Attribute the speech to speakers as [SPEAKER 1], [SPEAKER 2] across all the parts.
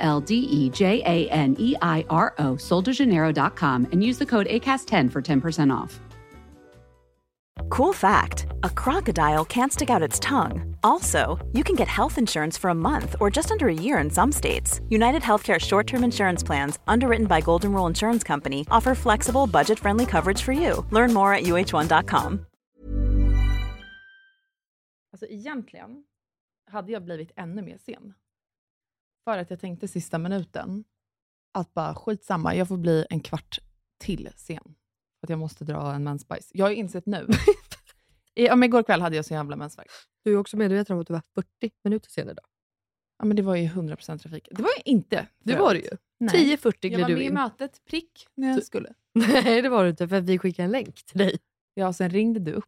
[SPEAKER 1] L D E J A N E I R O, soldejaneiro.com, and use the code ACAST10 for 10% off.
[SPEAKER 2] Cool fact a crocodile can't stick out its tongue. Also, you can get health insurance for a month or just under a year in some states. United Healthcare short term insurance plans, underwritten by Golden Rule Insurance Company, offer flexible, budget friendly coverage for you. Learn more at uh1.com.
[SPEAKER 3] Alltså egentligen hade jag blivit ännu mer sen. För att jag tänkte sista minuten att bara skitsamma, jag får bli en kvart till sen. För att jag måste dra en mensbajs. Jag har ju insett nu. I, ja, men igår kväll hade jag så jävla mensvärk.
[SPEAKER 4] Du är också medveten om att du var 40 minuter sen idag.
[SPEAKER 3] Ja, men det var ju 100% trafik. Det var jag inte.
[SPEAKER 4] Det
[SPEAKER 3] för
[SPEAKER 4] var
[SPEAKER 3] övrigt.
[SPEAKER 4] det ju.
[SPEAKER 3] Nej.
[SPEAKER 4] 10.40
[SPEAKER 3] Jag var
[SPEAKER 4] gled
[SPEAKER 3] med
[SPEAKER 4] du
[SPEAKER 3] i
[SPEAKER 4] in.
[SPEAKER 3] mötet, prick, när jag
[SPEAKER 4] Du-
[SPEAKER 3] skulle.
[SPEAKER 4] Nej, det var du inte, för vi skickade en länk till dig.
[SPEAKER 3] Ja, sen ringde du upp.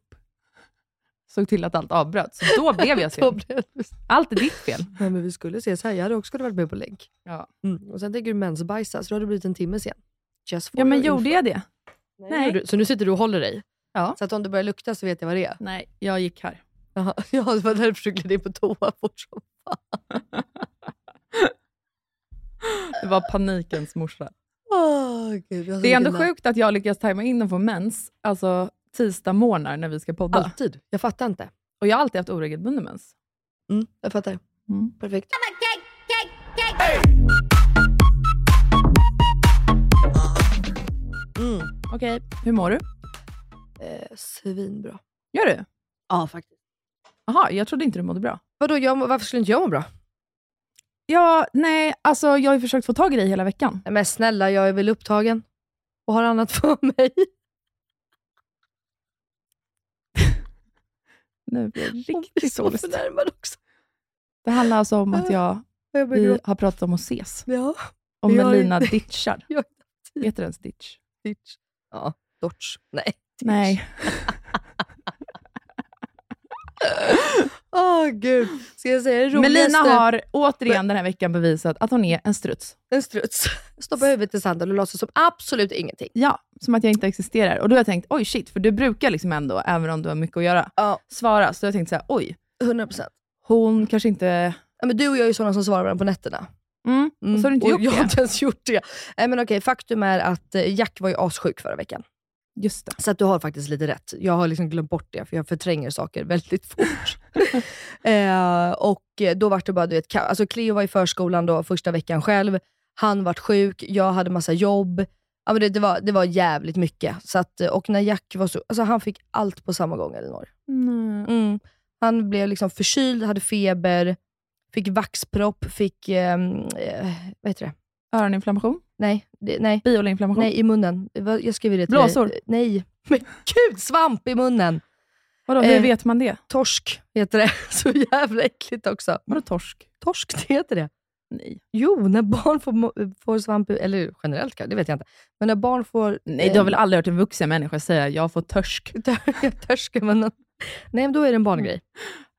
[SPEAKER 3] Såg till att allt avbröts. Så då blev jag
[SPEAKER 4] Då
[SPEAKER 3] sen.
[SPEAKER 4] blev det så.
[SPEAKER 3] Allt är ditt fel.
[SPEAKER 4] Nej, men vi skulle ses här. Jag hade också kunnat varit med på länk.
[SPEAKER 3] Ja.
[SPEAKER 4] Mm. Och sen tänker du mensbajsa, så då hade det blivit en timme sen. Just for
[SPEAKER 3] Ja, men
[SPEAKER 4] your
[SPEAKER 3] gjorde
[SPEAKER 4] info.
[SPEAKER 3] jag det? Nej.
[SPEAKER 4] Gjorde du? Så nu sitter du och håller dig?
[SPEAKER 3] Ja.
[SPEAKER 4] Så att om det börjar lukta så vet jag vad det är?
[SPEAKER 3] Nej, jag gick här.
[SPEAKER 4] Jaha. Ja, det var därför du gled in på toa fort som
[SPEAKER 3] Det var panikens morsa.
[SPEAKER 4] Åh, Gud, alltså,
[SPEAKER 3] Det är ändå
[SPEAKER 4] vilken-
[SPEAKER 3] sjukt att jag lyckas tajma in och få mens alltså, tisdag morgnar när vi ska podda.
[SPEAKER 4] Alltid. Jag fattar inte.
[SPEAKER 3] Och jag har alltid haft oregelbunden mens.
[SPEAKER 4] Mm, jag fattar.
[SPEAKER 3] Mm.
[SPEAKER 4] Perfekt. Mm.
[SPEAKER 3] Okej, hur mår du?
[SPEAKER 4] Eh, svinbra.
[SPEAKER 3] Gör du?
[SPEAKER 4] Ja, faktiskt.
[SPEAKER 3] Jaha, jag trodde inte du mådde bra.
[SPEAKER 4] Vadå, jag, må- varför skulle inte jag må bra?
[SPEAKER 3] Ja, nej, alltså jag har ju försökt få tag i dig hela veckan.
[SPEAKER 4] Nej, Men snälla, jag är väl upptagen och har annat för mig.
[SPEAKER 3] Nu blir det
[SPEAKER 4] Jag blir
[SPEAKER 3] riktigt
[SPEAKER 4] så
[SPEAKER 3] dåligt.
[SPEAKER 4] förnärmad också.
[SPEAKER 3] Det handlar alltså om att jag,
[SPEAKER 4] Och Jag börjar
[SPEAKER 3] vi
[SPEAKER 4] gråta.
[SPEAKER 3] har pratat om att ses.
[SPEAKER 4] Ja.
[SPEAKER 3] Om
[SPEAKER 4] Jag
[SPEAKER 3] när
[SPEAKER 4] har
[SPEAKER 3] Lina
[SPEAKER 4] inte-
[SPEAKER 3] ditchar.
[SPEAKER 4] jag har inte-
[SPEAKER 3] Heter det ens ditch?
[SPEAKER 4] Ditch. Ja, Dortch. Nej.
[SPEAKER 3] Nej.
[SPEAKER 4] Åh gud. Ska jag säga det
[SPEAKER 3] Men Lina
[SPEAKER 4] roligaste?
[SPEAKER 3] har återigen den här veckan bevisat att hon är en struts.
[SPEAKER 4] En struts. Stoppa huvudet i sanden och låtsas som absolut ingenting.
[SPEAKER 3] Ja, som att jag inte existerar. Och då har jag tänkt, oj shit, för du brukar liksom ändå, även om du har mycket att göra,
[SPEAKER 4] Ja,
[SPEAKER 3] svara. Så jag tänkte så här, oj,
[SPEAKER 4] 100 procent.
[SPEAKER 3] hon kanske inte...
[SPEAKER 4] Men du och jag är ju sådana som svarar varandra på nätterna.
[SPEAKER 3] Mm. Och så har du inte
[SPEAKER 4] och
[SPEAKER 3] gjort
[SPEAKER 4] jag har
[SPEAKER 3] det.
[SPEAKER 4] inte ens gjort det. Nej, men okej, faktum är att eh, Jack var ju assjuk förra veckan.
[SPEAKER 3] Just det.
[SPEAKER 4] Så att du har faktiskt lite rätt. Jag har liksom glömt bort det, för jag förtränger saker väldigt fort. eh, och eh, då var det bara, du vet, ka- alltså Cleo var i förskolan då, första veckan själv. Han vart sjuk, jag hade massa jobb. Ja, men det, det, var, det var jävligt mycket. Så att, eh, och när Jack var så, alltså han fick allt på samma gång, Elinor.
[SPEAKER 3] Mm.
[SPEAKER 4] Mm. Han blev liksom förkyld, hade feber, fick vaxpropp, fick... ehm, Eh, vad heter det?
[SPEAKER 3] Öroninflammation?
[SPEAKER 4] Nej, det, nej,
[SPEAKER 3] Biolinflammation?
[SPEAKER 4] nej, i munnen. Vad- Jag skriver det till
[SPEAKER 3] Blåsor?
[SPEAKER 4] dig. Nej. Men gud, svamp i munnen!
[SPEAKER 3] Vadå, hur
[SPEAKER 4] Eh.
[SPEAKER 3] vet man det?
[SPEAKER 4] Torsk heter det. Så jävla äckligt också.
[SPEAKER 3] Vadå torsk?
[SPEAKER 4] Torsk, det heter det.
[SPEAKER 3] Nej.
[SPEAKER 4] Jo, när barn får, mo- får svamp, i- eller generellt kanske, det vet jag inte. Men när barn får...
[SPEAKER 3] Nej, du har väl aldrig hört en vuxen människa säga, jag får törsk?
[SPEAKER 4] aldrig... törsk i munnen. Nej, men då är det en barngrej.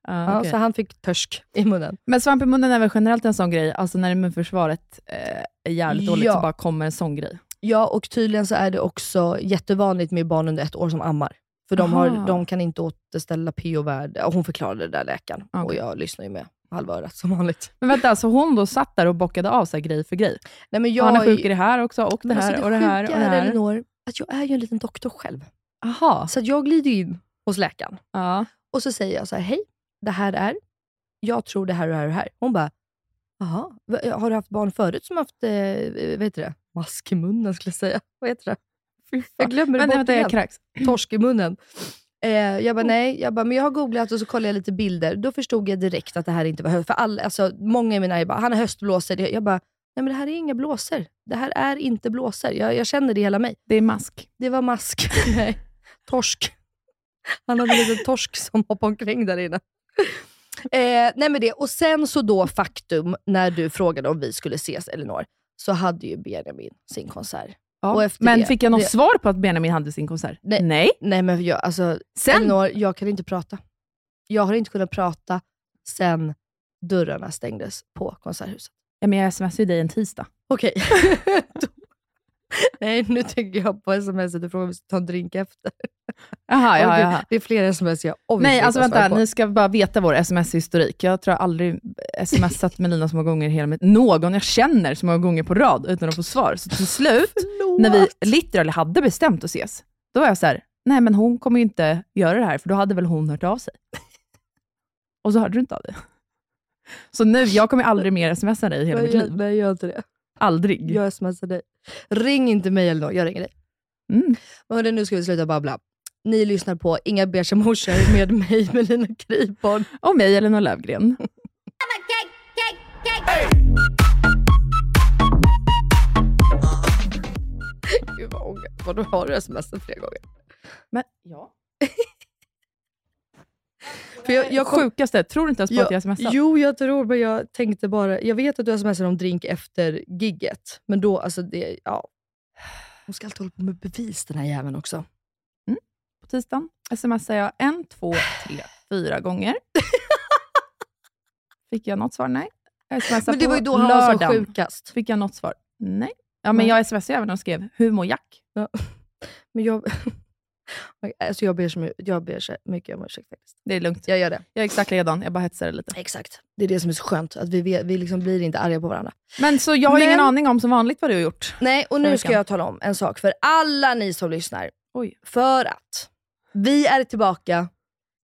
[SPEAKER 3] Ah,
[SPEAKER 4] Ja,
[SPEAKER 3] okej.
[SPEAKER 4] Så han fick törsk i munnen.
[SPEAKER 3] Men svamp i munnen är väl generellt en sån grej, alltså när immunförsvaret eh, är jävligt dåligt
[SPEAKER 4] Ja.
[SPEAKER 3] så bara kommer en sån grej.
[SPEAKER 4] Ja, och tydligen så är det också jättevanligt med barn under ett år som ammar. För de,
[SPEAKER 3] Aha.
[SPEAKER 4] har, de kan inte återställa pH-värde. Ja, Hon förklarade det där läkaren och
[SPEAKER 3] Okej.
[SPEAKER 4] jag lyssnar ju med halva örat som vanligt.
[SPEAKER 3] Men vänta, så hon då satt där och bockade av sig grej för grej?
[SPEAKER 4] Nej, men jag
[SPEAKER 3] Han är
[SPEAKER 4] ju-
[SPEAKER 3] sjuk i det här också, och det
[SPEAKER 4] Men
[SPEAKER 3] här,
[SPEAKER 4] alltså,
[SPEAKER 3] och det här, och det
[SPEAKER 4] sjuka är,
[SPEAKER 3] här.
[SPEAKER 4] Elinor, att jag är ju en liten doktor själv.
[SPEAKER 3] Aha.
[SPEAKER 4] Så att jag glider ju in hos läkaren
[SPEAKER 3] Ja.
[SPEAKER 4] och så säger jag så här, hej, det här är, jag tror det här och det här och det här. Hon bara, jaha, va- har du haft barn förut som haft, eh, vad heter det, mask i munnen skulle jag säga. Vad heter det?
[SPEAKER 3] Fy fan.
[SPEAKER 4] Jag glömmer det
[SPEAKER 3] Vänta,
[SPEAKER 4] bort
[SPEAKER 3] vänta,
[SPEAKER 4] helt.
[SPEAKER 3] jag kräks.
[SPEAKER 4] torsk i munnen. Eh, jag bara,
[SPEAKER 3] Mm.
[SPEAKER 4] nej. Jag bara, men jag har googlat och så kollade jag lite bilder. Då förstod jag direkt att det här inte var höst. För all, alltså, många i mina är bara, han har höstblåsor. Jag jag bara, nej men det här är inga blåsor. Det här är inte blåsor. Jag, jag känner det i hela mig.
[SPEAKER 3] Det är mask.
[SPEAKER 4] Det var mask. nej, torsk. Han hade en liten torsk som hoppade omkring där inne. Eh, nej men det, och sen så då faktum, när du frågade om vi skulle ses Elinor, så hade ju Benjamin sin konsert.
[SPEAKER 3] Ja.
[SPEAKER 4] Och efter
[SPEAKER 3] men
[SPEAKER 4] det-
[SPEAKER 3] fick jag något
[SPEAKER 4] det-
[SPEAKER 3] svar på att Benjamin hade sin konsert?
[SPEAKER 4] Nej. Nej men jag, alltså,
[SPEAKER 3] Sen?
[SPEAKER 4] Elinor, jag kan inte prata. Jag har inte kunnat prata sen dörrarna stängdes på Konserthuset.
[SPEAKER 3] Ja, men jag smsade ju dig en tisdag.
[SPEAKER 4] Okej. Då- Nej, nu tänker jag på sms du frågar om vi ska ta en drink efter.
[SPEAKER 3] Jaha,
[SPEAKER 4] Åh, gud, Det är fler sms jag obviously
[SPEAKER 3] Nej,
[SPEAKER 4] inte
[SPEAKER 3] alltså
[SPEAKER 4] har svarat
[SPEAKER 3] vänta.
[SPEAKER 4] på.
[SPEAKER 3] Ni ska bara veta vår sms-historik. Jag tror jag aldrig smsat med Lina så många gånger i hela mitt... Någon jag känner så många gånger på rad utan att få svar. Så till slut,
[SPEAKER 4] Förlåt.
[SPEAKER 3] när vi literally hade bestämt att ses, då var jag så här, nej men hon kommer ju inte göra det här, för då hade väl hon hört av sig. Och så hörde du inte av dig. Så nu, jag kommer aldrig mer smsa dig i hela
[SPEAKER 4] Nej,
[SPEAKER 3] mitt
[SPEAKER 4] jag-
[SPEAKER 3] liv.
[SPEAKER 4] Nej, jag gör inte det.
[SPEAKER 3] Aldrig.
[SPEAKER 4] Jag smsar dig. Ring inte mig eller något, jag ringer dig.
[SPEAKER 3] Mm.
[SPEAKER 4] Men hörni, nu ska vi sluta babbla. Ni lyssnar på Inga beiga morsor med mig, Melina Kriborn.
[SPEAKER 3] Och mig, Elinor Löfgren.
[SPEAKER 4] Gud vad ångest. Vadå, har du smsat flera gånger?
[SPEAKER 3] Men, ja.
[SPEAKER 4] För jag, jag kom,
[SPEAKER 3] Sjukaste, tror du inte ens på
[SPEAKER 4] Ja,
[SPEAKER 3] att jag smsat?
[SPEAKER 4] jo, jag tror, men jag tänkte bara... Jag vet att du smsade om drink efter gigget, men då, alltså det... Ja. Hon ska alltid hålla på med bevis, den här jäveln också.
[SPEAKER 3] På tisdagen smsade jag en, två, tre, fyra gånger. Fick jag något svar? Nej. Jag smsade
[SPEAKER 4] Men det
[SPEAKER 3] på
[SPEAKER 4] var ju då han var som
[SPEAKER 3] lördagen.
[SPEAKER 4] sjukast.
[SPEAKER 3] Fick jag något svar? Nej. Ja, men
[SPEAKER 4] Nej.
[SPEAKER 3] jag smsade även och skrev, hur mår Jack?
[SPEAKER 4] Men jag... Alltså jag ber så mycket, jag ber så mycket om ursäkt faktiskt.
[SPEAKER 3] Det är lugnt.
[SPEAKER 4] Jag gör det.
[SPEAKER 3] Jag är exakt likadan, jag bara hetsar det lite.
[SPEAKER 4] Exakt. Det är det som är så skönt, att vi, vet- vi liksom blir inte arga på varandra.
[SPEAKER 3] Men så jag har
[SPEAKER 4] Men-
[SPEAKER 3] ingen aning om som vanligt vad du har gjort.
[SPEAKER 4] Nej, och nu
[SPEAKER 3] Förra
[SPEAKER 4] ska
[SPEAKER 3] veckan.
[SPEAKER 4] jag tala om en sak för alla ni som lyssnar.
[SPEAKER 3] Oj.
[SPEAKER 4] För att vi är tillbaka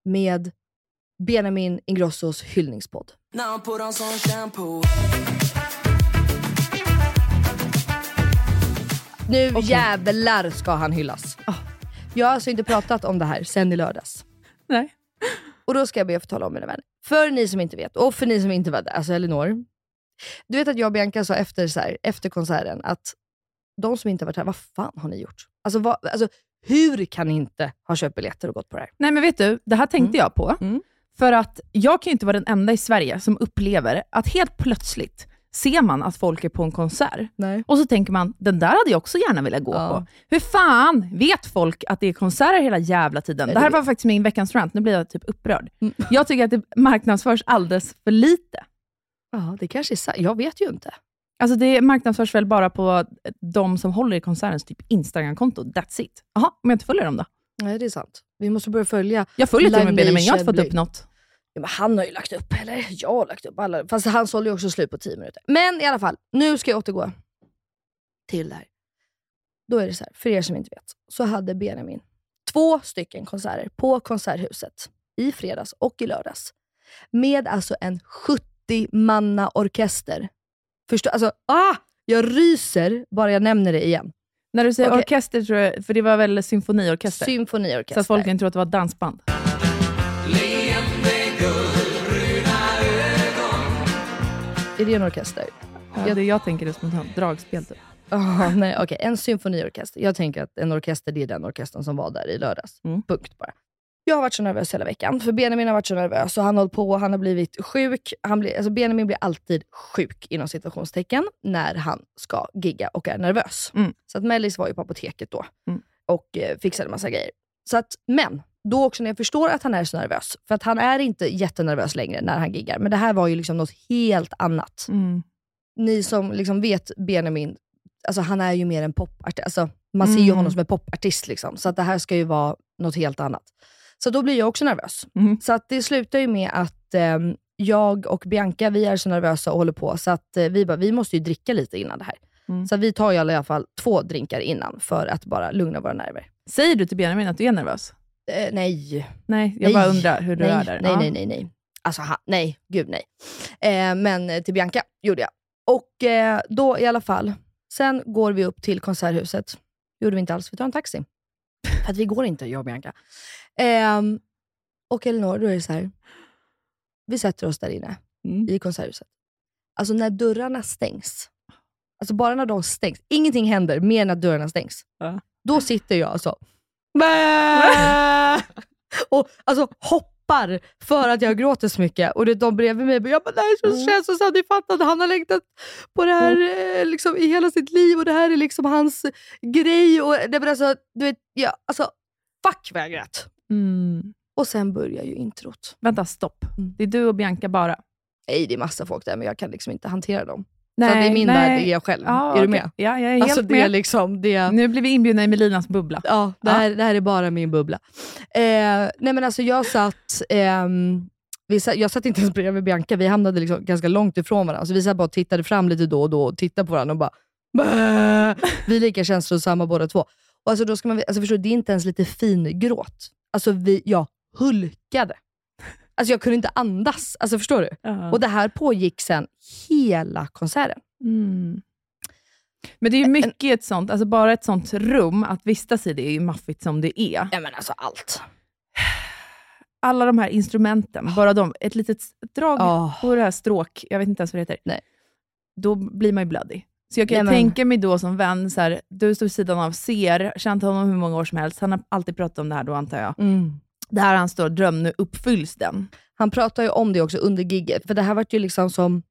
[SPEAKER 4] med Benjamin Ingrossos hyllningspodd.
[SPEAKER 5] Now put on some shampoo.
[SPEAKER 4] Nu jävlar ska han hyllas. Jag har alltså inte pratat om det här sen i lördags.
[SPEAKER 3] Nej.
[SPEAKER 4] Och då ska jag be att få tala om mina vänner. För ni som inte vet, och för ni som inte var där, alltså Elinor. Du vet att jag och Bianca sa efter, så här, efter konserten att de som inte har varit här, vad fan har ni gjort? Alltså, vad, alltså hur kan ni inte ha köpt biljetter och gått på det här?
[SPEAKER 3] Nej, men vet du, det här tänkte jag på.
[SPEAKER 4] Mm.
[SPEAKER 3] För att jag kan ju inte vara den enda i Sverige som upplever att helt plötsligt ser man att folk är på en konsert.
[SPEAKER 4] Nej.
[SPEAKER 3] Och så tänker man, den där hade jag också gärna velat gå
[SPEAKER 4] Ja.
[SPEAKER 3] på. Hur fan vet folk att det är konserter hela jävla tiden?
[SPEAKER 4] Nej,
[SPEAKER 3] Det här
[SPEAKER 4] det-
[SPEAKER 3] var faktiskt min veckans rant, nu blir jag typ upprörd.
[SPEAKER 4] Mm.
[SPEAKER 3] Jag tycker att det marknadsförs alldeles för lite.
[SPEAKER 4] Ja, det kanske är sant. Jag vet ju inte.
[SPEAKER 3] Alltså det marknadsförs väl bara på de som håller i koncernens typ Instagram-konto. That's it. Jaha, om jag inte följer dem då?
[SPEAKER 4] Nej, det är sant. Vi måste börja följa.
[SPEAKER 3] Jag följer till och med
[SPEAKER 4] Live
[SPEAKER 3] Benjamin, jag har
[SPEAKER 4] Nation
[SPEAKER 3] inte fått upp
[SPEAKER 4] blir-
[SPEAKER 3] något.
[SPEAKER 4] Ja, men han har ju lagt upp, eller? Jag har lagt upp alla. Fast han sålde ju också slut på 10 minuter. Men i alla fall, nu ska jag återgå till det här. Då är det så här, för er som inte vet, så hade Benjamin två stycken konserter på Konserthuset i fredags och i lördags. Med alltså en 70-manna orkester. Förstår? Alltså, ah! Jag ryser bara jag nämner det igen.
[SPEAKER 3] När du säger
[SPEAKER 4] Okej.
[SPEAKER 3] orkester, tror jag, för det var väl symfoniorkester?
[SPEAKER 4] Symfoniorkester.
[SPEAKER 3] så att folk inte tror att det var ett dansband.
[SPEAKER 4] Är det en orkester?
[SPEAKER 3] Ja, det jag tänker det spontant, dragspel typ.
[SPEAKER 4] Jaha, nej, okej. En symfoniorkester. Jag tänker att en orkester, det är den orkestern som var där i lördags.
[SPEAKER 3] Mm.
[SPEAKER 4] Punkt bara. Jag har varit så nervös hela veckan, för Benjamin har varit så nervös och han har hållit på, han har blivit sjuk. Han blir, alltså Benjamin blir alltid sjuk, inom situationstecken när han ska gigga och är nervös.
[SPEAKER 3] Mm.
[SPEAKER 4] Så att Mellis var ju på apoteket då
[SPEAKER 3] Mm.
[SPEAKER 4] och eh, fixade massa grejer. Så att, men, då också när jag förstår att han är så nervös, för att han är inte jättenervös längre när han giggar, men det här var ju liksom något helt annat ni som liksom vet Benjamin, alltså han är ju mer en popartist. Alltså, man ser ju
[SPEAKER 3] Mm.
[SPEAKER 4] honom som en popartist, liksom, så att det här ska ju vara något helt annat. Så då blir jag också nervös.
[SPEAKER 3] Mm.
[SPEAKER 4] Så att det slutar ju med att ehm, jag och Bianca, vi är så nervösa och håller på, så att eh, vi bara, vi måste ju dricka lite innan det här.
[SPEAKER 3] Mm.
[SPEAKER 4] Så att vi tar ju i alla fall två drinkar innan för att bara lugna våra nerver.
[SPEAKER 3] Säger du till Benjamin att du är nervös?
[SPEAKER 4] Eh, nej,
[SPEAKER 3] Nej, jag bara
[SPEAKER 4] Nej.
[SPEAKER 3] undrar hur du
[SPEAKER 4] nej,
[SPEAKER 3] är där.
[SPEAKER 4] Nej,
[SPEAKER 3] Ja.
[SPEAKER 4] nej, nej, nej. Alltså, ha, nej. Gud nej. Eh, men eh, till Bianca gjorde jag. Och eh, då i alla fall, sen går vi upp till Konserthuset. gjorde vi inte alls, vi tar en taxi. För att vi går inte, jag och Bianca. Ehm, och Elinor, då är det så här. Vi sätter oss där inne
[SPEAKER 3] Mm.
[SPEAKER 4] i Konserthuset. Alltså när dörrarna stängs, alltså bara när de stängs, ingenting händer mer än när dörrarna stängs.
[SPEAKER 3] Ja.
[SPEAKER 4] Då sitter jag alltså och alltså, hoppar hoppar för att jag gråter så mycket. Och det är de bredvid mig bara, jag bara, det här är så
[SPEAKER 3] Mm.
[SPEAKER 4] känslosamt, ni fattar inte. Han har längtat på det här eh, liksom, i hela sitt liv och det här är liksom hans grej. Och, nej, men alltså, du vet, ja, alltså, fuck vad jag grät.
[SPEAKER 3] Mm.
[SPEAKER 4] Och sen börjar ju introt.
[SPEAKER 3] Vänta, stopp.
[SPEAKER 4] Mm.
[SPEAKER 3] Det är du och Bianca bara.
[SPEAKER 4] Nej, det är massa folk där, men jag kan liksom inte hantera dem. så att i min värld är jag själv.
[SPEAKER 3] Ja,
[SPEAKER 4] är du
[SPEAKER 3] okej.
[SPEAKER 4] med?
[SPEAKER 3] Ja, jag är
[SPEAKER 4] Alltså,
[SPEAKER 3] helt
[SPEAKER 4] det är
[SPEAKER 3] med.
[SPEAKER 4] liksom det...
[SPEAKER 3] Nu blir vi inbjudna i Melinas bubbla.
[SPEAKER 4] Ja, det
[SPEAKER 3] Ja.
[SPEAKER 4] här, det här är bara min bubbla. Eh, nej men alltså jag satt, ehm, vi satt, jag satt inte ens bredvid Bianca, vi hamnade liksom ganska långt ifrån varandra. Så vi satt bara och tittade fram lite då och då och tittade på varandra och bara "Bäh!" Vi är lika känslosamma båda två. Och alltså då ska man, alltså förstår du, det är inte ens lite fin gråt. Alltså vi, jag hulkade. Alltså jag kunde inte andas. Alltså förstår du?
[SPEAKER 3] Ja.
[SPEAKER 4] Och det här pågick sen hela konserten.
[SPEAKER 3] Mm. Men det är ju mycket i ett sånt, alltså bara ett sånt rum att vistas i, det är ju maffigt som det är.
[SPEAKER 4] Ja men alltså allt.
[SPEAKER 3] Alla de här instrumenten, bara de, ett litet drag
[SPEAKER 4] Ja.
[SPEAKER 3] på det här stråk, jag vet inte ens vad det heter,
[SPEAKER 4] Nej.
[SPEAKER 3] då blir man ju bloody. Så jag kan ju
[SPEAKER 4] Nej, men-
[SPEAKER 3] tänka mig då som vän, så här, du står vid sidan av, ser, känt honom hur många år som helst, han har alltid pratat om det här då antar jag.
[SPEAKER 4] Mm.
[SPEAKER 3] Det här är hans stora dröm, nu uppfylls den.
[SPEAKER 4] Han pratar ju om det också under gigget, för det här vart ju liksom som...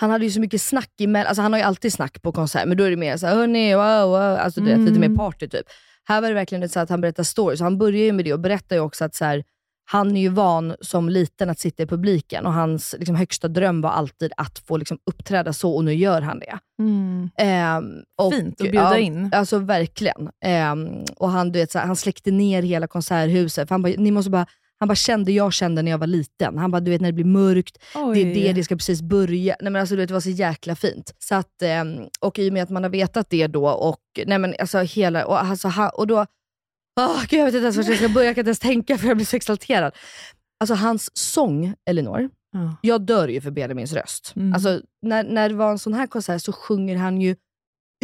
[SPEAKER 4] Han hade ju så mycket snack emellan, alltså han har ju alltid snack på konsert, men då är det mer såhär, hörni, wow, wow, alltså du vet, lite
[SPEAKER 3] Mm.
[SPEAKER 4] mer party typ. Här var det verkligen ett så att han berättar stories, så han börjar ju med det och berättar ju också att så här, han är ju van som liten att sitta i publiken och hans liksom, högsta dröm var alltid att få liksom, uppträda så och nu gör han det. Ehm, och,
[SPEAKER 3] Fint att bjuda
[SPEAKER 4] ja,
[SPEAKER 3] in.
[SPEAKER 4] Alltså verkligen. Ehm, och han, du vet, så här, han släckte ner hela konserthuset. För han, bara, Ni måste bara, han bara kände, jag kände när jag var liten. Han bara, du vet när det blir mörkt, det är det, det ska precis börja. Nej, men alltså, du vet, det var så jäkla fint. Så att, ehm, och i och med att man har vetat det då, och, nej, men, alltså, hela, och, alltså, han, och då... Oh, Gud, jag vet inte ens vart jag ska börja, jag kan inte ens tänka för jag blir så exalterad. Alltså hans sång, Elinor,
[SPEAKER 3] Ja.
[SPEAKER 4] jag dör ju för Benjamins röst.
[SPEAKER 3] Mm.
[SPEAKER 4] Alltså, när, när det var en sån här konsert så sjunger han ju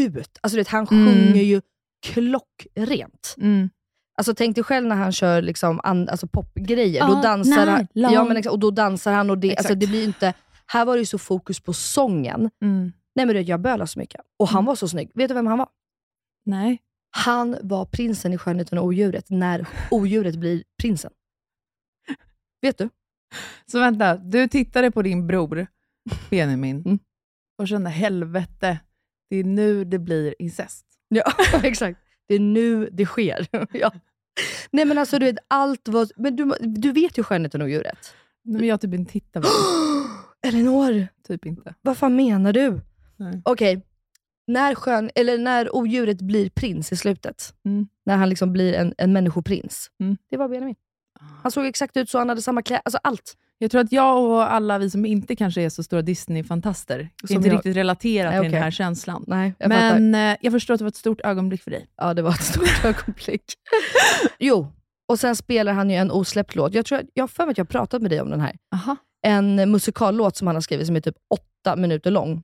[SPEAKER 4] ut. Alltså, du vet, han
[SPEAKER 3] Mm.
[SPEAKER 4] sjunger ju klockrent.
[SPEAKER 3] Mm.
[SPEAKER 4] Alltså, tänk dig själv när han kör liksom, an, alltså, popgrejer.
[SPEAKER 3] All
[SPEAKER 4] då dansar han,
[SPEAKER 3] night long.
[SPEAKER 4] ja, men, exakt, och då dansar han och det,
[SPEAKER 3] Ah,
[SPEAKER 4] alltså,
[SPEAKER 3] Exakt.
[SPEAKER 4] det blir inte... Här var det ju så fokus på sången.
[SPEAKER 3] Mm.
[SPEAKER 4] Nej men du, vet, jag bölar så mycket. Och han var så snygg. Vet du vem han var?
[SPEAKER 3] Nej.
[SPEAKER 4] Han var prinsen i Skönheten och odjuret när odjuret blir prinsen. Vet du?
[SPEAKER 3] Så vänta, du tittade på din bror Benjamin
[SPEAKER 4] Mm.
[SPEAKER 3] och kände helvete, det är nu det blir incest.
[SPEAKER 4] Ja, exakt. Det är nu det sker. ja. Nej men alltså du vet, allt var... Men du, du vet ju Skönheten och odjuret.
[SPEAKER 3] Nej, men jag typ inte tittar på
[SPEAKER 4] Elinor,
[SPEAKER 3] det. Typ inte.
[SPEAKER 4] vad fan menar du?
[SPEAKER 3] Nej.
[SPEAKER 4] Okej, när, skön, eller när odjuret blir prins i slutet,
[SPEAKER 3] Mm.
[SPEAKER 4] när han liksom blir en, en människoprins,
[SPEAKER 3] Mm. Ah.
[SPEAKER 4] det var Benjamin. Han såg exakt ut så, han hade samma kläder, alltså allt.
[SPEAKER 3] Jag tror att jag och alla vi som inte kanske är så stora Disney-fantaster
[SPEAKER 4] Som
[SPEAKER 3] inte
[SPEAKER 4] jag.
[SPEAKER 3] riktigt relaterar till
[SPEAKER 4] Nej, okej.
[SPEAKER 3] den här känslan.
[SPEAKER 4] Nej, jag fattar.
[SPEAKER 3] men eh, jag förstår att det var ett stort ögonblick för dig.
[SPEAKER 4] Ja, det var ett stort ögonblick. jo, och sen spelar han ju en osläppt låt. Jag tror jag- jag har för mig att jag har pratat med dig om den här.
[SPEAKER 3] Aha.
[SPEAKER 4] En musikallåt som han har skrivit som är typ åtta minuter lång.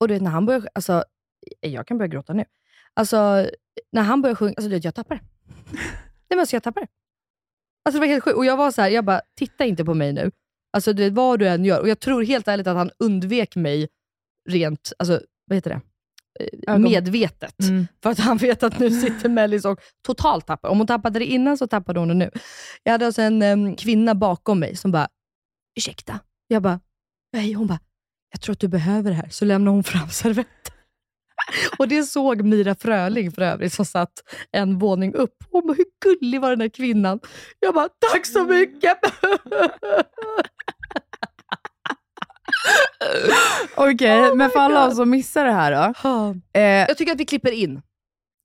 [SPEAKER 4] Och du vet när han börjar, alltså jag kan börja gråta nu. Alltså när han börjar sjunga, alltså du vet jag tappar det. Nej men alltså jag tappar det. Alltså det var helt sjukt. Och jag var så här, jag bara, titta inte på mig nu. Alltså du vet vad du än gör. Och jag tror helt ärligt att han undvek mig rent, alltså vad heter det? Eh,
[SPEAKER 3] Ögon-
[SPEAKER 4] Medvetet.
[SPEAKER 3] Mm.
[SPEAKER 4] För att han vet att nu sitter Mellis och totalt tappar. Om hon tappade det innan så tappade hon det nu. Jag hade alltså en em, kvinna bakom mig som bara, ursäkta? Jag bara, nej. Hon bara, jag tror att du behöver det här. Så lämnar hon fram servetten. och det såg Mira Fröling för övrigt som satt en våning upp. Hon bara, hur gullig var den där kvinnan? Jag bara, tack så
[SPEAKER 3] Mm.
[SPEAKER 4] mycket! Oh
[SPEAKER 3] Okej, men för alla oss som missar det här då. Eh,
[SPEAKER 4] jag tycker att vi klipper in.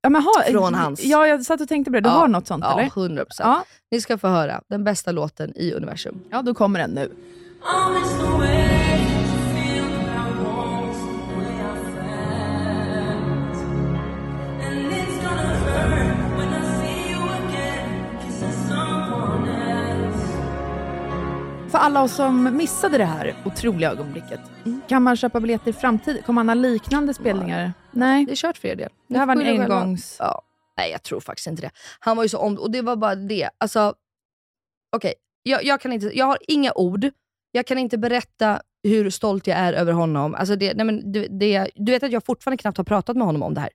[SPEAKER 3] ja, men ha,
[SPEAKER 4] Från hans.
[SPEAKER 3] Ja, jag satt och tänkte på det. Du
[SPEAKER 4] Ja.
[SPEAKER 3] har något sånt
[SPEAKER 4] Ja,
[SPEAKER 3] eller?
[SPEAKER 4] 100%.
[SPEAKER 3] Ja.
[SPEAKER 4] Ni ska få höra den bästa låten i universum.
[SPEAKER 3] ja, då kommer den nu.
[SPEAKER 5] Always the way you feel that wants the way I felt. And it's gonna hurt when I see you again, kissing someone else.
[SPEAKER 3] För alla oss som missade det här otroliga ögonblicket,
[SPEAKER 4] Mm.
[SPEAKER 3] kan man köpa biljetter i framtiden? Kommer han ha liknande spelningar? Nej.
[SPEAKER 4] Det är kört för er del.
[SPEAKER 3] Det här var
[SPEAKER 4] Ni
[SPEAKER 3] en
[SPEAKER 4] får skylla er själva.
[SPEAKER 3] engångs...
[SPEAKER 4] Ja. Nej, jag tror faktiskt inte det. Han var ju så om... Och det var bara det. Alltså, okej. Jag, jag, kan inte, jag har inga ord. Jag kan inte berätta hur stolt jag är över honom. Alltså det, nej men det, det, du vet att jag fortfarande knappt har pratat med honom om det här.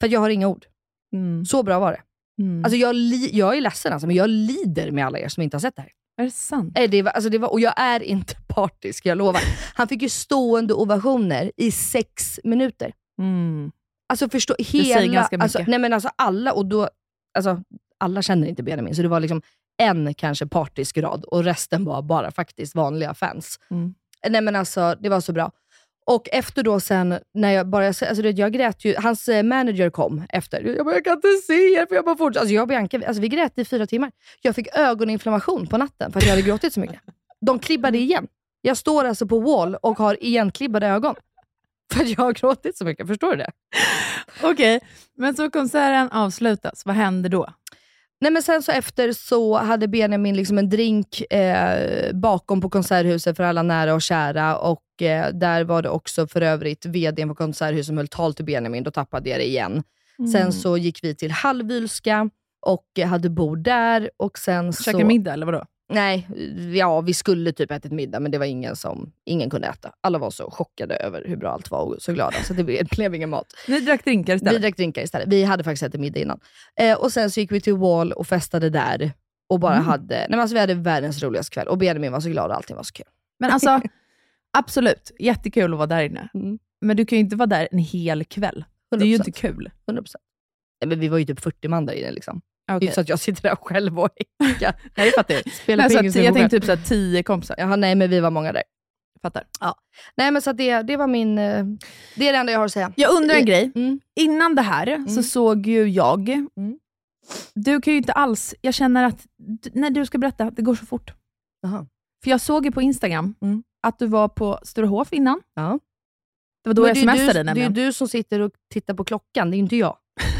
[SPEAKER 4] För att jag har inga ord.
[SPEAKER 3] Mm.
[SPEAKER 4] Så bra var det.
[SPEAKER 3] Mm.
[SPEAKER 4] Alltså jag, li, jag är ledsen alltså, men jag lider med alla er som inte har sett det här.
[SPEAKER 3] Är det sant?
[SPEAKER 4] Nej, det var, alltså det var, och jag är inte partisk, jag lovar. Han fick ju stående ovationer i sex minuter.
[SPEAKER 3] Mm.
[SPEAKER 4] Alltså förstå,
[SPEAKER 3] säger
[SPEAKER 4] hela...
[SPEAKER 3] ganska mycket.
[SPEAKER 4] Alltså, nej men alltså alla, och då, alltså, alla känner inte Benjamin, så det var liksom en kanske partisk rad och resten var bara faktiskt vanliga fans.
[SPEAKER 3] Mm.
[SPEAKER 4] Nej men alltså, det var så bra. Och efter då sen, när jag bara, alltså du vet, jag grät ju, hans eh, manager kom efter. Jag bara, jag kan inte se er för jag bara fortsätter. Alltså jag och Bianca, vi- alltså, vi grät i fyra timmar. Jag fick ögoninflammation på natten för att jag hade gråtit så mycket. De klibbade
[SPEAKER 3] Mm.
[SPEAKER 4] igen. Jag står alltså på wall och har igenklibbade ögon. För att jag har gråtit så mycket, förstår du det?
[SPEAKER 3] Okej, men så konserten avslutas. Vad händer då?
[SPEAKER 4] Nej, men sen så efter så hade Benjamin liksom en drink eh, bakom på Konserthuset för alla nära och kära. Och eh, Där var det också för övrigt vdn på Konserthuset som höll tal till Benjamin. Då tappade jag det igen.
[SPEAKER 3] Mm.
[SPEAKER 4] Sen så gick vi till Hallwylska och eh, hade bord där. Och sen så...
[SPEAKER 3] Käkar middag eller vadå?
[SPEAKER 4] Nej, ja, vi skulle typ ätit middag, men det var ingen som ingen kunde äta. Alla var så chockade över hur bra allt var och så glada, så det blev- det blev ingen mat.
[SPEAKER 3] Ni drack drinkar
[SPEAKER 4] Vi
[SPEAKER 3] istället?
[SPEAKER 4] drack drinkar istället. Vi hade faktiskt ätit middag innan. Eh, och Sen så gick vi till Wall och festade där. Och
[SPEAKER 3] Mm.
[SPEAKER 4] bara hade, nej men alltså vi hade världens roligaste kväll. Och Benjamin var så glad och allting var så kul.
[SPEAKER 3] Men alltså, absolut. Jättekul att vara där inne.
[SPEAKER 4] Mm.
[SPEAKER 3] Men du kan ju inte vara där en hel kväll. Det är ju inte kul.
[SPEAKER 4] 100%. Nej, men vi var ju typ 40 man där inne. Liksom. Det är
[SPEAKER 3] Okay.
[SPEAKER 4] ju så att jag sitter där själv och häckar.
[SPEAKER 3] Nej, det fattar jag.
[SPEAKER 4] Spelar
[SPEAKER 3] Alltså,
[SPEAKER 4] pingis med
[SPEAKER 3] jag
[SPEAKER 4] vågar.
[SPEAKER 3] tänkte typ såhär, tio kompisar.
[SPEAKER 4] Jaha, nej men vi var många där.
[SPEAKER 3] Fattar.
[SPEAKER 4] Nej men så att det, det var min... eh, Det är det enda jag har att säga.
[SPEAKER 3] Jag undrar en grej.
[SPEAKER 4] Mm.
[SPEAKER 3] Innan det här så såg ju jag, du kan ju inte alls, jag känner att, d- när du ska berätta, det går så fort.
[SPEAKER 4] Jaha.
[SPEAKER 3] För jag såg ju på Instagram
[SPEAKER 4] Mm.
[SPEAKER 3] att du var på Sturehof innan.
[SPEAKER 4] Ja.
[SPEAKER 3] Det var då
[SPEAKER 4] Men
[SPEAKER 3] jag
[SPEAKER 4] det är ju
[SPEAKER 3] smsade
[SPEAKER 4] du,
[SPEAKER 3] dig
[SPEAKER 4] Det är ju
[SPEAKER 3] nämligen.
[SPEAKER 4] du som sitter och tittar på klockan, det är ju inte jag.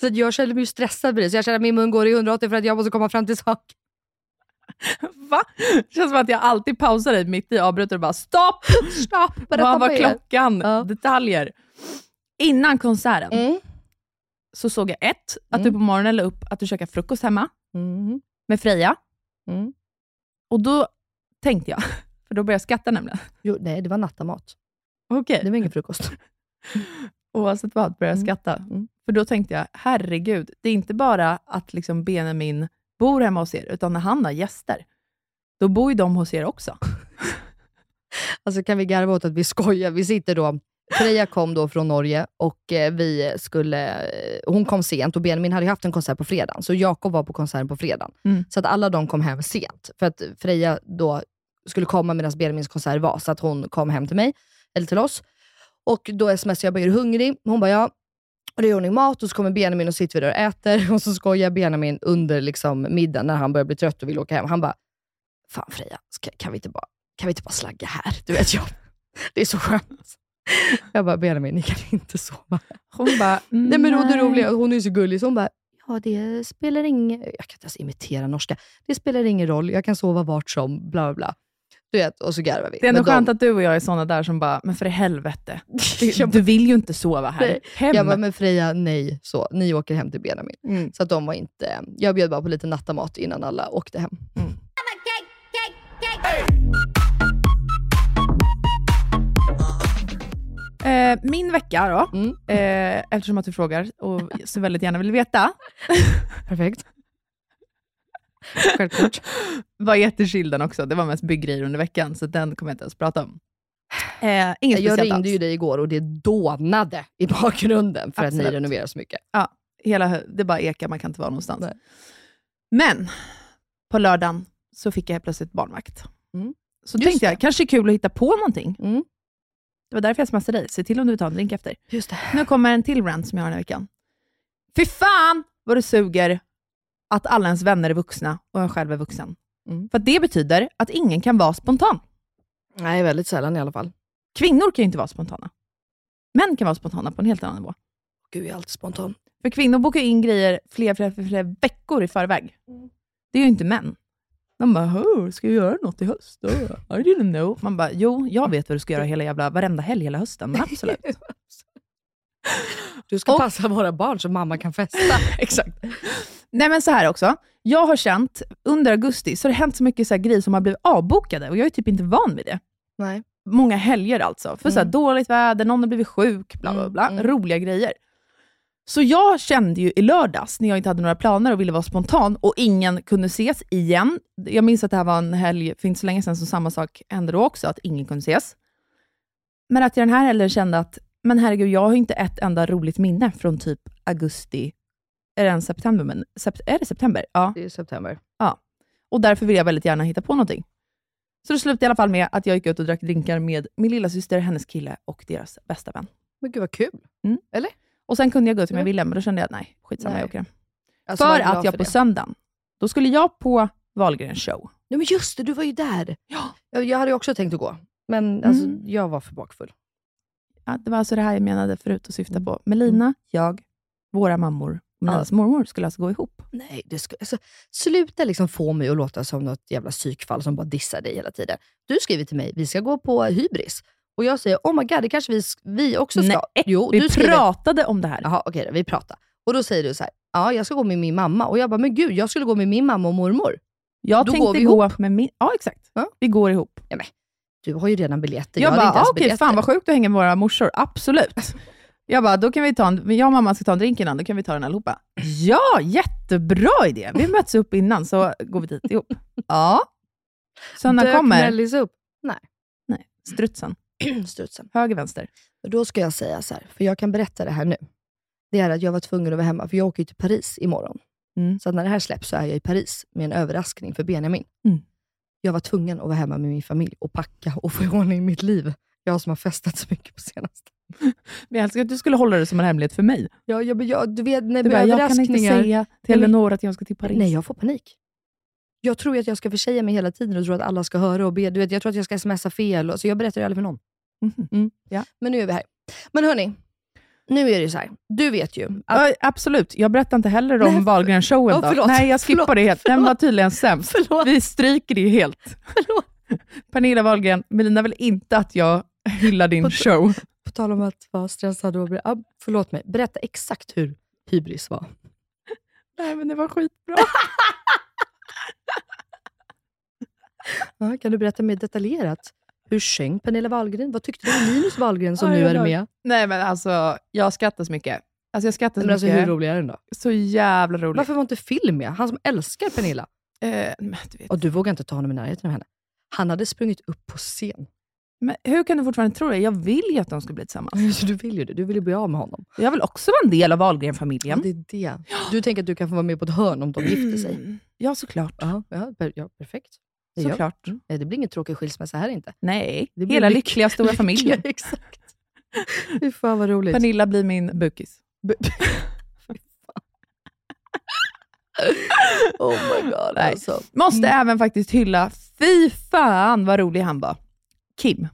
[SPEAKER 4] så att jag känner mig ju stressad för det, så jag känner att min mun går i 180 för att jag måste komma fram till saker.
[SPEAKER 3] Va? Det känns som att jag alltid pausar dig mitt i, avbryter och bara stopp!
[SPEAKER 4] Stopp!
[SPEAKER 3] Vad var klockan?
[SPEAKER 4] Ja.
[SPEAKER 3] Detaljer. Innan konserten
[SPEAKER 4] Mm.
[SPEAKER 3] så såg jag ett, att
[SPEAKER 4] Mm.
[SPEAKER 3] du på morgonen la upp att du käkade frukost hemma
[SPEAKER 4] Mm.
[SPEAKER 3] med Freja.
[SPEAKER 4] Mm.
[SPEAKER 3] Och då tänkte jag, för då började jag skratta nämligen.
[SPEAKER 4] Jo, nej, det var nattamat.
[SPEAKER 3] Okej.
[SPEAKER 4] Det var ingen frukost.
[SPEAKER 3] Oavsett vad, började jag
[SPEAKER 4] Mm.
[SPEAKER 3] skratta.
[SPEAKER 4] Mm.
[SPEAKER 3] För då tänkte jag, herregud, det är inte bara att liksom Benjamin bor hemma hos er, utan när han har gäster, då bor ju de hos er också.
[SPEAKER 4] Alltså kan vi garva åt att vi skojar? Vi sitter då... Freja kom då från Norge och eh, vi skulle, eh, hon kom sent och Benjamin hade ju haft en konsert på fredagen, så Jakob var på konserten på fredagen.
[SPEAKER 3] Mm.
[SPEAKER 4] Så att alla de kom hem sent, för att Freja då skulle komma medan Benjamins konsert var, så att hon kom hem till mig, eller till oss. Och då smsade jag bara, är du hungrig? Hon bara, ja. Och då gör hon i mat och så kommer Benjamin och sitter vi där och äter. Och så skojar Benjamin under liksom middagen när han börjar bli trött och vill åka hem. Han bara, fan Freja, ska, kan, vi inte bara, kan vi inte bara slagga här? Du vet, jag, det är så skönt. Jag bara, Benjamin, ni kan inte sova.
[SPEAKER 3] Hon bara,
[SPEAKER 4] Nej men hon är rolig, hon är ju så gullig, så hon bara, ja det spelar ingen... Jag kan inte ens imitera norska. Det spelar ingen roll, jag kan sova vart som, bla bla bla. Du vet, och så garvar vi.
[SPEAKER 3] Det är ändå
[SPEAKER 4] Men de-
[SPEAKER 3] skönt att du och jag är såna där som bara, men för i helvete, du,
[SPEAKER 4] Jag
[SPEAKER 3] du vill ju inte sova här.
[SPEAKER 4] Nej.
[SPEAKER 3] Hem.
[SPEAKER 4] Jag var med Freja, nej, så. Ni åker hem till Benjamin.
[SPEAKER 3] Mm.
[SPEAKER 4] Så att de var inte... Jag bjöd bara på lite nattamat innan alla åkte hem.
[SPEAKER 3] Eh, min vecka då,
[SPEAKER 4] Mm.
[SPEAKER 3] eh, eftersom att du frågar och så väldigt gärna vill veta,
[SPEAKER 4] Perfekt. Självklart.
[SPEAKER 3] var jättechill den också. Det var mest bygggrejer under veckan, så den kommer jag inte ens prata om. Eh, inget
[SPEAKER 4] Jag
[SPEAKER 3] speciellt
[SPEAKER 4] ringde
[SPEAKER 3] alls.
[SPEAKER 4] ju dig igår och det dånade i bakgrunden för att
[SPEAKER 3] Absolut.
[SPEAKER 4] ni renoverar så mycket.
[SPEAKER 3] Hela, hö- det bara ekar, man kan inte vara någonstans.
[SPEAKER 4] Nej.
[SPEAKER 3] Men på lördagen så fick jag helt plötsligt barnvakt.
[SPEAKER 4] Mm.
[SPEAKER 3] Så
[SPEAKER 4] Just
[SPEAKER 3] tänkte jag, kanske är kul att hitta på någonting.
[SPEAKER 4] Mm.
[SPEAKER 3] Det var därför jag smsade dig. Se till om du tar en drink efter.
[SPEAKER 4] Just det.
[SPEAKER 3] Nu kommer en till rant som jag har den här veckan. Fy fan vad det suger att alla ens vänner är vuxna och jag själv är vuxen.
[SPEAKER 4] Mm.
[SPEAKER 3] För att det betyder att ingen kan vara spontan.
[SPEAKER 4] Nej, väldigt sällan i alla fall.
[SPEAKER 3] Kvinnor kan ju inte vara spontana. Män kan vara spontana på en helt annan nivå.
[SPEAKER 4] Gud, jag är alltid spontan.
[SPEAKER 3] För kvinnor bokar ju in grejer flera, flera, flera, flera veckor i förväg. Det är ju inte män. De bara, "Hör, ska jag göra något i höst? då?" I didn't know. Man bara, jo, jag vet vad du ska göra hela jävla, varenda helg hela hösten. Men absolut.
[SPEAKER 4] Du ska
[SPEAKER 3] Och-
[SPEAKER 4] passa våra barn så mamma kan festa.
[SPEAKER 3] Exakt. Nej men så här också. Jag har känt, under augusti, så har det hänt så mycket så här grejer som har blivit avbokade och jag är typ inte van vid det.
[SPEAKER 4] Nej.
[SPEAKER 3] Många helger alltså. För så här,
[SPEAKER 4] Mm.
[SPEAKER 3] dåligt väder, någon har blivit sjuk, bla bla
[SPEAKER 4] Mm,
[SPEAKER 3] bla.
[SPEAKER 4] mm.
[SPEAKER 3] Roliga grejer. Så jag kände ju i lördags, när jag inte hade några planer och ville vara spontan, och ingen kunde ses igen. Jag minns att det här var en helg för inte så länge sedan, så samma sak hände då också, att ingen kunde ses. Men att jag den här helgen kände att, men herregud, jag har ju inte ett enda roligt minne från typ augusti, är det ens september? Men, sept, är det september? Ja.
[SPEAKER 4] Det är september.
[SPEAKER 3] Och därför vill jag väldigt gärna hitta på någonting. Så det slutade i alla fall med att jag gick ut och drack drinkar med min lilla syster, hennes kille och deras bästa vän.
[SPEAKER 4] Men gud vad kul.
[SPEAKER 3] Och sen kunde jag gå ut om jag
[SPEAKER 4] Mm.
[SPEAKER 3] ville, men då kände jag att nej, skitsamma,
[SPEAKER 4] Nej.
[SPEAKER 3] jag åker hem.
[SPEAKER 4] Alltså, var
[SPEAKER 3] för
[SPEAKER 4] glad
[SPEAKER 3] att jag på
[SPEAKER 4] det.
[SPEAKER 3] söndagen, då skulle jag på Wahlgrens show.
[SPEAKER 4] Nej men just det, du var ju där.
[SPEAKER 3] Ja.
[SPEAKER 4] Jag, jag hade ju också tänkt att gå, men alltså,
[SPEAKER 3] Mm.
[SPEAKER 4] jag var för bakfull.
[SPEAKER 3] Ja, det var alltså det här jag menade förut att
[SPEAKER 4] Mm.
[SPEAKER 3] syfta på. Melina, jag, våra mammor och Melinas mormor skulle alltså gå ihop.
[SPEAKER 4] Nej, det ska, alltså, sluta liksom få mig att låta som något jävla psykfall som bara dissar dig hela tiden. Du skriver till mig, vi ska gå på hybris. Och jag säger, oh my god, det kanske vi, sk- vi också ska.
[SPEAKER 3] Nej,
[SPEAKER 4] jo,
[SPEAKER 3] vi
[SPEAKER 4] du skriver,
[SPEAKER 3] pratade om det här.
[SPEAKER 4] Jaha, okej då, vi pratar. Och då säger du så här, ja, jag ska gå med min mamma. Och jag bara, men gud, jag skulle gå med min mamma och mormor.
[SPEAKER 3] jag
[SPEAKER 4] då
[SPEAKER 3] tänkte
[SPEAKER 4] går vi
[SPEAKER 3] gå med min... Ja, exakt.
[SPEAKER 4] Ja.
[SPEAKER 3] Vi går ihop.
[SPEAKER 4] Du har ju redan biljetter.
[SPEAKER 3] jag
[SPEAKER 4] hade
[SPEAKER 3] bara,
[SPEAKER 4] inte
[SPEAKER 3] ah,
[SPEAKER 4] ens
[SPEAKER 3] okej,
[SPEAKER 4] biljetter.
[SPEAKER 3] fan vad sjukt att hänga med våra morsor. Absolut. Jag bara, då kan vi ta en, men jag och mamma ska ta en drink innan, då kan vi ta den allihopa. Ja, jättebra idé. Vi möts upp innan, så går vi dit ihop. Ja. Söndagen
[SPEAKER 4] Dök
[SPEAKER 3] kommer.
[SPEAKER 4] Mellis upp.
[SPEAKER 3] Nej, strutsen.
[SPEAKER 4] Strutsen.
[SPEAKER 3] Höger, vänster.
[SPEAKER 4] Och Då ska jag säga så här, för jag kan berätta det här nu. Det är att jag var tvungen att vara hemma, för jag åker ju till Paris imorgon.
[SPEAKER 3] Mm.
[SPEAKER 4] Så att när det här släpps så är jag i Paris med en överraskning för Benjamin.
[SPEAKER 3] Mm.
[SPEAKER 4] Jag var tvungen att vara hemma med min familj och packa och få i ordning mitt liv. Jag som har festat så mycket på senaste.
[SPEAKER 3] Men jag älskar att du skulle hålla det som en hemlighet för mig.
[SPEAKER 4] Ja, jag, men jag, du vet, nej,
[SPEAKER 3] Du
[SPEAKER 4] med
[SPEAKER 3] bara, jag kan inte
[SPEAKER 4] överraskningar.
[SPEAKER 3] säga till
[SPEAKER 4] Nej, men-
[SPEAKER 3] Eleanor att jag ska till Paris.
[SPEAKER 4] Nej, jag får panik. Jag tror ju att jag ska försäga mig hela tiden och tro att alla ska höra och be. Du vet, jag tror att jag ska smsa fel, och, så jag berättar ju aldrig för någon.
[SPEAKER 3] Mhm.
[SPEAKER 4] Men nu är vi här. Men hörni, nu är det ju så här. Du vet ju att
[SPEAKER 3] Ja, absolut, jag berättar inte heller
[SPEAKER 4] Nej,
[SPEAKER 3] om Wahlgren-showen.
[SPEAKER 4] Ja,
[SPEAKER 3] då.
[SPEAKER 4] förlåt.
[SPEAKER 3] Nej, jag skippar
[SPEAKER 4] Förlåt,
[SPEAKER 3] det helt. Den
[SPEAKER 4] förlåt.
[SPEAKER 3] var tydligen sämst.
[SPEAKER 4] Förlåt.
[SPEAKER 3] Vi stryker det helt.
[SPEAKER 4] Förlåt.
[SPEAKER 3] Pernilla Wahlgren, Melina vill inte att jag hyllar din
[SPEAKER 4] På-
[SPEAKER 3] show.
[SPEAKER 4] På tal om att vara stressad och... Ah, förlåt mig. Berätta exakt hur hybris var.
[SPEAKER 3] Nej, men det var skitbra.
[SPEAKER 4] Ja, kan du berätta mer detaljerat? Hur sjöng Pernilla Wahlgren? Vad tyckte du om Linus Wahlgren som
[SPEAKER 3] Aj,
[SPEAKER 4] nu
[SPEAKER 3] aj,
[SPEAKER 4] är
[SPEAKER 3] aj.
[SPEAKER 4] med?
[SPEAKER 3] Nej, men alltså, jag skrattar så mycket. Alltså, jag skrattar så
[SPEAKER 4] Men alltså, hur
[SPEAKER 3] mycket.
[SPEAKER 4] rolig är den då?
[SPEAKER 3] så jävla roligt.
[SPEAKER 4] Varför var inte Phil med? Han som älskar Pernilla.
[SPEAKER 3] Eh, men, du vet.
[SPEAKER 4] Och du vågar inte ta honom i närheten av henne. Han hade sprungit upp på scen.
[SPEAKER 3] Men, hur kan du fortfarande tro det? Jag vill ju att de ska bli tillsammans.
[SPEAKER 4] Alltså, du vill ju det. Du vill ju bli av med honom.
[SPEAKER 3] Jag vill också vara en del av
[SPEAKER 4] Ja,
[SPEAKER 3] Wahlgren-familjen.
[SPEAKER 4] det är det. Mm. Du tänker att du kan få vara med på ett hörn om de gifter sig?
[SPEAKER 3] Ja, såklart.
[SPEAKER 4] Ja, ja, per, ja perfekt. Det, gör jag.
[SPEAKER 3] Såklart.
[SPEAKER 4] Nej, det blir ingen tråkig skilsmässa här inte.
[SPEAKER 3] Nej,
[SPEAKER 4] Det blir
[SPEAKER 3] hela
[SPEAKER 4] lyck-
[SPEAKER 3] lyckliga stora familjen.
[SPEAKER 4] Lyckliga, Exakt. Fy fan vad roligt.
[SPEAKER 3] Pernilla blir min bukis.
[SPEAKER 4] Oh my god
[SPEAKER 3] Nej.
[SPEAKER 4] alltså.
[SPEAKER 3] Måste även faktiskt hylla, fy fan vad rolig han var. Kim.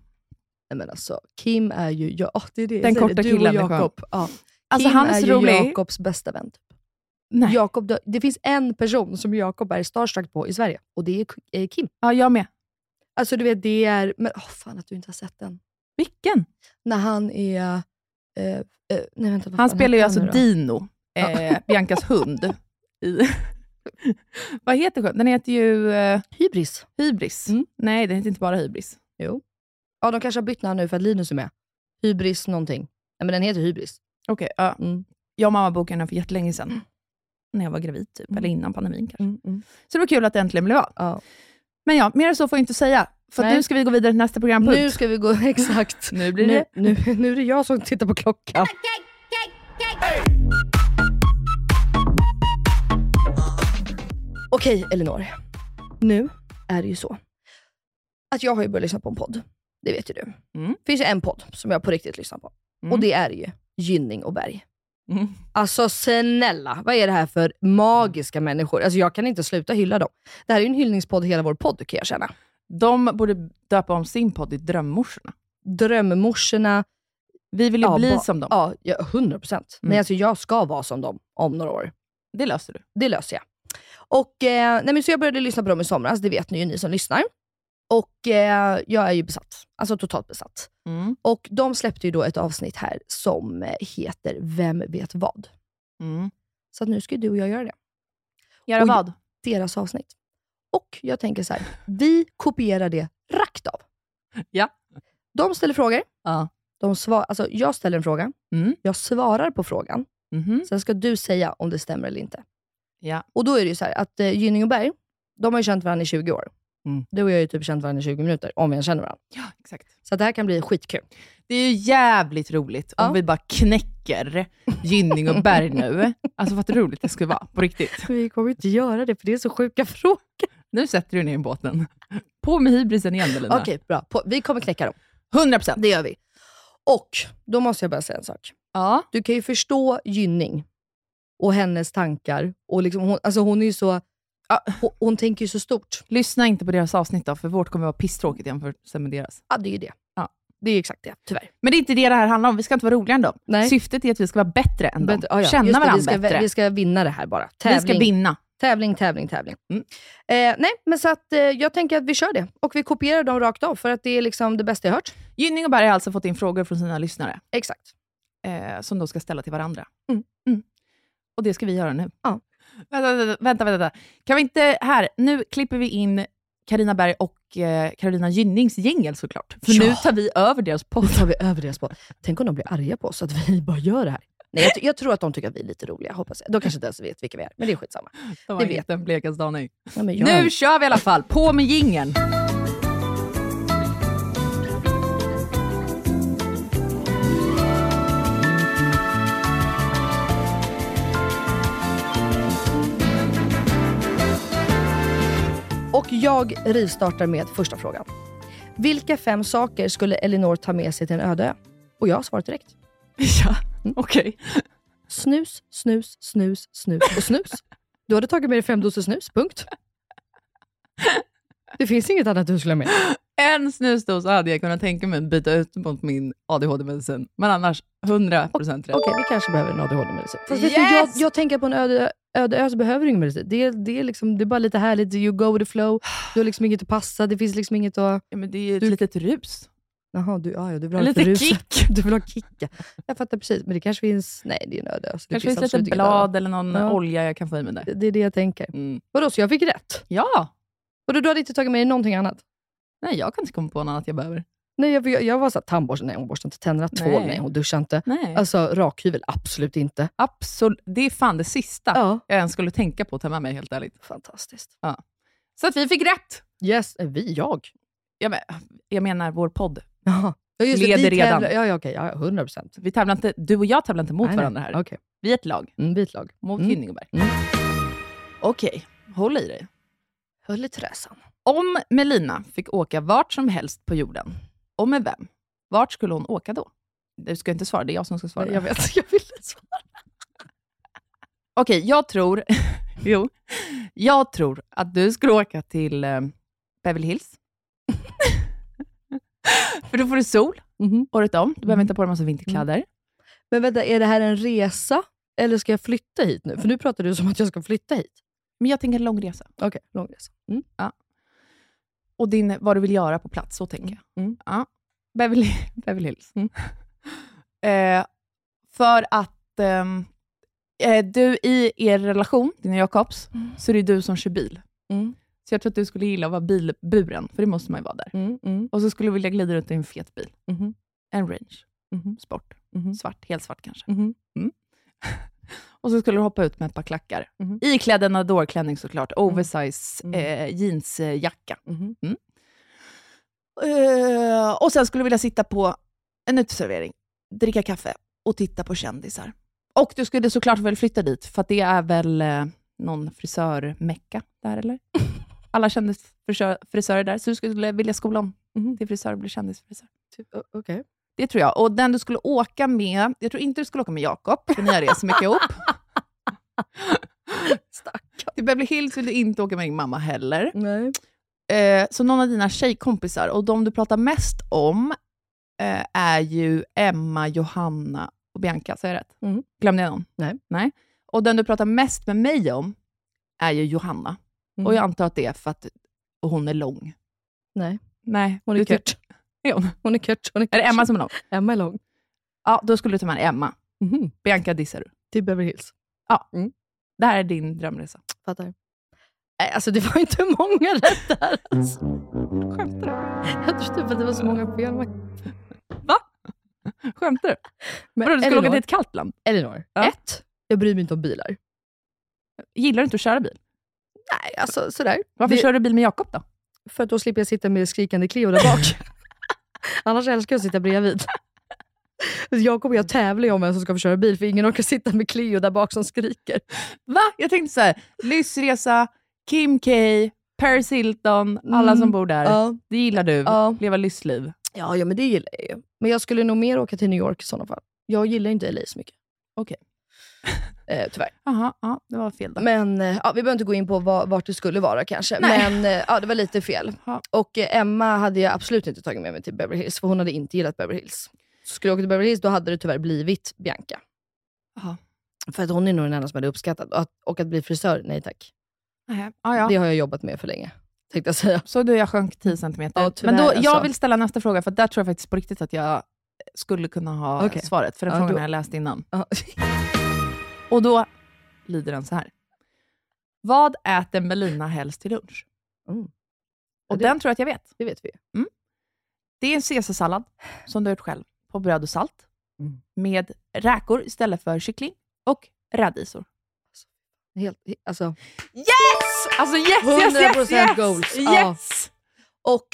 [SPEAKER 4] Nej, men alltså, Kim är ju... Ja, åh, det är det. jag
[SPEAKER 3] Den
[SPEAKER 4] säger
[SPEAKER 3] korta
[SPEAKER 4] det, du och
[SPEAKER 3] killen i skärm.
[SPEAKER 4] Jakob. Ja. Kim
[SPEAKER 3] Alltså han är
[SPEAKER 4] är
[SPEAKER 3] så
[SPEAKER 4] ju
[SPEAKER 3] rolig.
[SPEAKER 4] Jakobs bästa vän. typ.
[SPEAKER 3] Nej. Jag...
[SPEAKER 4] Jakob, dö- det finns en person som Jakob är starstruck på i Sverige och det är K- eh, Kim.
[SPEAKER 3] Ja, jag med.
[SPEAKER 4] Alltså du vet, det är... Men åh fan att du inte har sett den.
[SPEAKER 3] Vilken?
[SPEAKER 4] När han är... Eh, eh, nej, vänta, vad
[SPEAKER 3] Han
[SPEAKER 4] fan
[SPEAKER 3] spelar ju alltså
[SPEAKER 4] heter han nu då?
[SPEAKER 3] Dino,
[SPEAKER 4] Ja.
[SPEAKER 3] eh, Biancas hund. I... vad heter sjön? Den heter ju eh,
[SPEAKER 4] Hybris.
[SPEAKER 3] Hybris.
[SPEAKER 4] Mm.
[SPEAKER 3] Nej, den heter inte bara Hybris.
[SPEAKER 4] Jo. Ja, de kanske har bytt namn nu för att Linus är med. Hybris någonting. Nej, men den heter Hybris.
[SPEAKER 3] Okej, ja.
[SPEAKER 4] Mm.
[SPEAKER 3] jag och mamma bokade den för jättelänge sedan. När jag var gravid, typ.
[SPEAKER 4] Mm.
[SPEAKER 3] Eller innan pandemin kanske.
[SPEAKER 4] Mm, mm.
[SPEAKER 3] Så det var kul att det äntligen blev av.
[SPEAKER 4] Ja.
[SPEAKER 3] Men ja, mer än så får jag inte säga. För att
[SPEAKER 4] Nej.
[SPEAKER 3] nu ska vi gå vidare till nästa programpunkt.
[SPEAKER 4] Nu ska vi gå... Exakt.
[SPEAKER 3] Nu blir
[SPEAKER 4] nu,
[SPEAKER 3] det...
[SPEAKER 4] nu, nu är det jag som tittar på klockan. Okej, Elinor. Nu är det ju så att jag har ju börjat lyssna på en podd. Det vet ju du.
[SPEAKER 3] Mm.
[SPEAKER 4] Det finns ju en podd som jag på riktigt lyssnar på.
[SPEAKER 3] Mm.
[SPEAKER 4] Och det är ju Gynning och Berg.
[SPEAKER 3] Mm.
[SPEAKER 4] Alltså snälla, vad är det här för magiska människor? Alltså jag kan inte sluta hylla dem. Det här är ju en hyllningspodd hela vår podd kan jag känna.
[SPEAKER 3] De borde döpa om sin podd till Drömmorsorna.
[SPEAKER 4] Drömmorsorna.
[SPEAKER 3] Vi vill ju
[SPEAKER 4] Ja,
[SPEAKER 3] bli
[SPEAKER 4] ba-
[SPEAKER 3] som dem.
[SPEAKER 4] Ja, ja, 100%. procent.
[SPEAKER 3] Mm.
[SPEAKER 4] Nej, alltså jag ska vara som dem om några år.
[SPEAKER 3] Det löser du.
[SPEAKER 4] det löser jag. Och, eh, nej men så jag började lyssna på dem i somras, det vet ni ju ni som lyssnar. Och eh, jag är ju besatt. Alltså totalt besatt.
[SPEAKER 3] Mm.
[SPEAKER 4] Och de släppte ju då ett avsnitt här som eh, heter Vem vet vad?
[SPEAKER 3] Mm.
[SPEAKER 4] Så att nu ska ju du och jag göra det.
[SPEAKER 3] Göra
[SPEAKER 4] Oj.
[SPEAKER 3] vad?
[SPEAKER 4] Deras avsnitt. Och jag tänker så här, vi kopierar det rakt av.
[SPEAKER 3] Ja.
[SPEAKER 4] De ställer frågor.
[SPEAKER 3] Ja.
[SPEAKER 4] De svar, alltså jag ställer en fråga,
[SPEAKER 3] Mm.
[SPEAKER 4] jag svarar på frågan
[SPEAKER 3] Mhm.
[SPEAKER 4] Sen ska du säga om det stämmer eller inte.
[SPEAKER 3] Ja.
[SPEAKER 4] Och då är det ju så här att eh, Gynning och Berg, de har ju känt varandra i 20 år.
[SPEAKER 3] Mm.
[SPEAKER 4] Du och jag har ju typ känt varandra i 20 minuter, om vi ens känner varandra.
[SPEAKER 3] ja, exakt.
[SPEAKER 4] Så att det här kan bli skitkul.
[SPEAKER 3] Det är ju jävligt roligt om
[SPEAKER 4] Ja.
[SPEAKER 3] vi bara knäcker Gynning och Berg nu. Alltså vad roligt det skulle vara, på riktigt.
[SPEAKER 4] Vi kommer inte göra det, för det är så sjuka frågor.
[SPEAKER 3] Nu sätter du ner båten. På med hybrisen igen Melina.
[SPEAKER 4] Okej, bra. På, vi kommer knäcka dem.
[SPEAKER 3] 100%.
[SPEAKER 4] Det gör vi. Och då måste jag bara säga en sak.
[SPEAKER 3] Ja.
[SPEAKER 4] Du kan ju förstå Gynning och hennes tankar. Och liksom, hon, alltså hon är ju så... Hon, hon tänker ju så stort.
[SPEAKER 3] Lyssna inte på deras avsnitt då, för vårt kommer vara pisstråkigt jämfört med deras.
[SPEAKER 4] Ja, det är ju det.
[SPEAKER 3] Ja.
[SPEAKER 4] Det är ju exakt det, tyvärr.
[SPEAKER 3] Men det är inte det det här handlar om. Vi ska inte vara roligare än dem.
[SPEAKER 4] Nej.
[SPEAKER 3] Syftet är att vi ska vara bättre än
[SPEAKER 4] Bättre-
[SPEAKER 3] dem.
[SPEAKER 4] ja, ja.
[SPEAKER 3] Känna
[SPEAKER 4] Just det,
[SPEAKER 3] varandra
[SPEAKER 4] vi ska,
[SPEAKER 3] bättre.
[SPEAKER 4] Vi ska vinna det här bara.
[SPEAKER 3] Vi ska
[SPEAKER 4] Tävling,
[SPEAKER 3] vinna.
[SPEAKER 4] tävling, tävling, tävling.
[SPEAKER 3] Mm.
[SPEAKER 4] Eh, nej, men så att, eh, jag tänker att vi kör det. Och vi kopierar dem rakt av, för att det är liksom det bästa jag hört.
[SPEAKER 3] Gynning och Berg har alltså fått in frågor från sina lyssnare.
[SPEAKER 4] Exakt.
[SPEAKER 3] eh, som de ska ställa till varandra.
[SPEAKER 4] Mm.
[SPEAKER 3] Mm. Och det ska vi göra nu.
[SPEAKER 4] Ja.
[SPEAKER 3] Vänta, vänta, vänta, vänta. Kan vi inte, här, nu klipper vi in Karina Berg och eh, Carolina Gynnings jingel såklart. För
[SPEAKER 4] Ja.
[SPEAKER 3] nu tar vi över deras
[SPEAKER 4] Nu
[SPEAKER 3] podd.
[SPEAKER 4] tar vi över deras båt. Tänk om de blir arga på oss, att vi bara gör det här. Nej, jag, t- jag tror att de tycker att vi är lite roliga. Hoppas jag. De kanske inte ens vet vilka vi är, men det är skitsamma.
[SPEAKER 3] De
[SPEAKER 4] det
[SPEAKER 3] har
[SPEAKER 4] vet
[SPEAKER 3] inte en blekaste aning.
[SPEAKER 4] Ja, men jag-
[SPEAKER 3] Nu kör vi i alla fall. På med jingeln.
[SPEAKER 4] Och jag rivstartar med första frågan. Vilka fem saker skulle Elinor ta med sig till en öde ö? Och jag har svarat direkt.
[SPEAKER 3] ja, okej.
[SPEAKER 4] Snus, snus, snus, snus och snus. Du hade tagit med dig fem doser snus, punkt. Det finns inget annat du skulle ha med.
[SPEAKER 3] En snusdosa hade jag kunnat tänka mig att byta ut mot min ADHD-medicin. Men annars, 100% rätt.
[SPEAKER 4] Okej, vi kanske behöver en ADHD-medicin. Fast vet
[SPEAKER 3] Yes!
[SPEAKER 4] du, jag, jag tänker på en öde, öde ö så behöver du ingen medicin. Det, är- det, är liksom, det är bara lite härligt, you go with the flow. Du har liksom inget att passa, det finns liksom inget att...
[SPEAKER 3] Ja, men det är ju ett
[SPEAKER 4] Du-
[SPEAKER 3] litet rus.
[SPEAKER 4] Jaha, du, ah, ja, ja, du vill ha
[SPEAKER 3] En
[SPEAKER 4] lite
[SPEAKER 3] liten
[SPEAKER 4] rus.
[SPEAKER 3] kick.
[SPEAKER 4] Du vill ha kicka. Jag fattar precis, men det kanske finns... Nej, det är en öde ö, så det
[SPEAKER 3] kanske finns
[SPEAKER 4] absolut
[SPEAKER 3] lite
[SPEAKER 4] inget
[SPEAKER 3] blad eller någon
[SPEAKER 4] Ja.
[SPEAKER 3] olja jag kan få i mig där.
[SPEAKER 4] Det, det är det jag tänker.
[SPEAKER 3] Mm.
[SPEAKER 4] Vadå, så jag fick rätt?
[SPEAKER 3] Ja!
[SPEAKER 4] Vadå, du hade inte tagit med dig någonting annat?
[SPEAKER 3] Nej, jag kan inte komma på något annat jag behöver.
[SPEAKER 4] Nej, jag, jag, jag var såhär, tandborste, nej hon borstar inte tänderna. Tvål,
[SPEAKER 3] Nej.
[SPEAKER 4] nej. hon duschar inte.
[SPEAKER 3] Nej.
[SPEAKER 4] Alltså rakhyvel, absolut inte.
[SPEAKER 3] absolut. Det är fan det sista
[SPEAKER 4] Ja.
[SPEAKER 3] jag ens skulle tänka på att ta med mig, helt ärligt.
[SPEAKER 4] Fantastiskt.
[SPEAKER 3] Så att vi fick rätt!
[SPEAKER 4] Yes, eh, vi, jag.
[SPEAKER 3] Jag, men, jag menar vår podd.
[SPEAKER 4] Jaha. Ja, just
[SPEAKER 3] Leder
[SPEAKER 4] det, vi
[SPEAKER 3] redan.
[SPEAKER 4] tävlar- Ja, ja, okej. Ja, 100 procent.
[SPEAKER 3] Vi tävlar inte, du och jag tävlar inte mot varandra här.
[SPEAKER 4] Okej.
[SPEAKER 3] Vi är ett lag,
[SPEAKER 4] Mm, vi är ett lag.
[SPEAKER 3] mot
[SPEAKER 4] Mm.
[SPEAKER 3] Gynningeberg.
[SPEAKER 4] Mm.
[SPEAKER 3] Okej, håll i dig.
[SPEAKER 4] Höll i träsan.
[SPEAKER 3] Om Melina fick åka vart som helst på jorden, och med vem, vart skulle hon åka då? Du ska inte svara, det är jag som ska svara.
[SPEAKER 4] Nej, jag vet, jag ville svara.
[SPEAKER 3] Okej, jag tror... jo. Jag tror att du skulle åka till eh, Beverly Hills. För då får du sol
[SPEAKER 4] Mhm.
[SPEAKER 3] året om. Du behöver
[SPEAKER 4] Mm.
[SPEAKER 3] inte ha på dig en massa vinterkläder.
[SPEAKER 4] Men vänta, är det här en resa? Eller ska jag flytta hit nu? För nu pratar du som att jag ska flytta hit.
[SPEAKER 3] Men jag tänker en lång resa.
[SPEAKER 4] Okej, lång resa. Mm.
[SPEAKER 3] Och din, vad du vill göra på plats, så tänker jag.
[SPEAKER 4] Mm.
[SPEAKER 3] Ja. Beverly, Beverly Hills. eh, för att ehm, eh, du i er relation, din och Jakobs, så är det du som kör bil.
[SPEAKER 4] Mm.
[SPEAKER 3] Så jag tror att du skulle gilla att vara bilburen, för det måste man ju vara där.
[SPEAKER 4] Mm, mm,
[SPEAKER 3] Och så skulle du vilja glida runt i en fet bil.
[SPEAKER 4] mhm,
[SPEAKER 3] En range.
[SPEAKER 4] mhm,
[SPEAKER 3] Sport.
[SPEAKER 4] mhm,
[SPEAKER 3] Svart. Helt svart kanske.
[SPEAKER 4] mhm.
[SPEAKER 3] Och så skulle du hoppa ut med ett par klackar.
[SPEAKER 4] Mhm.
[SPEAKER 3] Iklädd en adorklänning såklart. Oversize
[SPEAKER 4] Mm.
[SPEAKER 3] eh, jeansjacka. Mm.
[SPEAKER 4] Mhm.
[SPEAKER 3] Eh, och sen skulle du vilja sitta på en uteservering, dricka kaffe och titta på kändisar. Och du skulle såklart väl flytta dit, för att det är väl eh, någon frisörmecka där, eller? Alla kändisfrisörer frisörer där, så du skulle vilja skola om
[SPEAKER 4] Mhm.
[SPEAKER 3] till frisör och bli kändisfrisör.
[SPEAKER 4] Typ, o- Okej.
[SPEAKER 3] Det tror jag. Och den du skulle åka med, jag tror inte du skulle åka med Jakob, för ni har rest så mycket ihop.
[SPEAKER 4] Stackarn.
[SPEAKER 3] Till Beverly Hills vill du inte åka med din mamma heller.
[SPEAKER 4] Nej.
[SPEAKER 3] Eh, så någon av dina tjejkompisar, och de du pratar mest om, eh, är ju Emma, Johanna och Bianca. Säger jag rätt?
[SPEAKER 4] Mm.
[SPEAKER 3] Glömde jag någon?
[SPEAKER 4] Nej.
[SPEAKER 3] Nej. Och den du pratar mest med mig om är ju Johanna.
[SPEAKER 4] Mm.
[SPEAKER 3] Och jag antar att det är för att hon är lång.
[SPEAKER 4] Nej.
[SPEAKER 3] Nej,
[SPEAKER 4] Hon är
[SPEAKER 3] du tycker-
[SPEAKER 4] kort.
[SPEAKER 3] Är hon?
[SPEAKER 4] Hon är kort. Hon är,
[SPEAKER 3] Är det Emma som är lång?
[SPEAKER 4] Emma är lång.
[SPEAKER 3] Ja, då skulle du ta med dig Emma.
[SPEAKER 4] Mhm.
[SPEAKER 3] Bianca dissar du.
[SPEAKER 4] Till Beverly Hills. Mm.
[SPEAKER 3] Det här är din drömresa.
[SPEAKER 4] Fattar. Nej, alltså det var inte många rätt där. Alltså. Skämtar du? Jag tror typ att det var så många fel.
[SPEAKER 3] Va? Skämtar du?
[SPEAKER 4] Men
[SPEAKER 3] Vadå, du skulle åka
[SPEAKER 4] Elinor-
[SPEAKER 3] till ett kallt land?
[SPEAKER 4] Elinor,
[SPEAKER 3] Ja.
[SPEAKER 4] ett, jag bryr mig inte om bilar.
[SPEAKER 3] Gillar du inte att köra bil?
[SPEAKER 4] Nej, alltså sådär.
[SPEAKER 3] Varför
[SPEAKER 4] Det-
[SPEAKER 3] kör du bil med Jakob då?
[SPEAKER 4] För att då slipper jag sitta med skrikande Cleo där bak. Annars älskar jag att sitta bredvid. Jakob och jag tävlar ju om vem som ska få köra bil, för ingen orkar sitta med Cleo där bak som skriker.
[SPEAKER 3] Va? Jag tänkte så här, Lyssresa, Kim K, Paris Hilton, alla
[SPEAKER 4] Mm.
[SPEAKER 3] som bor där.
[SPEAKER 4] Ja.
[SPEAKER 3] Det gillar du.
[SPEAKER 4] Ja.
[SPEAKER 3] Leva lyssliv.
[SPEAKER 4] Ja, ja, men det gillar jag ju. Men jag skulle nog mer åka till New York i sådana fall. Jag gillar inte LA så mycket.
[SPEAKER 3] Okej.
[SPEAKER 4] Eh, tyvärr.
[SPEAKER 3] Jaha, ja, det var fel då.
[SPEAKER 4] Men eh, ja, vi behöver inte gå in på va- vart det skulle vara kanske.
[SPEAKER 3] Nej.
[SPEAKER 4] Men eh, ja, det var lite fel.
[SPEAKER 3] Ja.
[SPEAKER 4] Och eh, Emma hade jag absolut inte tagit med mig till Beverly Hills, för hon hade inte gillat Beverly Hills. Skulle jag åka till Beverly Hills, då hade det tyvärr blivit Bianca.
[SPEAKER 3] Jaha.
[SPEAKER 4] För att hon är nog den enda som hade uppskattat. Och att, och att bli frisör, nej tack.
[SPEAKER 3] Nähä. Ja, ja.
[SPEAKER 4] Det har jag jobbat med för länge, tänkte jag säga.
[SPEAKER 3] Så du, jag sjönk 10 centimeter.
[SPEAKER 4] Ja, tyvärr,
[SPEAKER 3] Men då,
[SPEAKER 4] alltså.
[SPEAKER 3] jag vill ställa nästa fråga, för där tror jag faktiskt på riktigt att jag skulle kunna ha
[SPEAKER 4] Okej.
[SPEAKER 3] svaret, för den
[SPEAKER 4] Ja,
[SPEAKER 3] frågan
[SPEAKER 4] då-
[SPEAKER 3] har jag läst innan.
[SPEAKER 4] Ja.
[SPEAKER 3] Och då lyder den så här. Vad äter Melina helst till lunch?
[SPEAKER 4] Mm. Ja,
[SPEAKER 3] Och
[SPEAKER 4] det-
[SPEAKER 3] den tror jag att jag vet.
[SPEAKER 4] Det vet vi ju.
[SPEAKER 3] Det är en caesarsallad som du har gjort själv, på bröd och salt,
[SPEAKER 4] Mm.
[SPEAKER 3] med räkor istället för kyckling och radisor.
[SPEAKER 4] Helt, alltså.
[SPEAKER 3] Yes! Alltså yes, yes, yes,
[SPEAKER 4] 100%
[SPEAKER 3] yes!
[SPEAKER 4] goals.
[SPEAKER 3] Yes!
[SPEAKER 4] Ja. Och,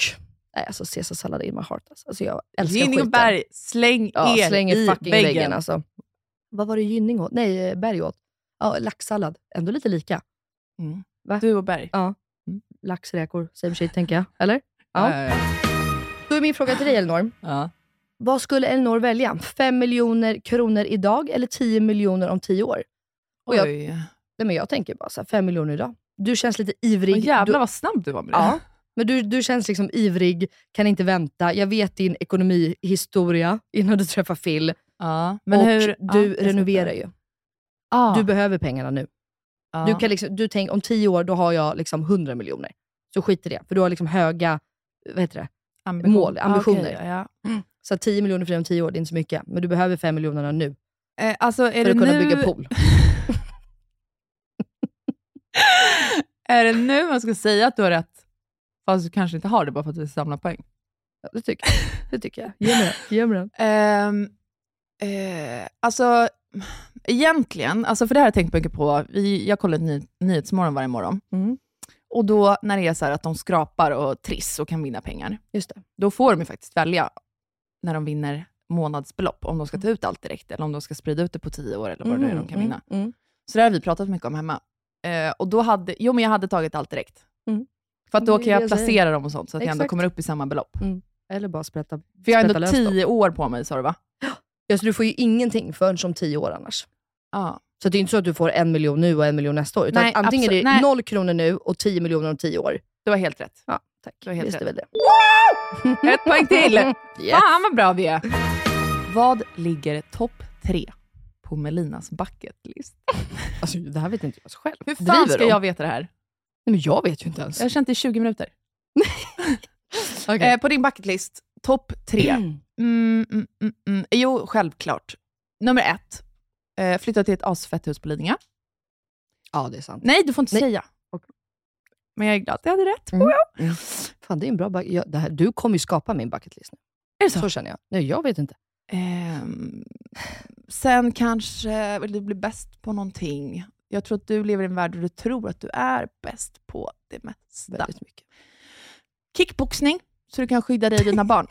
[SPEAKER 4] nej alltså caesarsallad in my heart. Alltså, alltså jag älskar
[SPEAKER 3] Ginning och
[SPEAKER 4] skiten.
[SPEAKER 3] berg, släng
[SPEAKER 4] ja,
[SPEAKER 3] er
[SPEAKER 4] slänger
[SPEAKER 3] i
[SPEAKER 4] fucking
[SPEAKER 3] väggen.
[SPEAKER 4] väggen. alltså. Vad var det Gynning åt? Nej, eh, Berg åt. Ja, laxsallad. Ändå lite lika.
[SPEAKER 3] Mm.
[SPEAKER 4] Va?
[SPEAKER 3] Du och berg.
[SPEAKER 4] Lax, räkor, same shit tänker jag. Eller? Ja.
[SPEAKER 3] ja, ja.
[SPEAKER 4] Då är min fråga till dig Elinor.
[SPEAKER 3] ja.
[SPEAKER 4] Vad skulle Elinor välja? 5 miljoner kronor idag eller 10 miljoner om 10 år? Och jag-
[SPEAKER 3] Oj.
[SPEAKER 4] Nej, men jag tänker bara så här, 5 miljoner idag. Du känns lite ivrig.
[SPEAKER 3] Åh, jävlar
[SPEAKER 4] du,
[SPEAKER 3] vad snabb du var med
[SPEAKER 4] Ja.
[SPEAKER 3] det.
[SPEAKER 4] men du, du känns liksom ivrig, kan inte vänta. Jag vet din ekonomihistoria innan du träffar Phil.
[SPEAKER 3] Ja, men
[SPEAKER 4] och
[SPEAKER 3] hur,
[SPEAKER 4] du
[SPEAKER 3] ja,
[SPEAKER 4] renoverar ju.
[SPEAKER 3] Ja,
[SPEAKER 4] Du behöver pengarna nu.
[SPEAKER 3] ja.
[SPEAKER 4] Du, kan liksom, du tänker om tio år, då har jag liksom 100 miljoner. Så skit i det, för du har liksom höga vad heter det?
[SPEAKER 3] Ambition.
[SPEAKER 4] mål,
[SPEAKER 3] Ja,
[SPEAKER 4] ambitioner.
[SPEAKER 3] okej, ja.
[SPEAKER 4] Så att 10 miljoner för dig om tio år, det är inte så mycket. Men du behöver 5 miljonerna nu
[SPEAKER 3] Eh, alltså, är
[SPEAKER 4] för
[SPEAKER 3] det
[SPEAKER 4] att kunna
[SPEAKER 3] nu,
[SPEAKER 4] bygga pool.
[SPEAKER 3] Är det nu man ska säga att du har rätt? Fast du kanske inte har det bara för att vi samlar poäng.
[SPEAKER 4] Ja, det, tycker jag. det tycker jag. Ge mig den. Ge mig den.
[SPEAKER 3] Ehm, eh, alltså, egentligen, alltså för det här har jag tänkt mycket på. Vi, jag kollar ny, Nyhetsmorgon varje morgon.
[SPEAKER 4] Mm.
[SPEAKER 3] Och då när det är så här att de skrapar och triss och kan vinna pengar,
[SPEAKER 4] Just det.
[SPEAKER 3] då får de ju faktiskt välja när de vinner månadsbelopp, om de ska ta ut allt direkt eller om de ska sprida ut det på tio år eller vad det är de kan vinna.
[SPEAKER 4] Mm, mm.
[SPEAKER 3] Så det har vi pratat mycket om hemma. Eh, och då hade, jo, men jag hade tagit allt direkt.
[SPEAKER 4] Mm.
[SPEAKER 3] För att då
[SPEAKER 4] Det är
[SPEAKER 3] kan
[SPEAKER 4] det
[SPEAKER 3] jag
[SPEAKER 4] jag säger.
[SPEAKER 3] placera dem och sånt, så att jag ändå
[SPEAKER 4] Exakt.
[SPEAKER 3] kommer upp i samma belopp.
[SPEAKER 4] Eller bara sprätta.
[SPEAKER 3] För jag har
[SPEAKER 4] Sprätta
[SPEAKER 3] ändå
[SPEAKER 4] lös dem.
[SPEAKER 3] tio år på mig, sa du va?
[SPEAKER 4] Ja, så du får ju ingenting förrän om tio år annars.
[SPEAKER 3] Ja.
[SPEAKER 4] Så det är inte så att du får en miljon nu och en miljon nästa år. Utan
[SPEAKER 3] Nej,
[SPEAKER 4] antingen är det
[SPEAKER 3] absolut. Nej.
[SPEAKER 4] noll kronor nu och 10 miljoner om tio år.
[SPEAKER 3] Du har helt rätt.
[SPEAKER 4] Ja, tack.
[SPEAKER 3] Du har helt
[SPEAKER 4] Visst är
[SPEAKER 3] rätt.
[SPEAKER 4] väl det.
[SPEAKER 3] Ett poäng till!
[SPEAKER 4] Yes.
[SPEAKER 3] Fan vad bra vi är! Vad ligger topp tre på Melinas bucket list?
[SPEAKER 4] Alltså, det här vet inte jag själv.
[SPEAKER 3] Hur fan
[SPEAKER 4] Driver
[SPEAKER 3] ska
[SPEAKER 4] de?
[SPEAKER 3] jag veta det här?
[SPEAKER 4] Nej, men jag vet ju inte ens.
[SPEAKER 3] Jag har känt det i 20 minuter.
[SPEAKER 4] Okej.
[SPEAKER 3] Eh, på din bucket list, topp tre. Mm, mm, mm, mm. Jo, självklart. Nummer ett, eh, flytta till ett asfett hus på Lidingö.
[SPEAKER 4] Ja, det är sant.
[SPEAKER 3] Nej, du får inte
[SPEAKER 4] Nej.
[SPEAKER 3] säga. Men jag är glad att jag hade rätt.
[SPEAKER 4] Mm. Fan, det är en bra bucket. Jag, det här, du kommer ju skapa min bucketlist nu.
[SPEAKER 3] Är det
[SPEAKER 4] Så. känner jag. Nej, jag vet inte.
[SPEAKER 3] Ehm, sen kanske vill du bli bäst på någonting. Jag tror att du lever i en värld där du tror att du är bäst på det mesta.
[SPEAKER 4] Väldigt mycket.
[SPEAKER 3] Kickboxning, så du kan skydda dig och dina barn.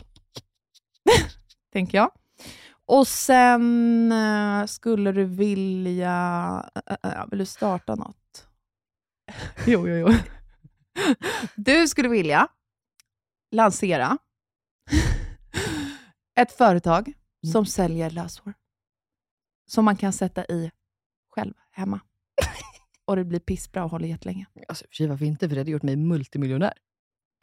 [SPEAKER 3] Tänker jag. Och sen eh, skulle du vilja... eh, eh, vill du starta något? jo, jo, jo. Du skulle vilja lansera ett företag
[SPEAKER 4] Mm.
[SPEAKER 3] som säljer lösår. Som man kan sätta i själv hemma. Och det blir pissbra och håller jättelänge.
[SPEAKER 4] Alltså, i och för sig, varför inte? För det hade gjort mig multimiljonär.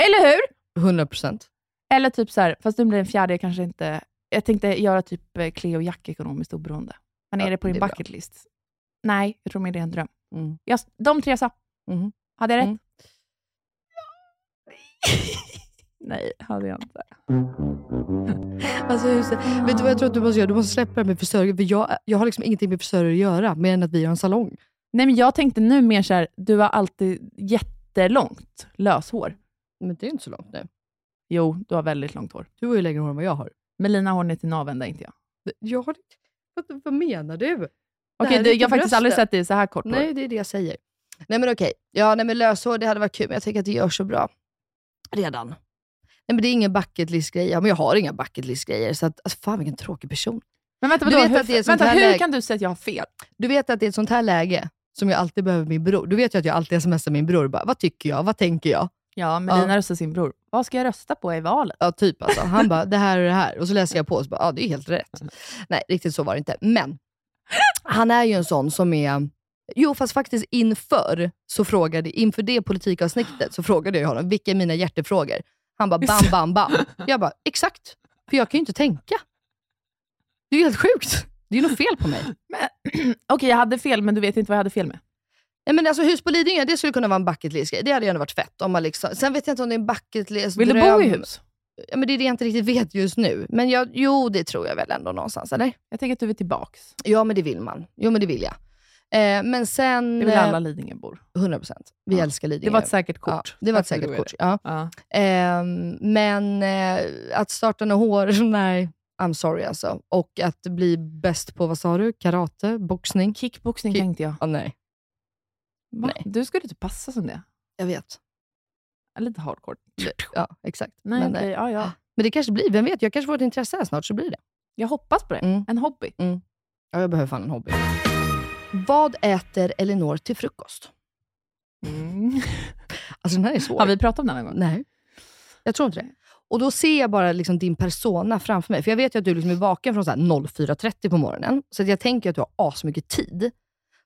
[SPEAKER 3] Eller hur?
[SPEAKER 4] 100 procent.
[SPEAKER 3] Eller typ så här, fast nu blir den fjärde, jag kanske inte... Jag tänkte göra typ eh, Cleo Jack ekonomiskt oberoende. Men
[SPEAKER 4] Ja,
[SPEAKER 3] är det på
[SPEAKER 4] det
[SPEAKER 3] din
[SPEAKER 4] är bra.
[SPEAKER 3] bucket list? Nej, jag tror mer det är en dröm.
[SPEAKER 4] Mm.
[SPEAKER 3] Jag, de tre jag sa.
[SPEAKER 4] Mhm.
[SPEAKER 3] Hade jag rätt?
[SPEAKER 4] Mm.
[SPEAKER 3] Nej, hade jag inte.
[SPEAKER 4] Alltså, just, det. vet du vad jag tror att du måste göra? Du måste släppa det här med frisörer. För jag, jag har liksom ingenting med frisörer att göra, mer än att vi har en salong.
[SPEAKER 3] Nej, men jag tänkte nu mer så här, du har alltid jättelångt löshår.
[SPEAKER 4] Men det är inte så långt nu.
[SPEAKER 3] Jo, du har väldigt långt hår.
[SPEAKER 4] Du har ju längre hår än vad jag har.
[SPEAKER 3] Melina har ner till naveln, där inte jag.
[SPEAKER 4] Jag har, vad, vad menar du?
[SPEAKER 3] Okej,
[SPEAKER 4] här
[SPEAKER 3] det- jag har
[SPEAKER 4] är till
[SPEAKER 3] faktiskt aldrig
[SPEAKER 4] bröstet.
[SPEAKER 3] sett dig i så här kort
[SPEAKER 4] Nej,
[SPEAKER 3] hår.
[SPEAKER 4] det är det jag säger. Nej men okej. Ja, nej men löshår, det hade varit kul, men jag tycker att det gör så bra. Redan. Nej men det är ingen bucket list-grej. Ja, men jag har inga bucket list-grejer, så att, alltså, fan vilken tråkig person.
[SPEAKER 3] Men vänta,
[SPEAKER 4] Du
[SPEAKER 3] vadå,
[SPEAKER 4] vet
[SPEAKER 3] hur,
[SPEAKER 4] att det är sånt
[SPEAKER 3] vänta
[SPEAKER 4] här
[SPEAKER 3] hur
[SPEAKER 4] läge-
[SPEAKER 3] kan du säga att jag har fel?
[SPEAKER 4] Du vet att det är ett sånt här läge som jag alltid behöver min bror. Du vet ju att jag alltid smsar min bror bara, vad tycker jag? Vad tänker jag?
[SPEAKER 3] Ja, men
[SPEAKER 4] Ja.
[SPEAKER 3] Lina röstar sin bror. Vad ska jag rösta på i valet?
[SPEAKER 4] Ja, typ alltså. Han bara, det här och det här. Och så läser jag på och så bara, ja det är helt rätt.
[SPEAKER 3] Mm.
[SPEAKER 4] Nej, riktigt så var det inte. Men han är ju en sån som är... Jo, fast faktiskt inför, så frågade, inför det politikavsnittet så frågade jag honom, vilka är mina hjärtefrågor? Han bara, bam, bam, bam. Jag bara, exakt. För jag kan ju inte tänka. Det är ju helt sjukt. Det är ju något fel på mig.
[SPEAKER 3] Okej, jag hade fel, men du vet inte vad jag hade fel med.
[SPEAKER 4] Nej, men alltså, hus på Lidingö, det skulle kunna vara en bucket list Det hade ju ändå varit fett. Om man liksom, sen vet jag inte om det är en bucket list
[SPEAKER 3] Vill du bo i hus?
[SPEAKER 4] Ja, men det är det jag inte riktigt vet just nu. Men jag, jo, det tror jag väl ändå någonstans, eller?
[SPEAKER 3] Jag tänker att du är tillbaks.
[SPEAKER 4] Ja, men det vill man. Jo, men det vill jag. Eh, men sen...
[SPEAKER 3] Det vill alla Lidingöbor.
[SPEAKER 4] eh, 100 procent. Vi
[SPEAKER 3] Ja.
[SPEAKER 4] älskar Lidingö.
[SPEAKER 3] Det var ett säkert kort.
[SPEAKER 4] Ja, det var ett
[SPEAKER 3] Tack för
[SPEAKER 4] säkert
[SPEAKER 3] det.
[SPEAKER 4] kort. Ja.
[SPEAKER 3] Ja.
[SPEAKER 4] Ehm, men eh, att starta några hår, nej. I'm sorry alltså. Och att bli bäst på, vad sa du? Karate? Boxning?
[SPEAKER 3] Kickboxning
[SPEAKER 4] Kick-
[SPEAKER 3] tänkte jag.
[SPEAKER 4] Ja, nej.
[SPEAKER 3] Va?
[SPEAKER 4] Nej.
[SPEAKER 3] Du skulle inte passa som det.
[SPEAKER 4] Jag vet.
[SPEAKER 3] Lite hardcore.
[SPEAKER 4] Ja, exakt.
[SPEAKER 3] Nej,
[SPEAKER 4] men,
[SPEAKER 3] okej,
[SPEAKER 4] eh,
[SPEAKER 3] ja, ja.
[SPEAKER 4] men det kanske blir, vem vet? Jag kanske får ett intresse här snart, så blir det.
[SPEAKER 3] Jag hoppas på det.
[SPEAKER 4] Mm.
[SPEAKER 3] En hobby.
[SPEAKER 4] Ja, jag behöver fan en hobby. Vad äter Elinor till frukost? Alltså den här är svår.
[SPEAKER 3] Har vi pratat om det någon gång?
[SPEAKER 4] Mm. Nej, jag tror inte det. Och då ser jag bara liksom din persona framför mig. För jag vet ju att du liksom är vaken från så här 04.30 på morgonen. Så att jag tänker att du har asmycket tid.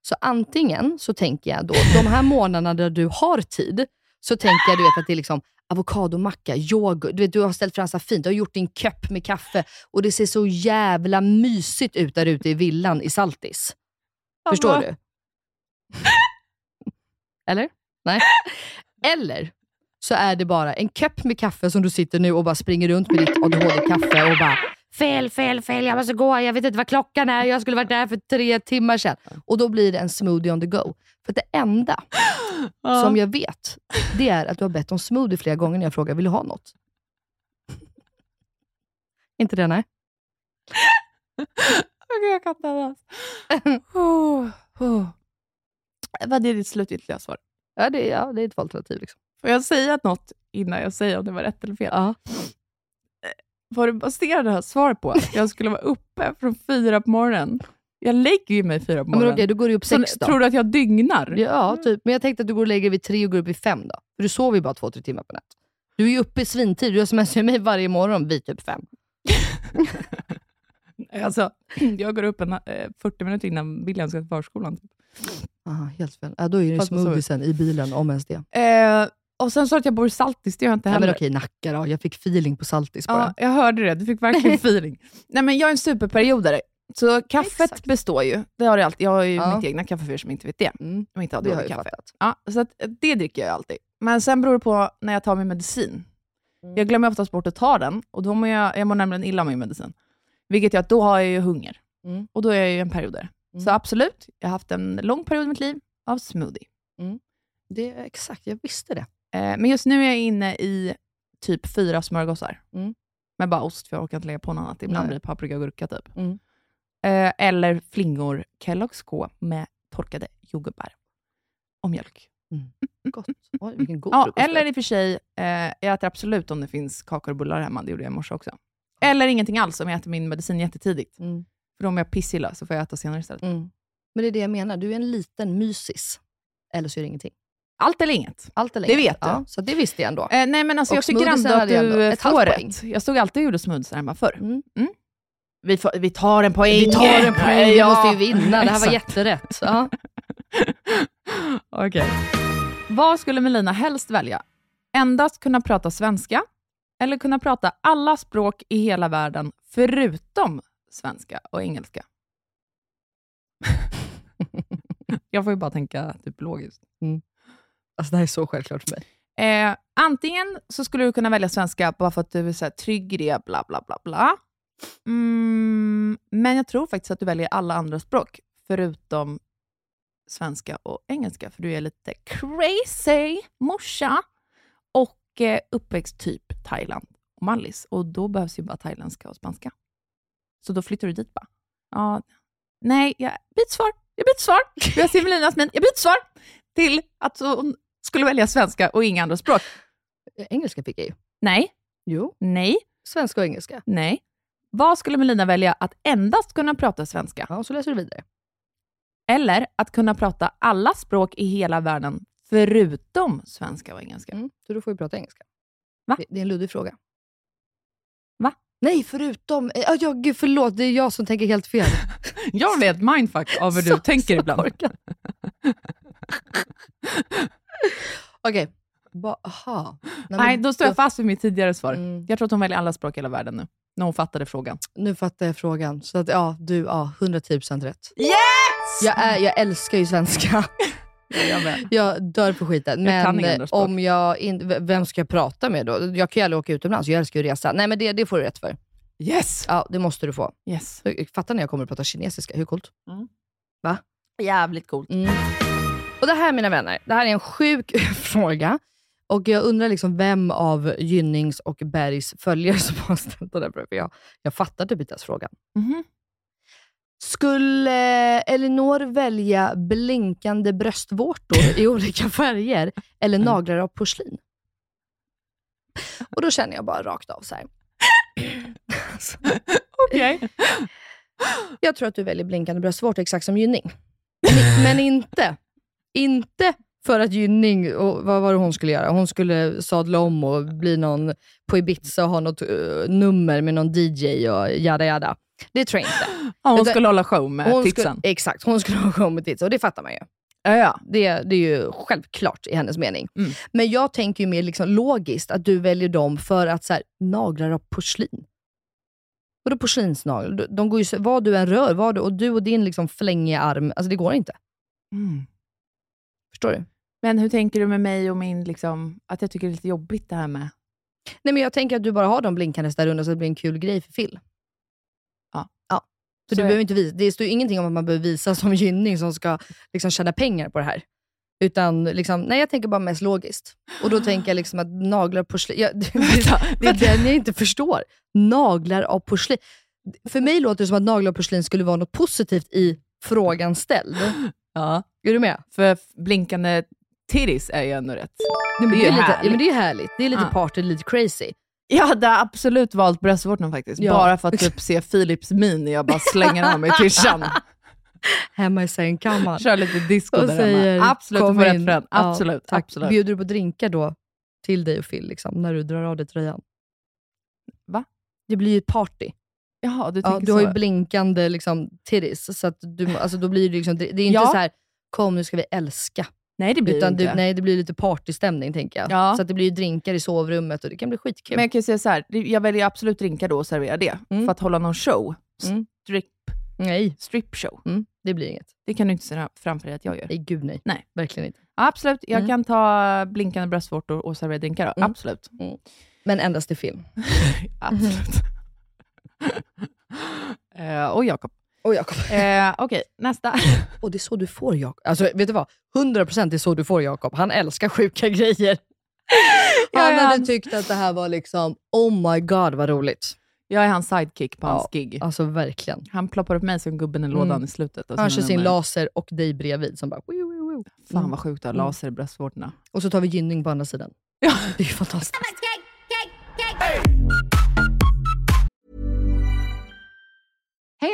[SPEAKER 4] Så antingen så tänker jag då, de här månaderna där du har tid, så tänker jag du vet, att det är liksom avokadomacka, yoghurt. Du, vet, du har ställt fram så här fint, du har gjort din kopp med kaffe och det ser så jävla mysigt ut där ute i villan i Saltis. Förstår
[SPEAKER 3] Mamma.
[SPEAKER 4] du? Eller? Nej. Eller så är det bara en kopp med kaffe som du sitter nu och bara springer runt med ditt ADHD-kaffe och bara Fel, fel, fel, jag måste gå, jag vet inte vad klockan är, jag skulle varit där för tre timmar sedan. Och då blir det en smoothie on the go. För det enda
[SPEAKER 3] Ja.
[SPEAKER 4] som jag vet, det är att du har bett om smoothie flera gånger när jag frågar, vill du ha något? inte det, nej?
[SPEAKER 3] Okej, jag kan inte andas. Oh, oh. Vad är ditt slutgiltiga svar?
[SPEAKER 4] Ja, det, ja, det är ett alternativ. Liksom.
[SPEAKER 3] Får jag säga något innan jag säger om det var rätt eller fel? Eh,
[SPEAKER 4] Ja.
[SPEAKER 3] Vad du baserar det här svaret på? Att jag skulle vara uppe från fyra på morgonen. Jag lägger ju mig fyra på
[SPEAKER 4] Ja, men
[SPEAKER 3] morgonen.
[SPEAKER 4] okej, då går du upp
[SPEAKER 3] Så
[SPEAKER 4] sex då.
[SPEAKER 3] Tror du att jag dygnar?
[SPEAKER 4] Ja, typ. Men jag tänkte att du går och lägger dig vid tre och går upp vid fem då. För du sover ju bara två, tre timmar på natten. Du är ju uppe i svintid. Du smsar ju mig varje morgon vid typ fem.
[SPEAKER 3] Alltså, jag går upp en, eh, 40 minuter innan William ska till förskolan. Typ.
[SPEAKER 4] Aha, Ah, helt fel. Ja, då är det
[SPEAKER 3] Fast man sover.
[SPEAKER 4] smoothiesen i bilen, om ens det.
[SPEAKER 3] Eh, och sen sa att jag bor i Saltis, det gör jag inte
[SPEAKER 4] Ja,
[SPEAKER 3] heller.
[SPEAKER 4] men okej, Nacka då. Jag fick feeling på Saltis bara.
[SPEAKER 3] Ja, jag hörde det. Du fick verkligen feeling. Nej, men jag är en superperiodare. Så kaffet
[SPEAKER 4] Exakt.
[SPEAKER 3] består ju. Det har jag, alltid. jag har ju
[SPEAKER 4] Ja.
[SPEAKER 3] mitt egna kaffe för er som inte vet det.
[SPEAKER 4] Mm,
[SPEAKER 3] Om inte har
[SPEAKER 4] det har jag
[SPEAKER 3] dåligt
[SPEAKER 4] ju
[SPEAKER 3] kaffe.
[SPEAKER 4] fattat.
[SPEAKER 3] Ja, så att, eh, det dricker jag ju alltid. Men sen beror det på när jag tar min medicin. Jag glömmer oftast bort att ta den och då mår jag, jag mår nämligen illa av min medicin. Vilket gör att då har jag ju hunger.
[SPEAKER 4] Mm.
[SPEAKER 3] Och då är jag ju en periodare.
[SPEAKER 4] Mm.
[SPEAKER 3] Så absolut, jag har haft en lång period i mitt liv av smoothie.
[SPEAKER 4] Det, exakt, jag visste det.
[SPEAKER 3] Eh, men just nu är jag inne i typ fyra smörgåsar.
[SPEAKER 4] Mm.
[SPEAKER 3] Med bara ost, för jag orkar inte lägga på något annat. Ibland
[SPEAKER 4] Nej.
[SPEAKER 3] blir det paprika och gurka typ.
[SPEAKER 4] Mm.
[SPEAKER 3] Eh, eller flingor Kellogg's K med torkade jordgubbar. Och mjölk.
[SPEAKER 4] Gott. Oj, vilken god
[SPEAKER 3] Ja,
[SPEAKER 4] frukost.
[SPEAKER 3] eller i och för sig, eh, jag äter absolut om det finns kakor och bullar hemma. Det gjorde jag i morse också. Eller ingenting alls om jag äter min medicin jättetidigt.
[SPEAKER 4] Mm,
[SPEAKER 3] För då om jag är pissilla så får jag äta senare istället.
[SPEAKER 4] mm. Men det är det jag menar. Du är en liten mysis. Eller så är det ingenting.
[SPEAKER 3] Allt eller inget.
[SPEAKER 4] Allt eller
[SPEAKER 3] Det
[SPEAKER 4] inget.
[SPEAKER 3] vet du.
[SPEAKER 4] Ja, så det visste jag ändå.
[SPEAKER 3] Eh, nej men alltså
[SPEAKER 4] Och
[SPEAKER 3] jag tycker ändå
[SPEAKER 4] smoothiesen
[SPEAKER 3] att
[SPEAKER 4] hade jag ändå
[SPEAKER 3] du eh,
[SPEAKER 4] ett halvt
[SPEAKER 3] får
[SPEAKER 4] poäng.
[SPEAKER 3] rätt. Jag stod alltid och gjorde smoothies hemma förr.
[SPEAKER 4] Mm.
[SPEAKER 3] Vi, får, vi tar en poäng.
[SPEAKER 4] Vi tar en poäng. Jag måste ju vinna. Det här var
[SPEAKER 3] Exakt.
[SPEAKER 4] jätterätt. Ja.
[SPEAKER 3] Okej. Vad skulle Melina helst välja? Endast kunna prata svenska eller kunna prata alla språk i hela världen förutom svenska och engelska? jag får ju bara tänka typ logiskt.
[SPEAKER 4] Alltså, det här är så självklart för mig.
[SPEAKER 3] Eh, antingen så skulle du kunna välja svenska bara för att du är så här, trygg i det, bla bla bla bla. Mm, men jag tror faktiskt att du väljer alla andra språk, förutom svenska och engelska, för du är lite crazy morsa och eh, uppväxt typ Thailand och Mallis. Och då behövs ju bara thailändska och spanska. Så då flyttar du dit bara. Ja, nej, jag byter svar. Jag byter svar. Jag ser Melinas min. Jag byter svar till att hon skulle välja svenska och inga andra språk.
[SPEAKER 4] Eh, Engelska fick jag ju.
[SPEAKER 3] Nej,
[SPEAKER 4] Jo.
[SPEAKER 3] nej,
[SPEAKER 4] Svenska och engelska.
[SPEAKER 3] nej. Vad skulle Melina välja? Att endast kunna prata svenska?
[SPEAKER 4] Ja, och så läser du vidare.
[SPEAKER 3] Eller att kunna prata alla språk i hela världen förutom svenska och engelska?
[SPEAKER 4] Mm. Så då får vi prata engelska.
[SPEAKER 3] Va?
[SPEAKER 4] Det, det är en luddig fråga.
[SPEAKER 3] Va?
[SPEAKER 4] Nej, förutom... eh, Ja, ja, gud, förlåt, det är jag som tänker helt fel.
[SPEAKER 3] Jag vet mindfuck av hur du
[SPEAKER 4] Så-
[SPEAKER 3] tänker
[SPEAKER 4] så
[SPEAKER 3] ibland.
[SPEAKER 4] korkad. Okej. Ba- Aha. men
[SPEAKER 3] Nej, då står jag fast vid mitt tidigare svar.
[SPEAKER 4] Mm.
[SPEAKER 3] Jag tror att hon väljer alla språk i hela världen nu, när hon fattade frågan.
[SPEAKER 4] Nu fattar jag frågan. Så att, ja, du, ja, 110% rätt.
[SPEAKER 3] Yes!
[SPEAKER 4] Jag, är, jag älskar ju svenska.
[SPEAKER 3] Jag med.
[SPEAKER 4] Jag dör på skiten.
[SPEAKER 3] Jag kan
[SPEAKER 4] Men
[SPEAKER 3] inga andra språk.
[SPEAKER 4] om jag in, v- vem ska jag prata med då? Jag kan ju aldrig åka utomlands. Jag älskar ju att resa. Nej, men det, det får du rätt för.
[SPEAKER 3] Yes!
[SPEAKER 4] Ja, det måste du få.
[SPEAKER 3] yes.
[SPEAKER 4] Fattar ni jag kommer att prata kinesiska? Hur coolt?
[SPEAKER 3] Jävligt coolt.
[SPEAKER 4] Mm. Och det här mina vänner, det här är en sjuk fråga. Och jag undrar liksom vem av Gynnings och Bergs följare som har ställt den här frågan. För Jag, jag fattar typ inte ens frågan.
[SPEAKER 3] Mhm.
[SPEAKER 4] Skulle Elinor välja blinkande bröstvårtor i olika färger
[SPEAKER 3] Mm.
[SPEAKER 4] eller naglar av porslin? Och då känner jag bara rakt av så här.
[SPEAKER 3] Okej.
[SPEAKER 4] Jag tror att du väljer blinkande bröstvårtor exakt som Gynning. Men- Men inte. Inte för att Gynning, och vad var det hon skulle göra? Hon skulle sadla om och bli någon på Ibiza och ha något eh, nummer med någon DJ och jada jada. Det tror jag inte.
[SPEAKER 3] Ja, hon
[SPEAKER 4] Utan-
[SPEAKER 3] skulle hålla show med
[SPEAKER 4] Hon
[SPEAKER 3] titsen.
[SPEAKER 4] skulle, exakt, hon skulle ha kommit dit och det fattar man ju.
[SPEAKER 3] Ja, ja.
[SPEAKER 4] Det, det är ju självklart i hennes mening.
[SPEAKER 3] Mm.
[SPEAKER 4] Men jag tänker ju mer liksom logiskt att du väljer dem för att så här, naglar av porslin. Vadå porslinsnagel? De- De går ju, så- vad du än rör, vad du, och du och din liksom flängiga arm, alltså det går inte.
[SPEAKER 3] Mm.
[SPEAKER 4] Förstår du?
[SPEAKER 3] Men hur tänker du med mig och min, liksom, att jag tycker det är lite jobbigt det här med...
[SPEAKER 4] Nej men jag tänker att du bara har de blinkandes där under så det blir en kul grej för Phil.
[SPEAKER 3] Ja.
[SPEAKER 4] ja. Så,
[SPEAKER 3] Så
[SPEAKER 4] du
[SPEAKER 3] jag-
[SPEAKER 4] behöver inte visa, det står ju ingenting om att man behöver visa som gynning som ska liksom tjäna pengar på det här. Utan liksom, nej jag tänker bara mest logiskt. Och då tänker jag liksom att naglar på porslin, ja, det, det,
[SPEAKER 3] Vänta,
[SPEAKER 4] det är den jag inte förstår. Naglar av porslin. För mig låter det som att naglar av porslin skulle vara något positivt i frågan ställd.
[SPEAKER 3] Ja,
[SPEAKER 4] Är du med?
[SPEAKER 3] för f- blinkande titties är ju ändå rätt.
[SPEAKER 4] Nej, men
[SPEAKER 3] Det är
[SPEAKER 4] det,
[SPEAKER 3] ju
[SPEAKER 4] är lite, ja,
[SPEAKER 3] härligt.
[SPEAKER 4] men det är härligt. Det är lite
[SPEAKER 3] Ja.
[SPEAKER 4] party, lite crazy.
[SPEAKER 3] Jag hade absolut valt bröstvårtan faktiskt,
[SPEAKER 4] Ja.
[SPEAKER 3] bara för att typ se Philips min när jag bara slänger av mig tishan.
[SPEAKER 4] Hemma i sängkammaren.
[SPEAKER 3] Kör lite disco
[SPEAKER 4] och
[SPEAKER 3] där
[SPEAKER 4] säger
[SPEAKER 3] hemma. Absolut, du
[SPEAKER 4] kom
[SPEAKER 3] får rätt
[SPEAKER 4] in.
[SPEAKER 3] för den.
[SPEAKER 4] Ja,
[SPEAKER 3] Absolut,
[SPEAKER 4] tack.
[SPEAKER 3] absolut.
[SPEAKER 4] Bjuder du på drinkar då till dig och Phil liksom, när du drar av dig tröjan?
[SPEAKER 3] Va?
[SPEAKER 4] Det blir ju ett party.
[SPEAKER 3] Jaha, du
[SPEAKER 4] Ja,
[SPEAKER 3] tänker
[SPEAKER 4] du har
[SPEAKER 3] så.
[SPEAKER 4] ju blinkande liksom, titties, så att du, alltså, då blir det, liksom, det det är inte
[SPEAKER 3] Ja.
[SPEAKER 4] så här kom nu ska vi älska.
[SPEAKER 3] nej, det blir det
[SPEAKER 4] Utan
[SPEAKER 3] inte.
[SPEAKER 4] du, nej, det blir lite partystämning tänker jag.
[SPEAKER 3] Ja.
[SPEAKER 4] Så att det blir ju drinkar i sovrummet och det kan bli skitkul.
[SPEAKER 3] Men jag kan ju säga så här, det- jag väljer absolut drinkar då och servera det,
[SPEAKER 4] Mm.
[SPEAKER 3] för att hålla någon show.
[SPEAKER 4] Mm.
[SPEAKER 3] Strip,
[SPEAKER 4] nej,
[SPEAKER 3] strip show.
[SPEAKER 4] mm, det blir inget.
[SPEAKER 3] Det kan du inte se framför dig att jag gör.
[SPEAKER 4] Nej, gud nej.
[SPEAKER 3] Nej.
[SPEAKER 4] Verkligen inte.
[SPEAKER 3] Absolut, jag
[SPEAKER 4] Mm.
[SPEAKER 3] kan ta blinkande bröstvårtor och servera drinkar då.
[SPEAKER 4] Mm.
[SPEAKER 3] Absolut.
[SPEAKER 4] Men endast till film.
[SPEAKER 3] Absolut. Eh, och Jakob.
[SPEAKER 4] Och Jakob.
[SPEAKER 3] Eh, Okej, nästa.
[SPEAKER 4] Och det är så du får Jakob. Alltså, vet du vad? 100% det är så du får Jakob. Han älskar sjuka grejer. Han
[SPEAKER 3] Ja,
[SPEAKER 4] hade
[SPEAKER 3] ja.
[SPEAKER 4] tyckt att det här var liksom, oh my god vad roligt.
[SPEAKER 3] Jag är hans sidekick på hans
[SPEAKER 4] Ja.
[SPEAKER 3] gig.
[SPEAKER 4] Alltså verkligen.
[SPEAKER 3] Han ploppar upp mig som gubben i lådan
[SPEAKER 4] Mm.
[SPEAKER 3] i slutet. av
[SPEAKER 4] Han kör
[SPEAKER 3] sina
[SPEAKER 4] sin
[SPEAKER 3] nummer.
[SPEAKER 4] laser och dig bredvid som bara, wiu, wiu, wiu.
[SPEAKER 3] Fan vad sjukt att ha
[SPEAKER 4] Mm.
[SPEAKER 3] laser i bröstvårtorna.
[SPEAKER 4] Och så tar vi Gynning på andra sidan.
[SPEAKER 3] Ja.
[SPEAKER 4] Det är ju fantastiskt.
[SPEAKER 1] Hey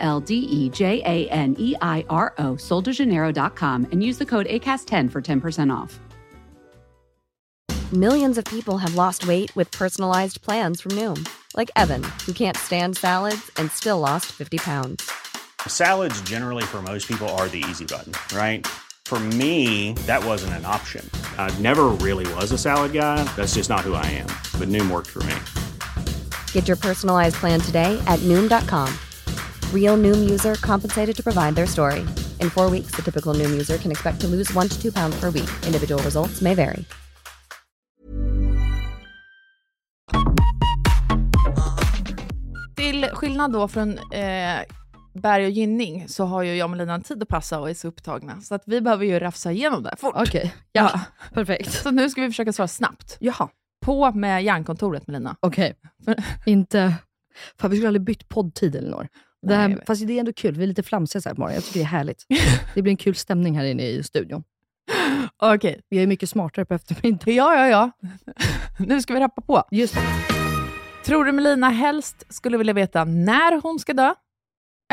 [SPEAKER 1] L D E J A N E I R O, soldejaneiro.com, and use the code ACAST10 for 10% off.
[SPEAKER 6] Millions of people have lost weight with personalized plans from Noom, like Evan, who can't stand salads and still lost 50 pounds.
[SPEAKER 7] Salads, generally, for most people, are the easy button, right? For me, that wasn't an option. I never really was a salad guy. That's just not who I am. But Noom worked for me.
[SPEAKER 6] Get your personalized plan today at Noom.com. Real Noom user compensated to provide their story. In four weeks, the typical Noom user can expect to lose one to two pounds per week. Individual results may vary.
[SPEAKER 3] Till skillnad då från eh, Berg och Gynning så har ju jag och Melina en tid att passa och är så upptagna. Så att vi behöver ju rafsa igenom det här fort.
[SPEAKER 4] Okej, ja. Perfekt.
[SPEAKER 3] Så nu ska vi försöka svara snabbt.
[SPEAKER 4] Jaha.
[SPEAKER 3] På med järnkontoret Melina.
[SPEAKER 4] Okej.
[SPEAKER 3] För-
[SPEAKER 4] Inte... Fan, vi skulle aldrig bytt poddtid, Elinor. Det
[SPEAKER 3] Nej, jag
[SPEAKER 4] här,
[SPEAKER 3] vet.
[SPEAKER 4] fast det är ändå kul. Vi är lite flamsiga så här på morgonen. Jag tycker det är härligt. Det blir en kul stämning här inne i studion.
[SPEAKER 3] Okej.
[SPEAKER 4] Jag är mycket smartare på eftermiddagen.
[SPEAKER 3] Ja, ja, ja. nu ska vi rappa på.
[SPEAKER 4] Just det.
[SPEAKER 3] Tror du Melina helst skulle vilja veta när hon ska dö?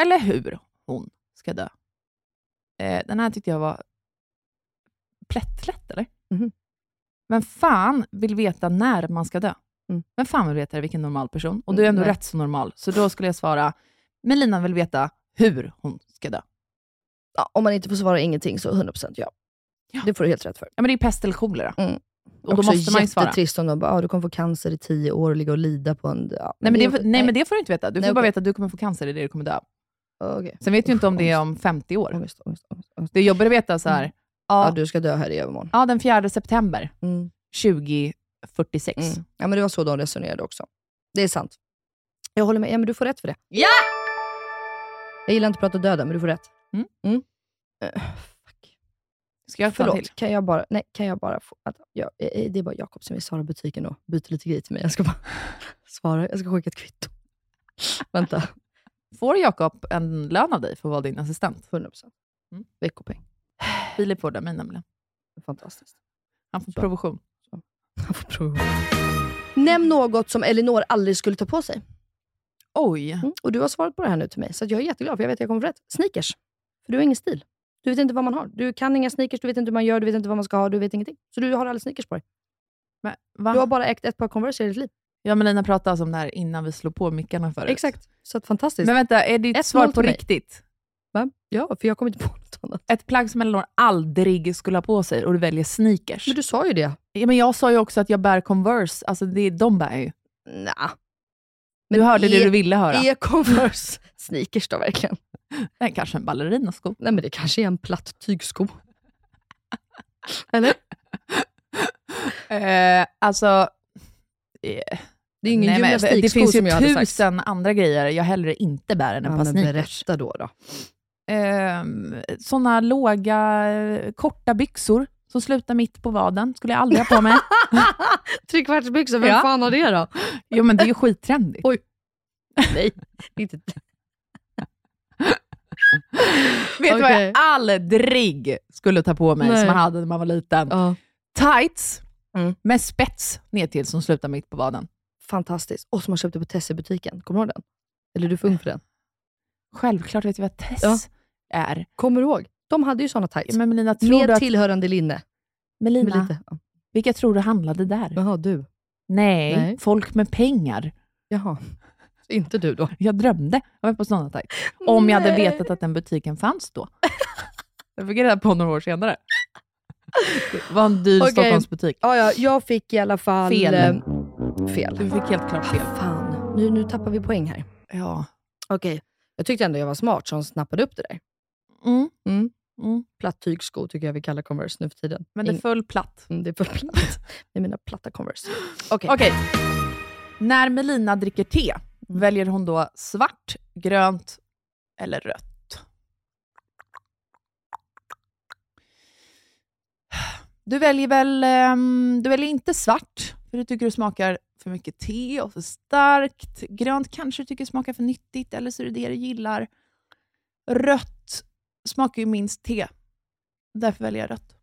[SPEAKER 3] Eller hur hon ska dö? Eh, den här tyckte jag var plättlätt, eller?
[SPEAKER 4] Mhm.
[SPEAKER 3] Vem fan vill veta när man ska dö?
[SPEAKER 4] Mm.
[SPEAKER 3] Vem fan vill veta det? Vilken normal person? Och du är ändå
[SPEAKER 4] Nej.
[SPEAKER 3] rätt så normal, så då skulle jag svara, Melina vill veta hur hon ska dö.
[SPEAKER 4] Ja, om man inte får svara ingenting så 100% ja.
[SPEAKER 3] Ja.
[SPEAKER 4] Det får du helt rätt för.
[SPEAKER 3] Ja, men det är pest eller kolera.
[SPEAKER 4] Mm.
[SPEAKER 3] Och då måste man ju svara.
[SPEAKER 4] jättetrist om de bara, ah, du kommer få cancer i tio år och ligga och lida på en... Ja,
[SPEAKER 3] Nej men, det, nej, men det får du inte veta. Du får
[SPEAKER 4] Nej,
[SPEAKER 3] bara
[SPEAKER 4] okej.
[SPEAKER 3] veta att du kommer få cancer, det är det du kommer dö av.
[SPEAKER 4] Okej.
[SPEAKER 3] Sen vet du inte
[SPEAKER 4] Usch,
[SPEAKER 3] om det är om 50 år.
[SPEAKER 4] Ångest, ångest, ångest. ångest.
[SPEAKER 3] Det är jobbigt att veta så här, ja,
[SPEAKER 4] Ja, du ska dö här i övermorgon.
[SPEAKER 3] Ja, den 4 september
[SPEAKER 4] Mm.
[SPEAKER 3] 2046.
[SPEAKER 4] Mm. Ja, men det var så de resonerade också. Det är sant. Jag håller med. Ja, men du får rätt för det.
[SPEAKER 3] Ja!
[SPEAKER 4] Jag gillar inte att prata om döden, men du får rätt.
[SPEAKER 3] Mm.
[SPEAKER 4] Eh,
[SPEAKER 3] Ska jag ta en
[SPEAKER 4] Förlåt,
[SPEAKER 3] till?
[SPEAKER 4] kan jag bara, nej, kan jag bara få... Att, jag, eh, det är bara Jakob som är i Sara-butiken och byter lite grejer till mig. Jag ska bara svara. Jag ska skicka ett kvitto. Vänta,
[SPEAKER 3] Får Jakob en lön av dig för att vara din assistent?
[SPEAKER 4] 100%.
[SPEAKER 3] Mm.
[SPEAKER 4] Veckopeng.
[SPEAKER 3] Filip får det av mig nämligen.
[SPEAKER 4] Fantastiskt.
[SPEAKER 3] Han får
[SPEAKER 4] Så.
[SPEAKER 3] provision.
[SPEAKER 4] Jag får prova. Nämn något som Elinor aldrig skulle ta på
[SPEAKER 3] Mm.
[SPEAKER 4] sig.
[SPEAKER 3] Oj.
[SPEAKER 4] Mm. Och du har svarat på det här nu till mig, så att jag är jätteglad, för jag vet att jag kommer få rätt. Sneakers. För du har ingen stil. Du vet inte vad man har. Du kan inga sneakers, du vet inte hur man gör, du vet inte vad man ska ha, du vet ingenting. Så du har aldrig sneakers på dig.
[SPEAKER 3] Men, va?
[SPEAKER 4] Du har bara ägt ett par Converse i ditt liv.
[SPEAKER 3] Jag och Melina pratade alltså om det här innan vi slog på mickarna förut.
[SPEAKER 4] Exakt. Så att, fantastiskt.
[SPEAKER 3] Men vänta, är ditt
[SPEAKER 4] Ett
[SPEAKER 3] svar
[SPEAKER 4] noll
[SPEAKER 3] på
[SPEAKER 4] till mig.
[SPEAKER 3] riktigt?
[SPEAKER 4] Va? Ja, för jag kommer inte på något annat.
[SPEAKER 3] Ett plagg som Elinor aldrig skulle ha på sig och du väljer sneakers.
[SPEAKER 4] Men du sa ju det.
[SPEAKER 3] ja, men jag sa ju också att jag bär Converse, alltså det, de bär jag ju.
[SPEAKER 4] Nah.
[SPEAKER 3] Du hörde det
[SPEAKER 4] är-
[SPEAKER 3] du ville höra.
[SPEAKER 4] Är Converse sneakers då verkligen?
[SPEAKER 3] Nej, kanske en ballerinasko.
[SPEAKER 4] Nej, men det kanske är en platt tygsko. Eller?
[SPEAKER 3] Eh, alltså, eh,
[SPEAKER 4] Det är ingen
[SPEAKER 3] Nej, men
[SPEAKER 4] gymnastiksko
[SPEAKER 3] Det finns ju
[SPEAKER 4] som jag hade sagt.
[SPEAKER 3] tusen andra grejer jag hellre inte bär än ett
[SPEAKER 4] Ja,
[SPEAKER 3] par
[SPEAKER 4] men
[SPEAKER 3] sneakers.
[SPEAKER 4] berätta då. då.
[SPEAKER 3] Ehm, såna låga, eh, korta byxor som slutar mitt på vaden skulle jag aldrig ha på mig.
[SPEAKER 4] Trekvartsbyxor, vem
[SPEAKER 3] Ja.
[SPEAKER 4] fan har det då?
[SPEAKER 3] jo, men det är ju skittrendigt.
[SPEAKER 4] Oj. Nej, inte.
[SPEAKER 3] Vet du vad jag
[SPEAKER 4] Okej.
[SPEAKER 3] aldrig skulle ta på mig,
[SPEAKER 4] Nej.
[SPEAKER 3] som man hade när man var liten?
[SPEAKER 4] Ja.
[SPEAKER 3] Tights
[SPEAKER 4] Mm.
[SPEAKER 3] med spets nedtill som slutar mitt på vaden.
[SPEAKER 4] Fantastiskt. Och som man köpte på Tessebutiken. Kommer du ihåg den? Eller är du för ung för den?
[SPEAKER 3] Självklart vet jag vad Tess
[SPEAKER 4] Ja.
[SPEAKER 3] är.
[SPEAKER 4] Kommer du ihåg? De hade ju såna
[SPEAKER 3] Ja,
[SPEAKER 4] tights.
[SPEAKER 3] men Melina, tror du
[SPEAKER 4] Med
[SPEAKER 3] att,
[SPEAKER 4] tillhörande linne. Med
[SPEAKER 3] Melina,
[SPEAKER 4] lite. ja.
[SPEAKER 3] vilka tror du handlade där?
[SPEAKER 4] Jaha, du.
[SPEAKER 3] Nej,
[SPEAKER 4] Nej.
[SPEAKER 3] folk med pengar.
[SPEAKER 4] Jaha. Så Inte du då.
[SPEAKER 3] Jag drömde. Jag var på sådana tights. Om jag hade
[SPEAKER 4] Nej.
[SPEAKER 3] vetat att den butiken fanns då. Jag fick reda på några år senare. Det var en dyr
[SPEAKER 4] Okej.
[SPEAKER 3] Stockholmsbutik.
[SPEAKER 4] Ja, ja, jag fick i alla fall...
[SPEAKER 3] Fel.
[SPEAKER 4] eh, Fel.
[SPEAKER 3] Du fick helt klart fel.
[SPEAKER 4] Fan, nu, nu tappar vi poäng här.
[SPEAKER 3] Ja.
[SPEAKER 4] Okej. Jag tyckte ändå jag var smart som snappade upp det där.
[SPEAKER 3] Mm.
[SPEAKER 4] Mm.
[SPEAKER 3] Mm.
[SPEAKER 4] Platt tygsko tycker jag vi kallar Converse nu för tiden.
[SPEAKER 3] Men det
[SPEAKER 4] Ing-
[SPEAKER 3] föll platt.
[SPEAKER 4] Mm, det är för platt. Med mina platta Converse. Okej.
[SPEAKER 3] Okej. När Melina dricker te, väljer hon då svart, grönt eller rött? Du väljer väl ehm, du väljer inte svart, för du tycker det smakar för mycket te och för starkt. Grönt kanske du tycker smakar för nyttigt, eller så är det det du gillar. Rött smakar ju minst te. Därför väljer jag rött.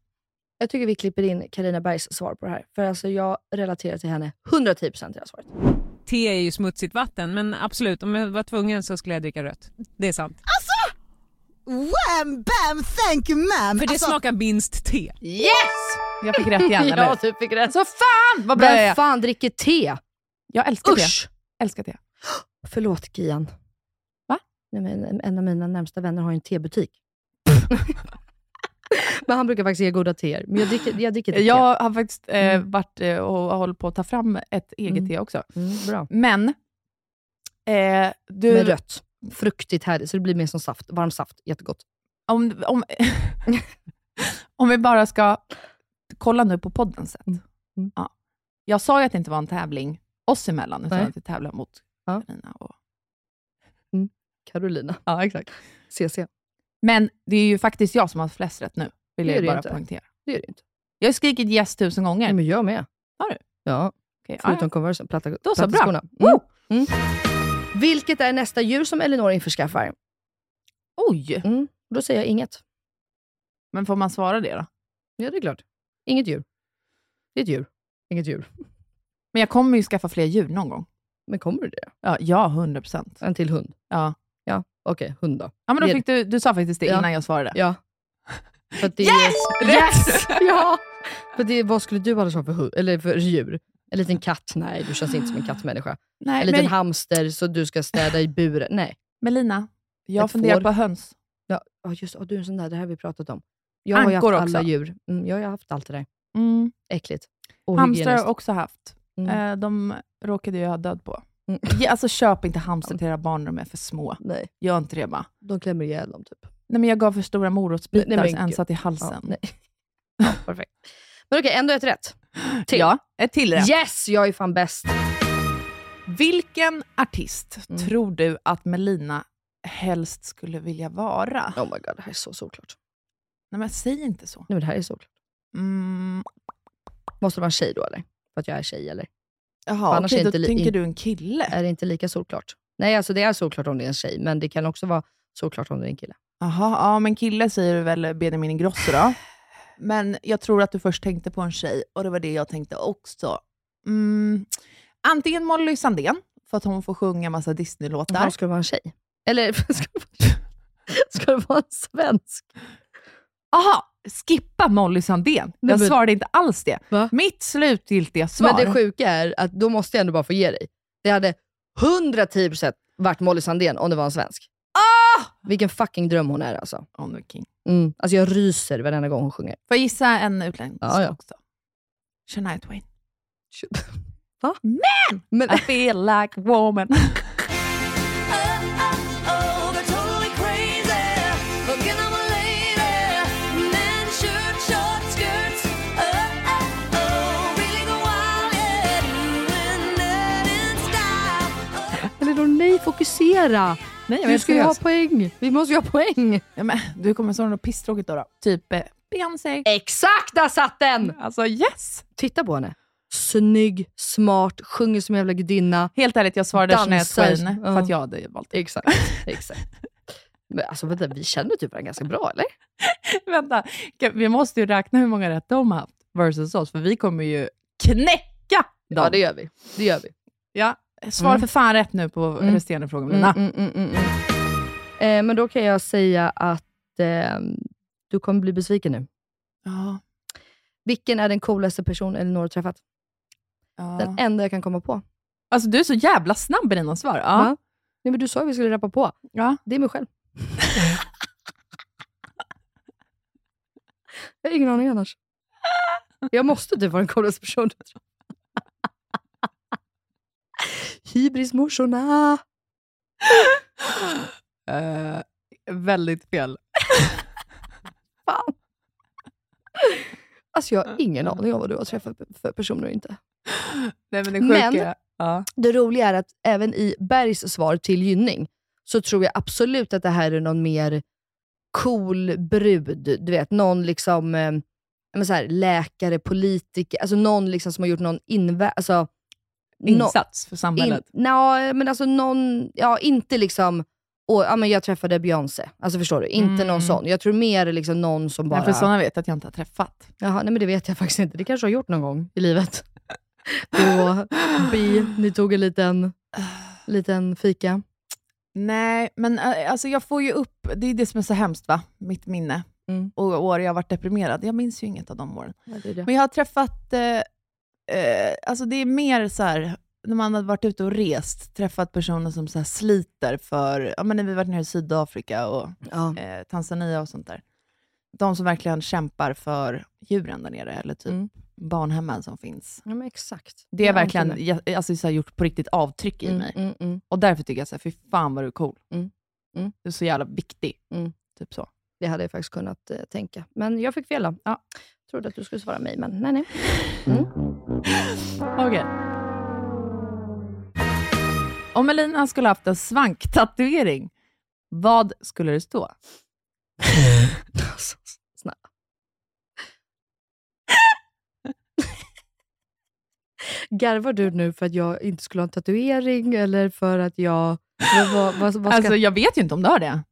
[SPEAKER 4] Jag tycker vi klipper in Karina Bergs svar på det här. För alltså jag relaterar till henne 110% i det här svaret.
[SPEAKER 8] Te är ju smutsigt vatten, men absolut, om jag var tvungen så skulle jag dricka rött. Det är sant.
[SPEAKER 9] Wham, bam, thank you ma'am!
[SPEAKER 8] För det
[SPEAKER 9] Alltså,
[SPEAKER 8] smakar minst te.
[SPEAKER 3] Yes! Jag fick rätt igen, eller
[SPEAKER 4] ja,
[SPEAKER 3] hur?
[SPEAKER 4] du fick rätt.
[SPEAKER 3] Så fan typ. vad bra jag
[SPEAKER 4] Vem
[SPEAKER 3] är!
[SPEAKER 4] fan dricker te?
[SPEAKER 3] Jag älskar te.
[SPEAKER 4] Usch!
[SPEAKER 3] Älskar te.
[SPEAKER 4] Förlåt Gian.
[SPEAKER 3] Va?
[SPEAKER 4] Nej, men eh, en av mina närmsta vänner har ju en tebutik. men han brukar faktiskt ge goda teer. Men jag dricker, jag dricker inte
[SPEAKER 3] Jag har faktiskt eh,
[SPEAKER 4] Mm.
[SPEAKER 3] varit eh, och håller på att ta fram ett eget
[SPEAKER 4] Mm.
[SPEAKER 3] te också.
[SPEAKER 4] te. Mm, bra.
[SPEAKER 3] Men, eh, du,
[SPEAKER 4] Med rött. fruktigt härligt, så det blir mer som saft. Varm saft, jättegott.
[SPEAKER 3] Om, om, om vi bara ska kolla nu på poddens sätt.
[SPEAKER 4] Mm. Mm.
[SPEAKER 3] Ja. Jag sa ju att det inte var en tävling oss emellan, utan
[SPEAKER 4] Nej.
[SPEAKER 3] att vi tävlar mot
[SPEAKER 4] Ja.
[SPEAKER 3] Carina. Och...
[SPEAKER 4] Carolina,
[SPEAKER 3] Ja, exakt.
[SPEAKER 4] CC.
[SPEAKER 3] Men det är ju faktiskt jag som har flest rätt nu, vill
[SPEAKER 4] Det är
[SPEAKER 3] jag
[SPEAKER 4] det
[SPEAKER 3] ju bara
[SPEAKER 4] inte.
[SPEAKER 3] poängtera.
[SPEAKER 4] Det är det inte.
[SPEAKER 3] Jag har skrikit yes tusen gånger.
[SPEAKER 4] Nej, men jag med.
[SPEAKER 3] Har du?
[SPEAKER 4] Ja,
[SPEAKER 3] Okej, ja,
[SPEAKER 4] förutom Converse. Platta,
[SPEAKER 3] Då så, bra.
[SPEAKER 4] plattaskorna.
[SPEAKER 3] ja.
[SPEAKER 4] Mm.
[SPEAKER 3] Wow!
[SPEAKER 4] Vilket är nästa djur som Elinor införskaffar?
[SPEAKER 3] Oj!
[SPEAKER 4] Mm. Då säger jag inget.
[SPEAKER 3] Men får man svara det då?
[SPEAKER 4] Ja, det är klart. Inget djur. Det är ett djur. Inget djur.
[SPEAKER 3] Men jag kommer ju skaffa fler djur någon gång.
[SPEAKER 4] Men kommer du det?
[SPEAKER 3] Ja, ja 100 procent.
[SPEAKER 4] En till hund?
[SPEAKER 3] Ja.
[SPEAKER 4] Ja, okej. Hund då.
[SPEAKER 3] Ja, men då
[SPEAKER 4] Det-
[SPEAKER 3] fick du, du sa faktiskt det
[SPEAKER 4] Ja.
[SPEAKER 3] innan jag svarade.
[SPEAKER 4] Ja. För att det yes!
[SPEAKER 3] Yes!
[SPEAKER 4] ja! För det, vad skulle du annars ha för, hund, eller för djur? En liten katt? Nej, du känns inte som en kattmänniska.
[SPEAKER 3] Nej,
[SPEAKER 4] En liten
[SPEAKER 3] men,
[SPEAKER 4] hamster så du ska städa i buren? Nej.
[SPEAKER 3] men Lina, jag
[SPEAKER 4] Ett
[SPEAKER 3] funderar
[SPEAKER 4] får.
[SPEAKER 3] på höns.
[SPEAKER 4] Ja, ja, just ja, du är en sån där. Det här har vi pratat om. Jag har ju haft
[SPEAKER 3] Ankor
[SPEAKER 4] alla
[SPEAKER 3] också.
[SPEAKER 4] djur. Mm, jag har ju haft allt det där.
[SPEAKER 3] Mm.
[SPEAKER 4] Äckligt.
[SPEAKER 3] Hamstrar har
[SPEAKER 4] Ohygieniskt.
[SPEAKER 3] jag också haft.
[SPEAKER 4] Mm.
[SPEAKER 3] Eh, de råkade jag ha död på.
[SPEAKER 4] Mm.
[SPEAKER 3] Ja, alltså köp inte hamster till era barn när de är för små.
[SPEAKER 4] Nej,
[SPEAKER 3] Gör inte det bara.
[SPEAKER 4] de klämmer ihjäl dem typ.
[SPEAKER 3] Nej, men jag gav för stora morotsbitar,
[SPEAKER 4] Nej, men
[SPEAKER 3] så en
[SPEAKER 4] gud.
[SPEAKER 3] satt i halsen.
[SPEAKER 4] Ja, nej. ja, perfekt. Men okej, ändå ett rätt. Till.
[SPEAKER 3] Ja, ett till rätt.
[SPEAKER 4] Yes, jag är fan bäst.
[SPEAKER 3] Vilken artist
[SPEAKER 4] Mm.
[SPEAKER 3] tror du att Melina helst skulle vilja vara?
[SPEAKER 4] Oh my god, det här är så solklart.
[SPEAKER 3] Nej, men säg inte så.
[SPEAKER 4] Nej, men det här är solklart.
[SPEAKER 3] Mm.
[SPEAKER 4] Måste det vara en tjej då eller? För att jag är tjej eller?
[SPEAKER 3] Jaha,
[SPEAKER 4] annars
[SPEAKER 3] okej,
[SPEAKER 4] är
[SPEAKER 3] då
[SPEAKER 4] inte li-
[SPEAKER 3] tänker
[SPEAKER 4] in-
[SPEAKER 3] du en kille.
[SPEAKER 4] Är det inte lika solklart? Nej, alltså det är solklart om det är en tjej, men det kan också vara solklart om det är en kille.
[SPEAKER 3] Jaha, ja, men kille säger du väl Benjamin Ingrosso då? Men jag tror att du först tänkte på en tjej, och det var det jag tänkte också. Mm. Antingen Molly Sandén, för att hon får sjunga massa
[SPEAKER 4] Där
[SPEAKER 3] Disney-låtar.
[SPEAKER 4] ska det vara en tjej. Eller ska det vara, ska det vara en svensk?
[SPEAKER 3] Jaha, skippa Molly Sandén.
[SPEAKER 4] Nej,
[SPEAKER 3] jag
[SPEAKER 4] men-
[SPEAKER 3] svarade inte alls det.
[SPEAKER 4] Va?
[SPEAKER 3] Mitt slutgiltiga svar.
[SPEAKER 4] Men det sjuka är att då måste jag ändå bara få ge dig. Det hade 110% varit Molly Sandén om det var en svensk. Ah! Vilken fucking dröm hon är alltså.
[SPEAKER 3] Oh, nu, King.
[SPEAKER 4] Mm. Alltså jag ryser varenda gång hon sjunger.
[SPEAKER 3] Får jag gissa en utländsk
[SPEAKER 4] Ja, ja.
[SPEAKER 3] också? Shania Twain.
[SPEAKER 4] Va?
[SPEAKER 3] Man!
[SPEAKER 4] Men,
[SPEAKER 3] I feel like a woman.
[SPEAKER 5] Oh, Oh,
[SPEAKER 4] eller då, nej, fokusera!
[SPEAKER 3] Nej, jag
[SPEAKER 4] Du
[SPEAKER 3] vet
[SPEAKER 4] ska ju ha poäng. Vi måste ju ha poäng.
[SPEAKER 3] ja, men, Du kommer svara något pisstråkigt då, då. Typ eh, Beyoncé.
[SPEAKER 4] Exakt, där satt den!
[SPEAKER 3] Alltså yes!
[SPEAKER 4] Titta på henne. Snygg, smart, sjunger som en jävla gudinna.
[SPEAKER 3] Helt ärligt, jag svarade Shania
[SPEAKER 4] Dansar.
[SPEAKER 3] Twain för att
[SPEAKER 4] Ja.
[SPEAKER 3] jag hade valt det.
[SPEAKER 4] Exakt. exakt. Men alltså vänta, vi känner typ varandra ganska bra, eller?
[SPEAKER 3] Vänta, kan- vi måste ju räkna hur många rätt de har haft versus oss, för vi kommer ju knäcka dem.
[SPEAKER 4] Ja, det gör vi. Det gör vi.
[SPEAKER 3] Ja, Svara
[SPEAKER 4] Mm.
[SPEAKER 3] för fan rätt nu på
[SPEAKER 4] Mm.
[SPEAKER 3] resterande frågor,
[SPEAKER 4] Mm,
[SPEAKER 3] Lina.
[SPEAKER 4] mm, mm, mm, mm. Eh, men då kan jag säga att eh, du kommer bli besviken nu.
[SPEAKER 3] Ja,
[SPEAKER 4] Vilken är den coolaste person Elinor har träffat?
[SPEAKER 3] ja.
[SPEAKER 4] Den enda jag kan komma på.
[SPEAKER 3] Alltså du är så jävla snabb i dina svar. Ja.
[SPEAKER 4] Va? Nej, men du sa ju att vi skulle rappa på.
[SPEAKER 3] Ja.
[SPEAKER 4] Det är mig själv. jag har ingen aning annars. Jag måste typ vara den coolaste personen. Hybrismorsorna.
[SPEAKER 3] Eh, väldigt fel.
[SPEAKER 4] Fan. Alltså jag har ingen aning om vad du har träffat för personer och inte.
[SPEAKER 3] Nej, men det sjuka.
[SPEAKER 4] Men-
[SPEAKER 3] ja.
[SPEAKER 4] Det roliga är att även i Bergs svar till Gynning, så tror jag absolut att det här är någon mer cool brud. Du vet, någon liksom eh, men så här, läkare, politiker, alltså någon liksom som har gjort någon invä- alltså, nå-
[SPEAKER 3] Insats för samhället.
[SPEAKER 4] In, nå, men alltså någon, ja inte liksom, och, ja, men jag träffade Beyoncé. Alltså förstår du? Inte
[SPEAKER 3] Mm.
[SPEAKER 4] någon sån. Jag tror mer liksom någon som bara...
[SPEAKER 3] Nej, för sådana vet jag att jag inte har träffat.
[SPEAKER 4] Jaha, nej men det vet jag faktiskt inte. Det kanske jag har gjort någon gång i livet. Då, bi, ni tog en liten, liten fika.
[SPEAKER 3] Nej, men eh, alltså jag får ju upp, det är det som är så hemskt va, mitt minne.
[SPEAKER 4] Mm.
[SPEAKER 3] Och år jag har varit deprimerad. Jag minns ju inget av de åren.
[SPEAKER 4] Ja, det är det.
[SPEAKER 3] Men jag har träffat, eh, eh, alltså det är mer så här, när man har varit ute och rest, träffat personer som så här sliter för, ja men när vi varit nere i Sydafrika och
[SPEAKER 4] Ja.
[SPEAKER 3] eh, Tanzania och sånt där. De som verkligen kämpar för djuren där nere, eller typ
[SPEAKER 4] Mm.
[SPEAKER 3] barnhemmen som finns.
[SPEAKER 4] Ja, men exakt.
[SPEAKER 3] Det har
[SPEAKER 4] Jag
[SPEAKER 3] verkligen
[SPEAKER 4] antar
[SPEAKER 3] jag- alltså, så här, gjort på riktigt avtryck i
[SPEAKER 4] Mm,
[SPEAKER 3] mig.
[SPEAKER 4] mm, mm.
[SPEAKER 3] Och därför tycker jag så här, fy fan vad du är cool.
[SPEAKER 4] Mm. Mm.
[SPEAKER 3] Du är så jävla viktig.
[SPEAKER 4] Mm.
[SPEAKER 3] Typ så.
[SPEAKER 4] Det hade jag faktiskt kunnat eh, tänka. Men jag fick fel då. Ja. Trodde att du skulle svara mig, men nej, nej.
[SPEAKER 3] Okej. Om Elina skulle haft en svanktatuering, vad skulle det stå?
[SPEAKER 4] Alltså, snälla. Garvar du nu för att jag inte skulle ha en tatuering eller för att jag... Vad, vad, vad, vad ska...
[SPEAKER 3] Alltså, jag vet ju inte om du har det.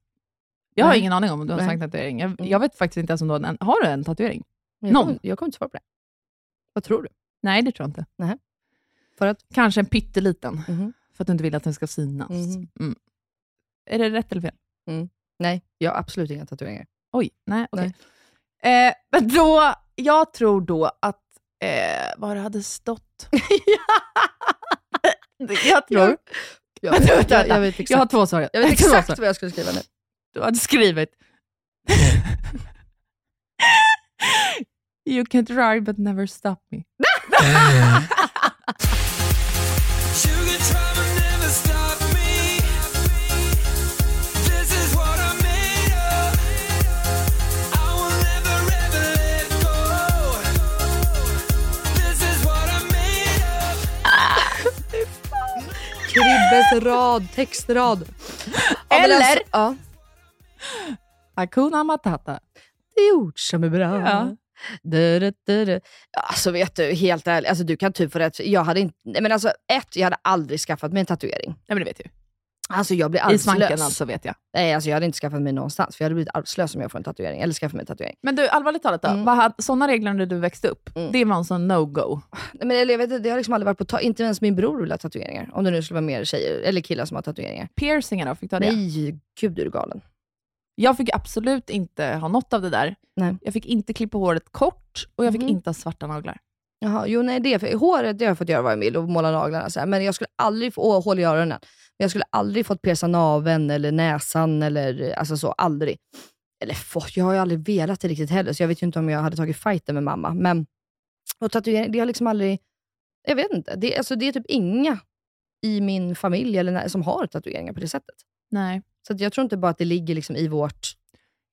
[SPEAKER 3] Jag har
[SPEAKER 4] Nej.
[SPEAKER 3] ingen aning om du har en
[SPEAKER 4] Nej. Mm.
[SPEAKER 3] svanktatuering. Jag, jag vet faktiskt inte ens om du har en. Har du en tatuering?
[SPEAKER 4] jag, kommer,
[SPEAKER 3] någon.
[SPEAKER 4] jag kommer inte svara på det. Vad tror du?
[SPEAKER 3] Nej, det tror jag inte.
[SPEAKER 4] Nej. För att?
[SPEAKER 3] Kanske en pytteliten,
[SPEAKER 4] Mhm.
[SPEAKER 3] för att du inte vill att den ska synas.
[SPEAKER 4] Mhm.
[SPEAKER 3] Mm. Är det rätt eller fel?
[SPEAKER 4] Nej, jag har absolut inga tatueringar.
[SPEAKER 3] Oj, nej okej. Eh, men då, jag tror då att, eh, vad det hade stått? jag tror,
[SPEAKER 4] Jag,
[SPEAKER 3] Vänta, vänta,
[SPEAKER 4] jag, jag,
[SPEAKER 3] vänta.
[SPEAKER 4] vet exakt,
[SPEAKER 3] jag har två svar.
[SPEAKER 4] jag vet
[SPEAKER 3] Två
[SPEAKER 4] exakt
[SPEAKER 3] svar.
[SPEAKER 4] vad jag skulle skriva nu.
[SPEAKER 3] Du hade skrivit... you can try but never stop me.
[SPEAKER 4] Kribbes rad, textrad. Ja, men
[SPEAKER 3] Eller-
[SPEAKER 4] Alltså, ja.
[SPEAKER 3] Hakuna matata.
[SPEAKER 4] Det är ord som är bra.
[SPEAKER 3] Ja.
[SPEAKER 4] Du, du, du, du. Alltså vet du, helt ärligt. Alltså, du kan typ få rätt. Jag hade inte, nej, men alltså, ett, jag hade aldrig skaffat mig en tatuering.
[SPEAKER 3] Nej men det vet du.
[SPEAKER 4] Alltså jag blir
[SPEAKER 3] I
[SPEAKER 4] arvslös.
[SPEAKER 3] svanken alltså vet jag.
[SPEAKER 4] Nej, alltså, jag hade inte skaffat mig någonstans. För jag hade blivit arvslös om jag får en tatuering. Eller skaffat mig en tatuering.
[SPEAKER 3] Men du, allvarligt talat då.
[SPEAKER 4] Mm.
[SPEAKER 3] vad hade- Sådana regler när du växte upp,
[SPEAKER 4] Mm.
[SPEAKER 3] det var en sån no-go.
[SPEAKER 4] Nej, men, eller, jag vet, inte, det har liksom aldrig varit på ta- Inte ens min bror vill ha tatueringar. Om det nu skulle vara mer tjejer eller killar som har tatueringar.
[SPEAKER 3] Piercingar då, fick du ha det?
[SPEAKER 4] Nej, gud är du galen.
[SPEAKER 3] Jag fick absolut inte ha något av det där.
[SPEAKER 4] Nej.
[SPEAKER 3] Jag fick inte klippa håret kort och jag fick
[SPEAKER 4] Mhm.
[SPEAKER 3] inte ha svarta naglar.
[SPEAKER 4] Jaha, jo nej, det, för, håret det har jag fått göra vad jag vill och måla naglarna. Så här, men jag skulle aldrig få, och hål i öronen. Men jag skulle aldrig fått pierca naveln eller näsan eller alltså så, aldrig. Eller fått, jag har ju aldrig velat det riktigt heller, så jag vet ju inte om jag hade tagit fighten med mamma. Men och tatuering, det har liksom aldrig, jag vet inte. Det, alltså, det är typ inga i min familj eller när, som har tatueringar på det sättet.
[SPEAKER 3] Nej.
[SPEAKER 4] Så att jag tror inte bara att det ligger liksom i vårt...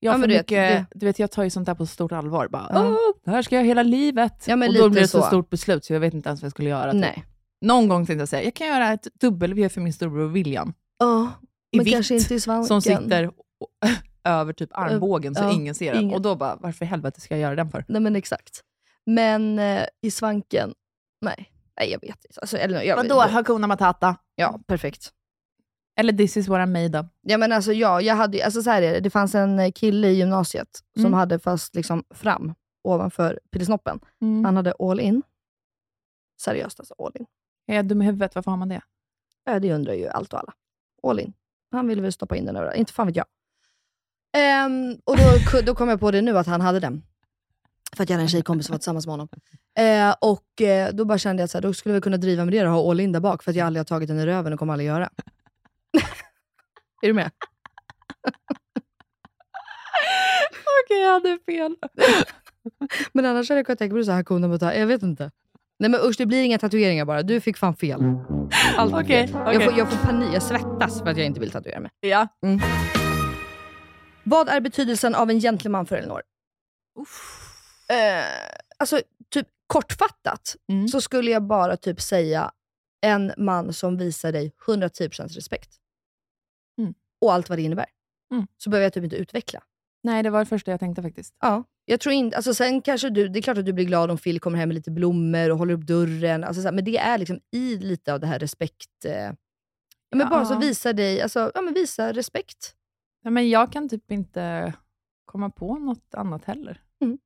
[SPEAKER 3] Jag,
[SPEAKER 4] Ja,
[SPEAKER 3] får
[SPEAKER 4] men du vet,
[SPEAKER 3] mycket, du vet, jag tar ju sånt där på stort allvar. Bara,
[SPEAKER 4] Ja.
[SPEAKER 3] "Åh, det här ska jag hela livet.
[SPEAKER 4] Ja, men
[SPEAKER 3] och då
[SPEAKER 4] lite
[SPEAKER 3] blir det så
[SPEAKER 4] så.
[SPEAKER 3] stort beslut, så jag vet inte ens vad jag skulle göra. typ.
[SPEAKER 4] Nej.
[SPEAKER 3] Någon gång tänkte jag säga, jag kan göra ett W för min storbror William,
[SPEAKER 4] Ja,
[SPEAKER 3] I
[SPEAKER 4] men
[SPEAKER 3] vitt,
[SPEAKER 4] kanske inte i svanken.
[SPEAKER 3] som sitter o- över typ armbågen så
[SPEAKER 4] ja,
[SPEAKER 3] ingen ser den.
[SPEAKER 4] ingen.
[SPEAKER 3] Och då bara, varför i helvete ska jag göra den för?
[SPEAKER 4] Nej men exakt. Men eh, i svanken, nej. Nej jag vet inte. Alltså, eller, jag,
[SPEAKER 3] Vadå, Hakuna Matata?
[SPEAKER 4] Ja, perfekt.
[SPEAKER 3] Eller This is what I'm made of.
[SPEAKER 4] Ja, men alltså, ja, jag hade, ju- alltså, så här är det. det fanns en eh, kille i gymnasiet som
[SPEAKER 3] Mm.
[SPEAKER 4] hade fast liksom, fram ovanför pilsnoppen.
[SPEAKER 3] Mm.
[SPEAKER 4] Han hade all in. Seriöst alltså, all in.
[SPEAKER 3] Är jag dum i huvudet? Varför har man det?
[SPEAKER 4] Ja, Eh, det undrar ju allt och alla. All in. Han ville väl stoppa in den överallt. Inte fan vet jag. Ehm, och då, ku- då kom jag på det nu att han hade den. För att jag hade en tjejkompis som var tillsammans med honom. Eh, och eh, Då bara kände jag att så här, då skulle vi kunna driva med det och ha all in där bak, för att jag aldrig har tagit den i röven och kommer aldrig göra. är du med?
[SPEAKER 3] Okej, jag hade fel.
[SPEAKER 4] Men annars hade jag kunnat tänka mig så här, Hakuna Matata. Jag vet inte. Nej men usch, det blir inga tatueringar bara. Du fick fan fel. Allt var
[SPEAKER 3] Okej,
[SPEAKER 4] fel.
[SPEAKER 3] okej.
[SPEAKER 4] Jag, får, jag får panik, jag svettas för att jag inte vill tatuera mig. Mm.
[SPEAKER 3] Ja.
[SPEAKER 4] Vad är betydelsen av en gentleman för Elinor? Eh, alltså, typ kortfattat
[SPEAKER 3] Mm.
[SPEAKER 4] så skulle jag bara typ säga en man som visar dig 110% respekt.
[SPEAKER 3] Mm.
[SPEAKER 4] Och allt vad det innebär.
[SPEAKER 3] Mm.
[SPEAKER 4] Så behöver jag typ inte utveckla.
[SPEAKER 3] Nej, det var det första jag tänkte faktiskt.
[SPEAKER 4] Ja, jag tror inte, alltså sen kanske du, det är klart att du blir glad om Phil kommer hem med lite blommor och håller upp dörren. Alltså så här, men det är liksom i lite av det här respekt... Eh, ja, men Bara så
[SPEAKER 3] Ja.
[SPEAKER 4] visa dig, alltså, ja, men visa respekt.
[SPEAKER 3] Nej, men jag kan typ inte komma på något annat heller.
[SPEAKER 4] Mm.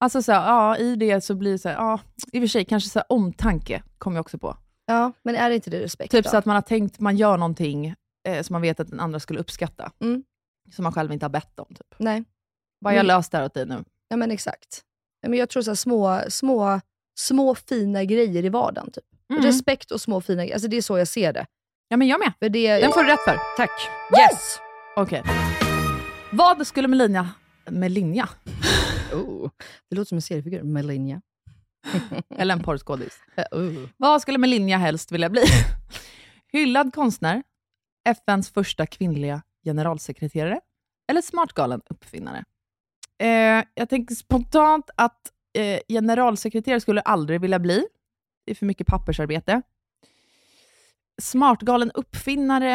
[SPEAKER 3] Alltså så här, ja, i det så blir det så här, ja, i och för sig kanske så här, omtanke kommer jag också på.
[SPEAKER 4] Ja, men är inte det respekt
[SPEAKER 3] Typ
[SPEAKER 4] då?
[SPEAKER 3] så att man har tänkt, man gör någonting eh, som man vet att den andra skulle uppskatta.
[SPEAKER 4] Mm.
[SPEAKER 3] Som man själv inte har bett om. Typ.
[SPEAKER 4] Nej,
[SPEAKER 3] Vad har jag
[SPEAKER 4] Mm.
[SPEAKER 3] löst det här åt dig nu?
[SPEAKER 4] ja, men exakt. Ja, men jag tror så här, små, små, små fina grejer i vardagen. Typ. Respekt och små fina grejer. Alltså, det är så jag ser det.
[SPEAKER 3] Eh, Ja, men jag med.
[SPEAKER 4] För det
[SPEAKER 3] Den får du rätt för.
[SPEAKER 4] Tack. Yes!
[SPEAKER 3] Okej. Vad skulle Melina... Melinja?
[SPEAKER 4] Oh. Det låter som en seriefigur. Melinja.
[SPEAKER 3] Eller en porrskådis.
[SPEAKER 4] Uh.
[SPEAKER 3] Vad skulle Melinja helst vilja bli? Hyllad konstnär, FNs första kvinnliga generalsekreterare eller smartgalen uppfinnare? Eh, jag tänker spontant att eh, generalsekreterare skulle jag aldrig vilja bli. Det är för mycket pappersarbete. Smartgalen uppfinnare,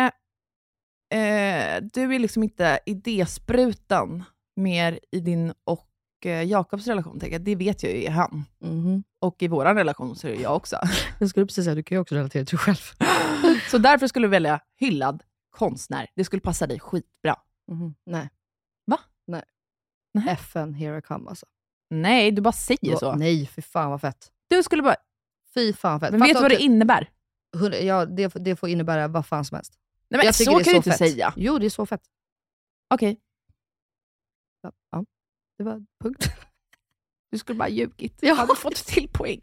[SPEAKER 3] eh, du är liksom inte idésprutan mer i din och eh, Jakobs relation. Tänker jag. Det vet jag ju är han.
[SPEAKER 4] Mhm.
[SPEAKER 3] Och i vår relation så är det jag också.
[SPEAKER 4] Jag skulle precis säga, du kan ju också relatera till dig själv.
[SPEAKER 3] Så därför skulle du välja hyllad konstnär. Det skulle passa dig skitbra.
[SPEAKER 4] Mhm. Nej.
[SPEAKER 3] Va?
[SPEAKER 4] Nej.
[SPEAKER 3] Nej.
[SPEAKER 4] FN, here I come alltså.
[SPEAKER 3] Nej, du bara säger
[SPEAKER 4] Då-
[SPEAKER 3] så.
[SPEAKER 4] Nej, fy fan vad fett.
[SPEAKER 3] Du skulle bara...
[SPEAKER 4] Fy fan fett.
[SPEAKER 3] Men vet du vad det innebär?
[SPEAKER 4] innebär? Ja, det, får- det får innebära vad fan som helst.
[SPEAKER 3] Nej, men
[SPEAKER 4] jag tycker
[SPEAKER 3] så
[SPEAKER 4] det är
[SPEAKER 3] kan
[SPEAKER 4] så
[SPEAKER 3] du inte
[SPEAKER 4] fett.
[SPEAKER 3] säga.
[SPEAKER 4] Jo, det är så fett.
[SPEAKER 3] Okej,
[SPEAKER 4] Ja, Ja, det var punkt.
[SPEAKER 3] du skulle bara ljugit. Jag hade fått till poäng.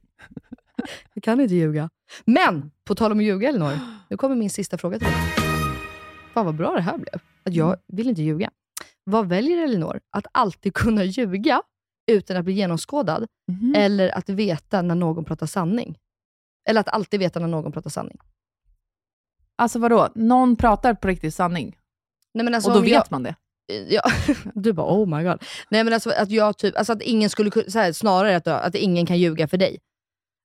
[SPEAKER 4] Jag kan inte ljuga. Men, på tal om att ljuga Elinor, nu kommer min sista fråga till dig. Fan vad bra det här blev. Att
[SPEAKER 3] Mm.
[SPEAKER 4] jag vill inte ljuga. Vad väljer Elinor? Att alltid kunna ljuga utan att bli genomskådad,
[SPEAKER 3] Eh,
[SPEAKER 4] eller att veta när någon pratar sanning? Eller att alltid veta när någon pratar sanning.
[SPEAKER 3] Alltså vadå? Någon pratar på riktigt sanning
[SPEAKER 4] Nej, men alltså,
[SPEAKER 3] och då
[SPEAKER 4] om
[SPEAKER 3] vet
[SPEAKER 4] jag,
[SPEAKER 3] man det.
[SPEAKER 4] Ja, du bara oh my god. Nej men alltså att jag typ, alltså att ingen skulle kunna- så här, snarare att, att ingen kan ljuga för dig.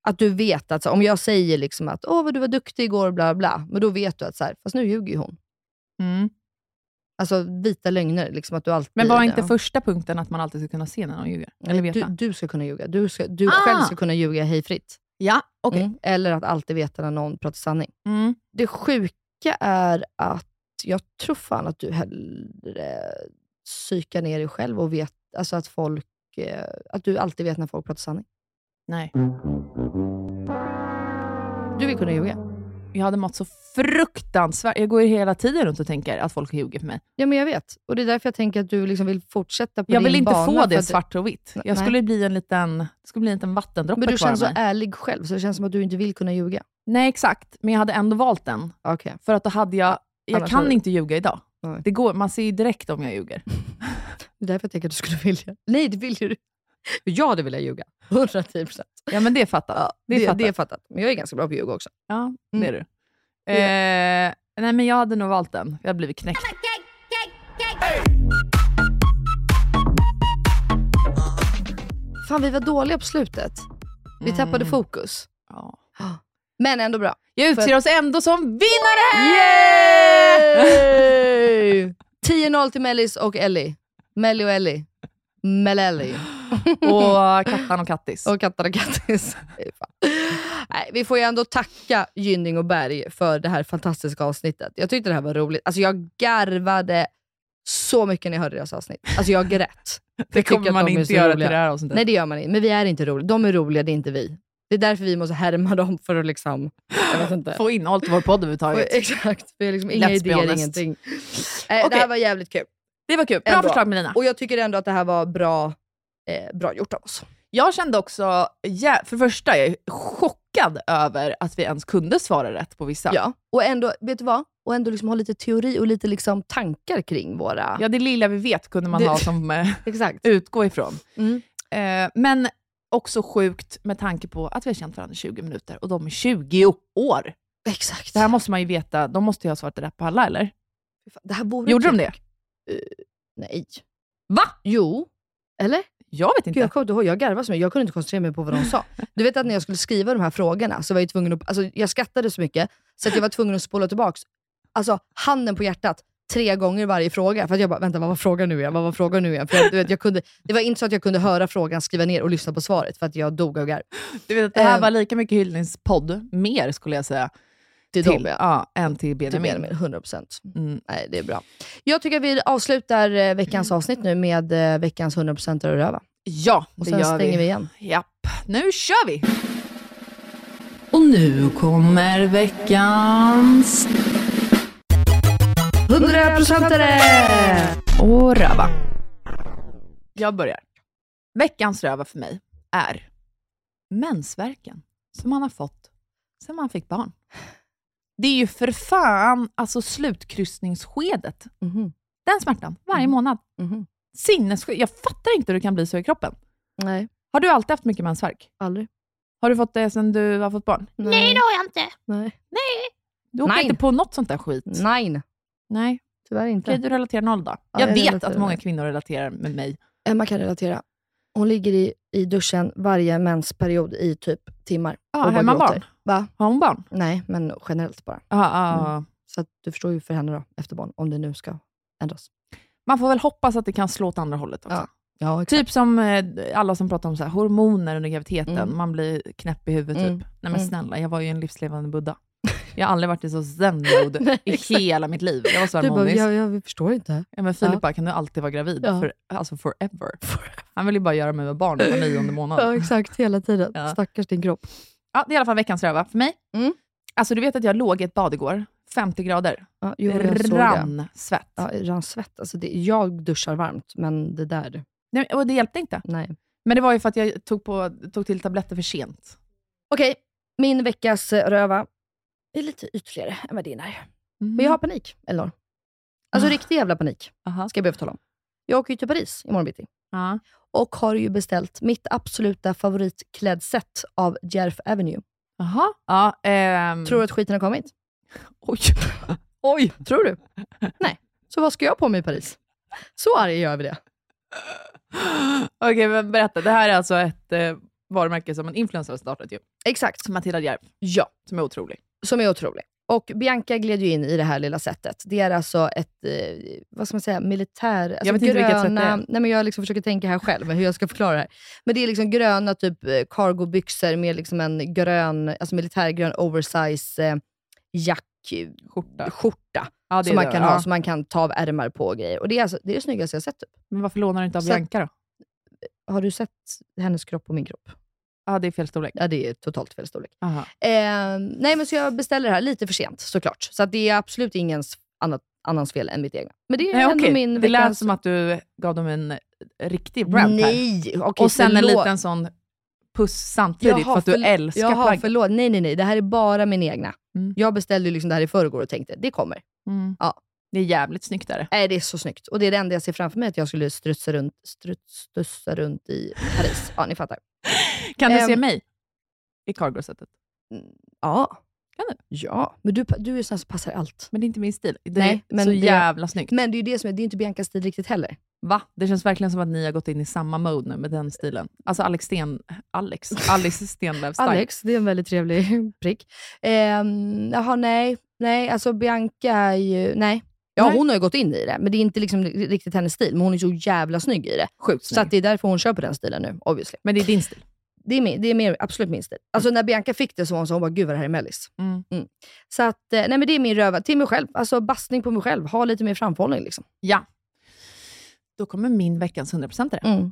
[SPEAKER 4] Att du vet att, så, om jag säger liksom att åh vad du var duktig igår, bla bla, men då vet du att så här, fast nu ljuger ju hon.
[SPEAKER 3] Mm.
[SPEAKER 4] Alltså vita lögner, liksom att du alltid...
[SPEAKER 3] Men var
[SPEAKER 4] Ja.
[SPEAKER 3] inte första punkten att man alltid ska kunna se när någon ljuger?
[SPEAKER 4] Nej,
[SPEAKER 3] Eller veta?
[SPEAKER 4] Du, du ska kunna ljuga. Du, ska, du
[SPEAKER 3] Ah!
[SPEAKER 4] själv ska kunna ljuga hej fritt.
[SPEAKER 3] Ja, okej.
[SPEAKER 4] Mm. Eller att alltid veta när någon pratar sanning.
[SPEAKER 3] Mm.
[SPEAKER 4] Det sjuka är att jag tror fan att du hellre psykar ner dig själv och vet alltså att folk eh, att du alltid vet när folk pratar sanning.
[SPEAKER 3] Nej.
[SPEAKER 4] Du vill kunna ljuga.
[SPEAKER 3] Jag hade mått så fruktansvärt... Jag går ju hela tiden runt och tänker att folk ljuger för mig.
[SPEAKER 4] Ja, men jag vet. Och Det är därför jag tänker att du liksom vill fortsätta på
[SPEAKER 3] Jag
[SPEAKER 4] din
[SPEAKER 3] vill inte
[SPEAKER 4] bana.
[SPEAKER 3] få
[SPEAKER 4] för
[SPEAKER 3] det
[SPEAKER 4] att-
[SPEAKER 3] svart och vitt.
[SPEAKER 4] Nej.
[SPEAKER 3] Jag skulle bli en liten, det skulle bli en liten vattendroppe
[SPEAKER 4] Men du
[SPEAKER 3] kvar
[SPEAKER 4] känns
[SPEAKER 3] av
[SPEAKER 4] så
[SPEAKER 3] mig.
[SPEAKER 4] ärlig själv, så det känns som att du inte vill kunna ljuga.
[SPEAKER 3] Nej, exakt. Men jag hade ändå valt den.
[SPEAKER 4] Okej.
[SPEAKER 3] För att då hade jag... Jag
[SPEAKER 4] Annars
[SPEAKER 3] kan
[SPEAKER 4] hade-
[SPEAKER 3] inte ljuga idag.
[SPEAKER 4] Nej.
[SPEAKER 3] Det går, man ser ju direkt om jag ljuger.
[SPEAKER 4] Det är därför jag tänker att du skulle vilja. Nej, det vill ju du. Jag hade velat ljuga. 110 procent.
[SPEAKER 3] Ja, men det fattar jag. det,
[SPEAKER 4] det,
[SPEAKER 3] fattar.
[SPEAKER 4] det är fattat. Men jag är ganska bra på att ljuga också.
[SPEAKER 3] Ja, det är
[SPEAKER 4] Mm.
[SPEAKER 3] du. Eh, nej, men jag hade nog valt den. Jag hade blivit knäckt.
[SPEAKER 4] Fan, vi var dåliga på slutet. Vi tappade
[SPEAKER 3] Mm.
[SPEAKER 4] fokus.
[SPEAKER 3] Ja.
[SPEAKER 4] Men ändå bra.
[SPEAKER 3] Jag
[SPEAKER 4] För-
[SPEAKER 3] utser oss ändå som vinnare!
[SPEAKER 4] Yay! 10-0 till Mellis och Ellie. Melli och Ellie. Melelli.
[SPEAKER 3] Och Kattan och Kattis.
[SPEAKER 4] Och Kattar och Kattis. Fy fan. Nej, vi får ju ändå tacka Gynning och Berg för det här fantastiska avsnittet. Jag tyckte det här var roligt. Alltså jag garvade så mycket när jag hörde deras avsnitt. Alltså jag grät.
[SPEAKER 3] det
[SPEAKER 4] tycker
[SPEAKER 3] kommer
[SPEAKER 4] att
[SPEAKER 3] man
[SPEAKER 4] de är
[SPEAKER 3] inte
[SPEAKER 4] så
[SPEAKER 3] göra
[SPEAKER 4] roliga.
[SPEAKER 3] till det här avsnittet.
[SPEAKER 4] Nej det gör man inte, men vi är inte roliga. De är roliga, det är inte vi. Det är därför vi måste härma dem för att liksom... Jag vet inte.
[SPEAKER 3] Få innehåll till vår podd överhuvudtaget.
[SPEAKER 4] Exakt, vi har liksom inga
[SPEAKER 3] Let's be
[SPEAKER 4] idéer,
[SPEAKER 3] honest.
[SPEAKER 4] ingenting. Eh, Det
[SPEAKER 3] Okej.
[SPEAKER 4] här var jävligt kul.
[SPEAKER 3] Det var kul. Bra
[SPEAKER 4] Ändå.
[SPEAKER 3] förslag Melina.
[SPEAKER 4] Och jag tycker ändå att det här var bra, eh, bra gjort av oss.
[SPEAKER 3] Jag kände också, jä- för det första, jag är chockad över att vi ens kunde svara rätt på vissa.
[SPEAKER 4] Ja. Och ändå, vet du vad? Och ändå liksom ha lite teori och lite liksom tankar kring våra...
[SPEAKER 3] Ja, det lilla vi vet kunde man
[SPEAKER 4] Det-
[SPEAKER 3] ha som eh,
[SPEAKER 4] Exakt.
[SPEAKER 3] utgå ifrån.
[SPEAKER 4] Mm.
[SPEAKER 3] Eh, men också sjukt med tanke på att vi har känt varandra i 20 minuter och de är 20 år.
[SPEAKER 4] Exakt.
[SPEAKER 3] Det här måste man ju veta, de måste ju ha svarat rätt på alla eller?
[SPEAKER 4] det här borde
[SPEAKER 3] Gjorde de
[SPEAKER 4] typ- Eh, nej.
[SPEAKER 3] Va?
[SPEAKER 4] Jo. Eller?
[SPEAKER 3] Jag vet
[SPEAKER 4] Gud,
[SPEAKER 3] inte.
[SPEAKER 4] jag kommer inte ihåg, jag garvade så mycket. Jag kunde inte koncentrera mig på vad de sa. Du vet att när jag skulle skriva de här frågorna så var jag tvungen att... Alltså, jag skrattade så mycket så att jag var tvungen att spola tillbaka. Alltså, handen på hjärtat tre gånger varje fråga. För att jag bara, vänta, vad var frågan nu igen? Vad var frågan nu igen? För jag, du vet, jag kunde, det var inte så att jag kunde höra frågan, skriva ner och lyssna på svaret för att jag dog av garv.
[SPEAKER 3] Du vet att det här
[SPEAKER 4] Eh.
[SPEAKER 3] var lika mycket hyllningspodd, mer skulle jag säga,
[SPEAKER 4] Till,
[SPEAKER 3] till,
[SPEAKER 4] dem,
[SPEAKER 3] ja, än till
[SPEAKER 4] till
[SPEAKER 3] Benjamin.
[SPEAKER 4] Benjamin. 100%.
[SPEAKER 3] Mm.
[SPEAKER 4] Nej, det är bra. Jag tycker att vi avslutar eh, veckans avsnitt nu med eh, veckans 100% att röva.
[SPEAKER 3] Ja,
[SPEAKER 4] Och
[SPEAKER 3] det
[SPEAKER 4] sen
[SPEAKER 3] gör
[SPEAKER 4] stänger vi
[SPEAKER 3] vi.
[SPEAKER 4] igen.
[SPEAKER 3] Japp, nu kör vi! Och nu kommer veckans
[SPEAKER 4] 100%are!
[SPEAKER 3] Och röva. Jag börjar. Veckans röva för mig är mensvärken som man har fått sen man fick barn. Det är ju för fan alltså slutkryssningsskedet.
[SPEAKER 4] Mhm,
[SPEAKER 3] Den smärtan, varje
[SPEAKER 4] Mm.
[SPEAKER 3] månad.
[SPEAKER 4] mhm.
[SPEAKER 3] Sinnessjuk. Jag fattar inte hur det kan bli så i kroppen.
[SPEAKER 4] Nej,
[SPEAKER 3] Har du alltid haft mycket mensvärk?
[SPEAKER 4] aldrig.
[SPEAKER 3] Har du fått det sen du har fått barn?
[SPEAKER 4] Nej,
[SPEAKER 10] det har jag inte.
[SPEAKER 4] Nej.
[SPEAKER 3] Du åker
[SPEAKER 4] Nej.
[SPEAKER 3] inte på något sånt där skit?
[SPEAKER 4] Nej,
[SPEAKER 3] Nej.
[SPEAKER 4] tyvärr inte.
[SPEAKER 3] Okej, du relaterar noll då.
[SPEAKER 4] Ja,
[SPEAKER 3] jag,
[SPEAKER 4] jag
[SPEAKER 3] vet
[SPEAKER 4] relaterar
[SPEAKER 3] att många
[SPEAKER 4] noll.
[SPEAKER 3] kvinnor relaterar med mig.
[SPEAKER 4] Emma kan relatera. Hon ligger i, i duschen varje mensperiod i typ timmar.
[SPEAKER 3] Ja,
[SPEAKER 4] och bara
[SPEAKER 3] hemma
[SPEAKER 4] gråter.
[SPEAKER 3] barn.
[SPEAKER 4] Va?
[SPEAKER 3] Har hon barn?
[SPEAKER 4] Nej, men generellt bara.
[SPEAKER 3] Ja, ja, ja.
[SPEAKER 4] Så att du förstår ju för henne då, efter barn, om det nu ska ändras.
[SPEAKER 3] Man får väl hoppas att det kan slå åt andra hållet också.
[SPEAKER 4] Ja, Ja, exakt.
[SPEAKER 3] Typ som eh, alla som pratar om så här, hormoner under graviditeten,
[SPEAKER 4] Mm.
[SPEAKER 3] man blir knäpp i huvudet.
[SPEAKER 4] Mm.
[SPEAKER 3] Typ. Nej men
[SPEAKER 4] Mm.
[SPEAKER 3] snälla, jag var ju en livslevande buddha. Jag har aldrig varit i så zen-mode
[SPEAKER 4] Nej,
[SPEAKER 3] i
[SPEAKER 4] exakt.
[SPEAKER 3] hela mitt liv. Jag var så
[SPEAKER 4] Du bara,
[SPEAKER 3] harmonisk.
[SPEAKER 4] jag, jag förstår inte.
[SPEAKER 3] Ja, men Filip
[SPEAKER 4] Ja.
[SPEAKER 3] bara, kan du alltid vara gravid?
[SPEAKER 4] Ja.
[SPEAKER 3] För, alltså forever. Han vill ju bara göra mig med barn på nionde
[SPEAKER 4] Ja,
[SPEAKER 3] månaden.
[SPEAKER 4] exakt. Hela tiden.
[SPEAKER 3] Ja.
[SPEAKER 4] Stackars din kropp.
[SPEAKER 3] Ja, det är i alla fall veckans röva för mig.
[SPEAKER 4] Mm.
[SPEAKER 3] Alltså du vet att jag låg i ett bad igår, 50 grader.
[SPEAKER 4] Ja, jo, jag såg det.
[SPEAKER 3] Rann svett.
[SPEAKER 4] Ja, rann svett. Alltså det, jag duschar varmt, men det där,
[SPEAKER 3] Nej, men- Och det hjälpte inte.
[SPEAKER 4] nej.
[SPEAKER 3] Men det var ju för att jag tog, på, tog till tabletter för sent.
[SPEAKER 4] Okej, min veckas eh, röva är lite ytligare än vad din är. Men jag har panik, Elinor. Alltså
[SPEAKER 3] Ah.
[SPEAKER 4] riktig jävla panik,
[SPEAKER 3] Aha.
[SPEAKER 4] ska jag behöva tala om. Jag åker ju till Paris imorgon bitti
[SPEAKER 3] Ja.
[SPEAKER 4] och har ju beställt mitt absoluta favoritklädset av Jerf Avenue.
[SPEAKER 3] Jaha. Ja, ehm,
[SPEAKER 4] Tror du att skiten har kommit?
[SPEAKER 3] Oj. Oj.
[SPEAKER 4] Tror du? nej. Så vad ska jag på mig i Paris? Så arg är jag över det.
[SPEAKER 3] Okej, men berätta. Det här är alltså ett eh, varumärke som en influencer har startat ju.
[SPEAKER 4] Exakt.
[SPEAKER 3] Matilda Djerf,
[SPEAKER 4] Ja.
[SPEAKER 3] som är otrolig.
[SPEAKER 4] som är otrolig. Och Bianca gled ju in i det här lilla sättet. Det är alltså ett, eh, vad ska man säga, militär... Alltså
[SPEAKER 3] vet inte vilket sätt det
[SPEAKER 4] gröna,
[SPEAKER 3] är.
[SPEAKER 4] Nej men jag liksom försöker tänka här själv hur jag ska förklara det här. Men det är liksom gröna typ eh, cargobyxor med liksom en grön, alltså militärgrön oversize eh, jack,
[SPEAKER 3] Skjorta.
[SPEAKER 4] skjorta
[SPEAKER 3] Ja,
[SPEAKER 4] som man
[SPEAKER 3] det.
[SPEAKER 4] kan
[SPEAKER 3] ja.
[SPEAKER 4] ha, som man kan ta av ärmar på och grejer. Och det är, alltså, det är det snyggaste jag sett. Typ.
[SPEAKER 3] Men varför lånar du inte av
[SPEAKER 4] Så-
[SPEAKER 3] Bianca då?
[SPEAKER 4] Har du sett hennes kropp och min kropp?
[SPEAKER 3] Ja, det är fel storlek.
[SPEAKER 4] Ja, det är totalt fel storlek.
[SPEAKER 3] Aha.
[SPEAKER 4] Eh, nej, men så jag beställer det här lite för sent såklart. Så att det är absolut ingens annat, annans fel än mitt egna. Men det är
[SPEAKER 3] Nej,
[SPEAKER 4] ändå
[SPEAKER 3] okej.
[SPEAKER 4] min
[SPEAKER 3] Det lät
[SPEAKER 4] veckans...
[SPEAKER 3] som att du gav dem en riktig brand här.
[SPEAKER 4] Nej, okej,
[SPEAKER 3] Och sen en
[SPEAKER 4] förlåt.
[SPEAKER 3] liten sån puss samtidigt
[SPEAKER 4] Jaha,
[SPEAKER 3] för att du
[SPEAKER 4] förl-
[SPEAKER 3] älskar
[SPEAKER 4] Jaha,
[SPEAKER 3] plagget.
[SPEAKER 4] förlåt. Nej, nej, nej. Det här är bara min egna.
[SPEAKER 3] Mm.
[SPEAKER 4] Jag beställde ju liksom det här i förrgår och tänkte, det kommer.
[SPEAKER 3] Mm.
[SPEAKER 4] Ja.
[SPEAKER 3] Det är jävligt snyggt. Är det.
[SPEAKER 4] Nej, det är så snyggt. Och det är det enda jag ser framför mig, att jag skulle strutsa runt, struts, stussa runt i Paris. Ja, ni fattar.
[SPEAKER 3] Kan du
[SPEAKER 4] Ehm.
[SPEAKER 3] se mig i cargo-sättet?
[SPEAKER 4] Ja.
[SPEAKER 3] Kan du?
[SPEAKER 4] Ja, men du, du är ju sån som passar allt.
[SPEAKER 3] Men det är inte min stil. Det
[SPEAKER 4] Nej,
[SPEAKER 3] är
[SPEAKER 4] men
[SPEAKER 3] så
[SPEAKER 4] det-
[SPEAKER 3] jävla snyggt.
[SPEAKER 4] Men det är ju det som är, det är inte Biancas stil riktigt heller.
[SPEAKER 3] Va? Det känns verkligen som att ni har gått in i samma mode nu med den stilen. Alltså Alex Sten... Alex? Alice Stenlöf-style.
[SPEAKER 4] Alex, det är en väldigt trevlig prick. Ehm, jaha, nej. Nej, alltså Bianca är ju... Nej. Ja,
[SPEAKER 3] Nej.
[SPEAKER 4] hon har ju gått in i det, men det är inte liksom riktigt hennes stil. Men hon är så jävla snygg i det.
[SPEAKER 3] Sjukt
[SPEAKER 4] Så att
[SPEAKER 3] snygg.
[SPEAKER 4] det är därför hon köper den stilen nu, obviously.
[SPEAKER 3] Men det är din stil.
[SPEAKER 4] Det är, min, det är mer, absolut min stil. Alltså när Bianca fick det så var hon så hon bara, gud vad det här är mellis.
[SPEAKER 3] Mm.
[SPEAKER 4] Så att, eh, nej men det är min röva. Till mig själv. Alltså bastning på mig själv. Ha lite mer framförhållning liksom.
[SPEAKER 3] Ja. Då kommer min veckans 100%are.
[SPEAKER 4] Mm. Oh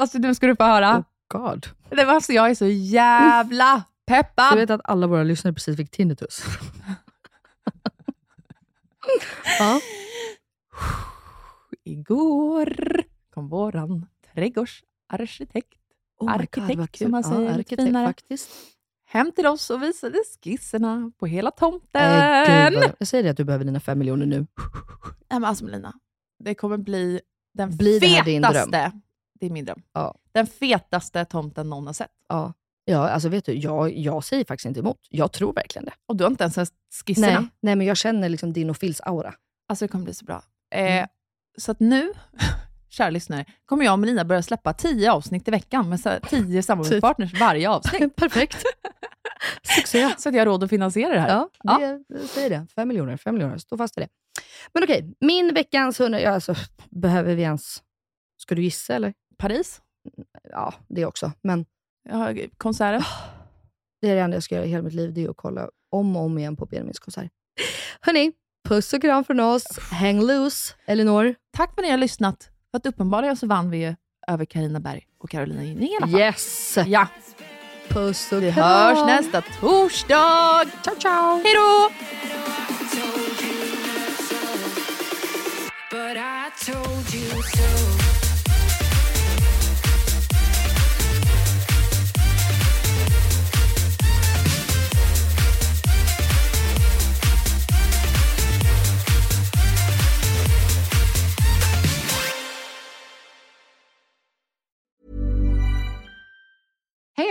[SPEAKER 3] Alltså nu ska du få höra.
[SPEAKER 4] God.
[SPEAKER 3] Det var alltså, jag är så jävla
[SPEAKER 4] Du
[SPEAKER 3] peppad.
[SPEAKER 4] vet att alla våra lyssnare precis fick tinnitus. ja.
[SPEAKER 3] Igår kom våran trädgårdsarkitekt
[SPEAKER 4] Oh my
[SPEAKER 3] Arkitekt,
[SPEAKER 4] God, vad kul.
[SPEAKER 3] som man
[SPEAKER 4] Ja,
[SPEAKER 3] säger, lite
[SPEAKER 4] arkitekt,
[SPEAKER 3] finare.
[SPEAKER 4] faktiskt.
[SPEAKER 3] hem till oss och visade skisserna på hela tomten.
[SPEAKER 4] Nej, gud, vad- jag säger det att du behöver dina fem miljoner nu.
[SPEAKER 3] Nej, men alltså Melina, det kommer bli den
[SPEAKER 4] Blir det
[SPEAKER 3] fetaste.
[SPEAKER 4] här din
[SPEAKER 3] Det är min dröm.
[SPEAKER 4] Ja.
[SPEAKER 3] Den fetaste tomten någon har sett.
[SPEAKER 4] Ja, ja alltså vet du, jag, jag säger faktiskt inte emot. Jag tror verkligen det.
[SPEAKER 3] Och du har inte ens sett skisserna.
[SPEAKER 4] Nej, nej men jag känner liksom din och Phils aura.
[SPEAKER 3] Alltså det kommer bli så bra. Eh,
[SPEAKER 4] Mm.
[SPEAKER 3] Så att nu, kära lyssnare, kommer jag och Melina börja släppa tio avsnitt i veckan med så här tio
[SPEAKER 4] Typ.
[SPEAKER 3] samarbetspartners varje avsnitt.
[SPEAKER 4] Perfekt. Succé.
[SPEAKER 3] Så att jag har råd att finansiera det här.
[SPEAKER 4] Ja, det, säg det. Fem miljoner, fem miljoner. Stå fast vid det. Men okej, min veckans hundra... Ja, alltså, behöver vi ens... Ska du gissa eller?
[SPEAKER 3] Paris,
[SPEAKER 4] Ja, det också. Men
[SPEAKER 3] jag har konserten.
[SPEAKER 4] det är det enda jag ska göra i hela mitt liv, det är att kolla om och om igen på Benjamins konsert. Hörni, puss och kram från oss. Hang loose, Elinor.
[SPEAKER 3] Tack för att ni har lyssnat. För att uppenbarligen så vann vi ju över Karina Berg och Carolina Gynning i alla fall.
[SPEAKER 4] Yes!
[SPEAKER 3] Ja,
[SPEAKER 4] Puss och
[SPEAKER 3] vi
[SPEAKER 4] kram.
[SPEAKER 3] hörs nästa torsdag.
[SPEAKER 4] Ciao, ciao!
[SPEAKER 3] Hej då!
[SPEAKER 5] But I told you so.
[SPEAKER 1] Hey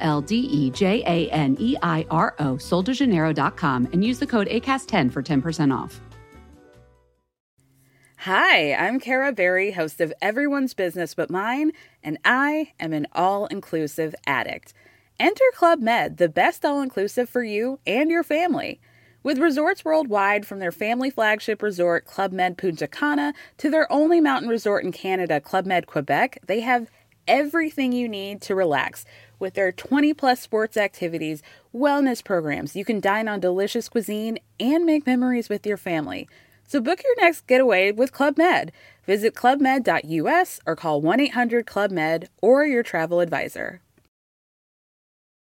[SPEAKER 1] L D E J A N E I R O, soldejaneiro.com, and use the code ACAST10 for 10% off.
[SPEAKER 10] Hi, I'm Kara Berry, host of Everyone's Business But Mine, and I am an all inclusive addict. Enter Club Med, the best all inclusive for you and your family. With resorts worldwide, from their family flagship resort, Club Med Punta Cana, to their only mountain resort in Canada, Club Med Quebec, they have everything you need to relax. With their 20 plus sports activities, wellness programs, you can dine on delicious cuisine and make memories with your family. So book your next getaway with Club Med. Visit clubmed.us or call 1 800 Club Med or your travel advisor.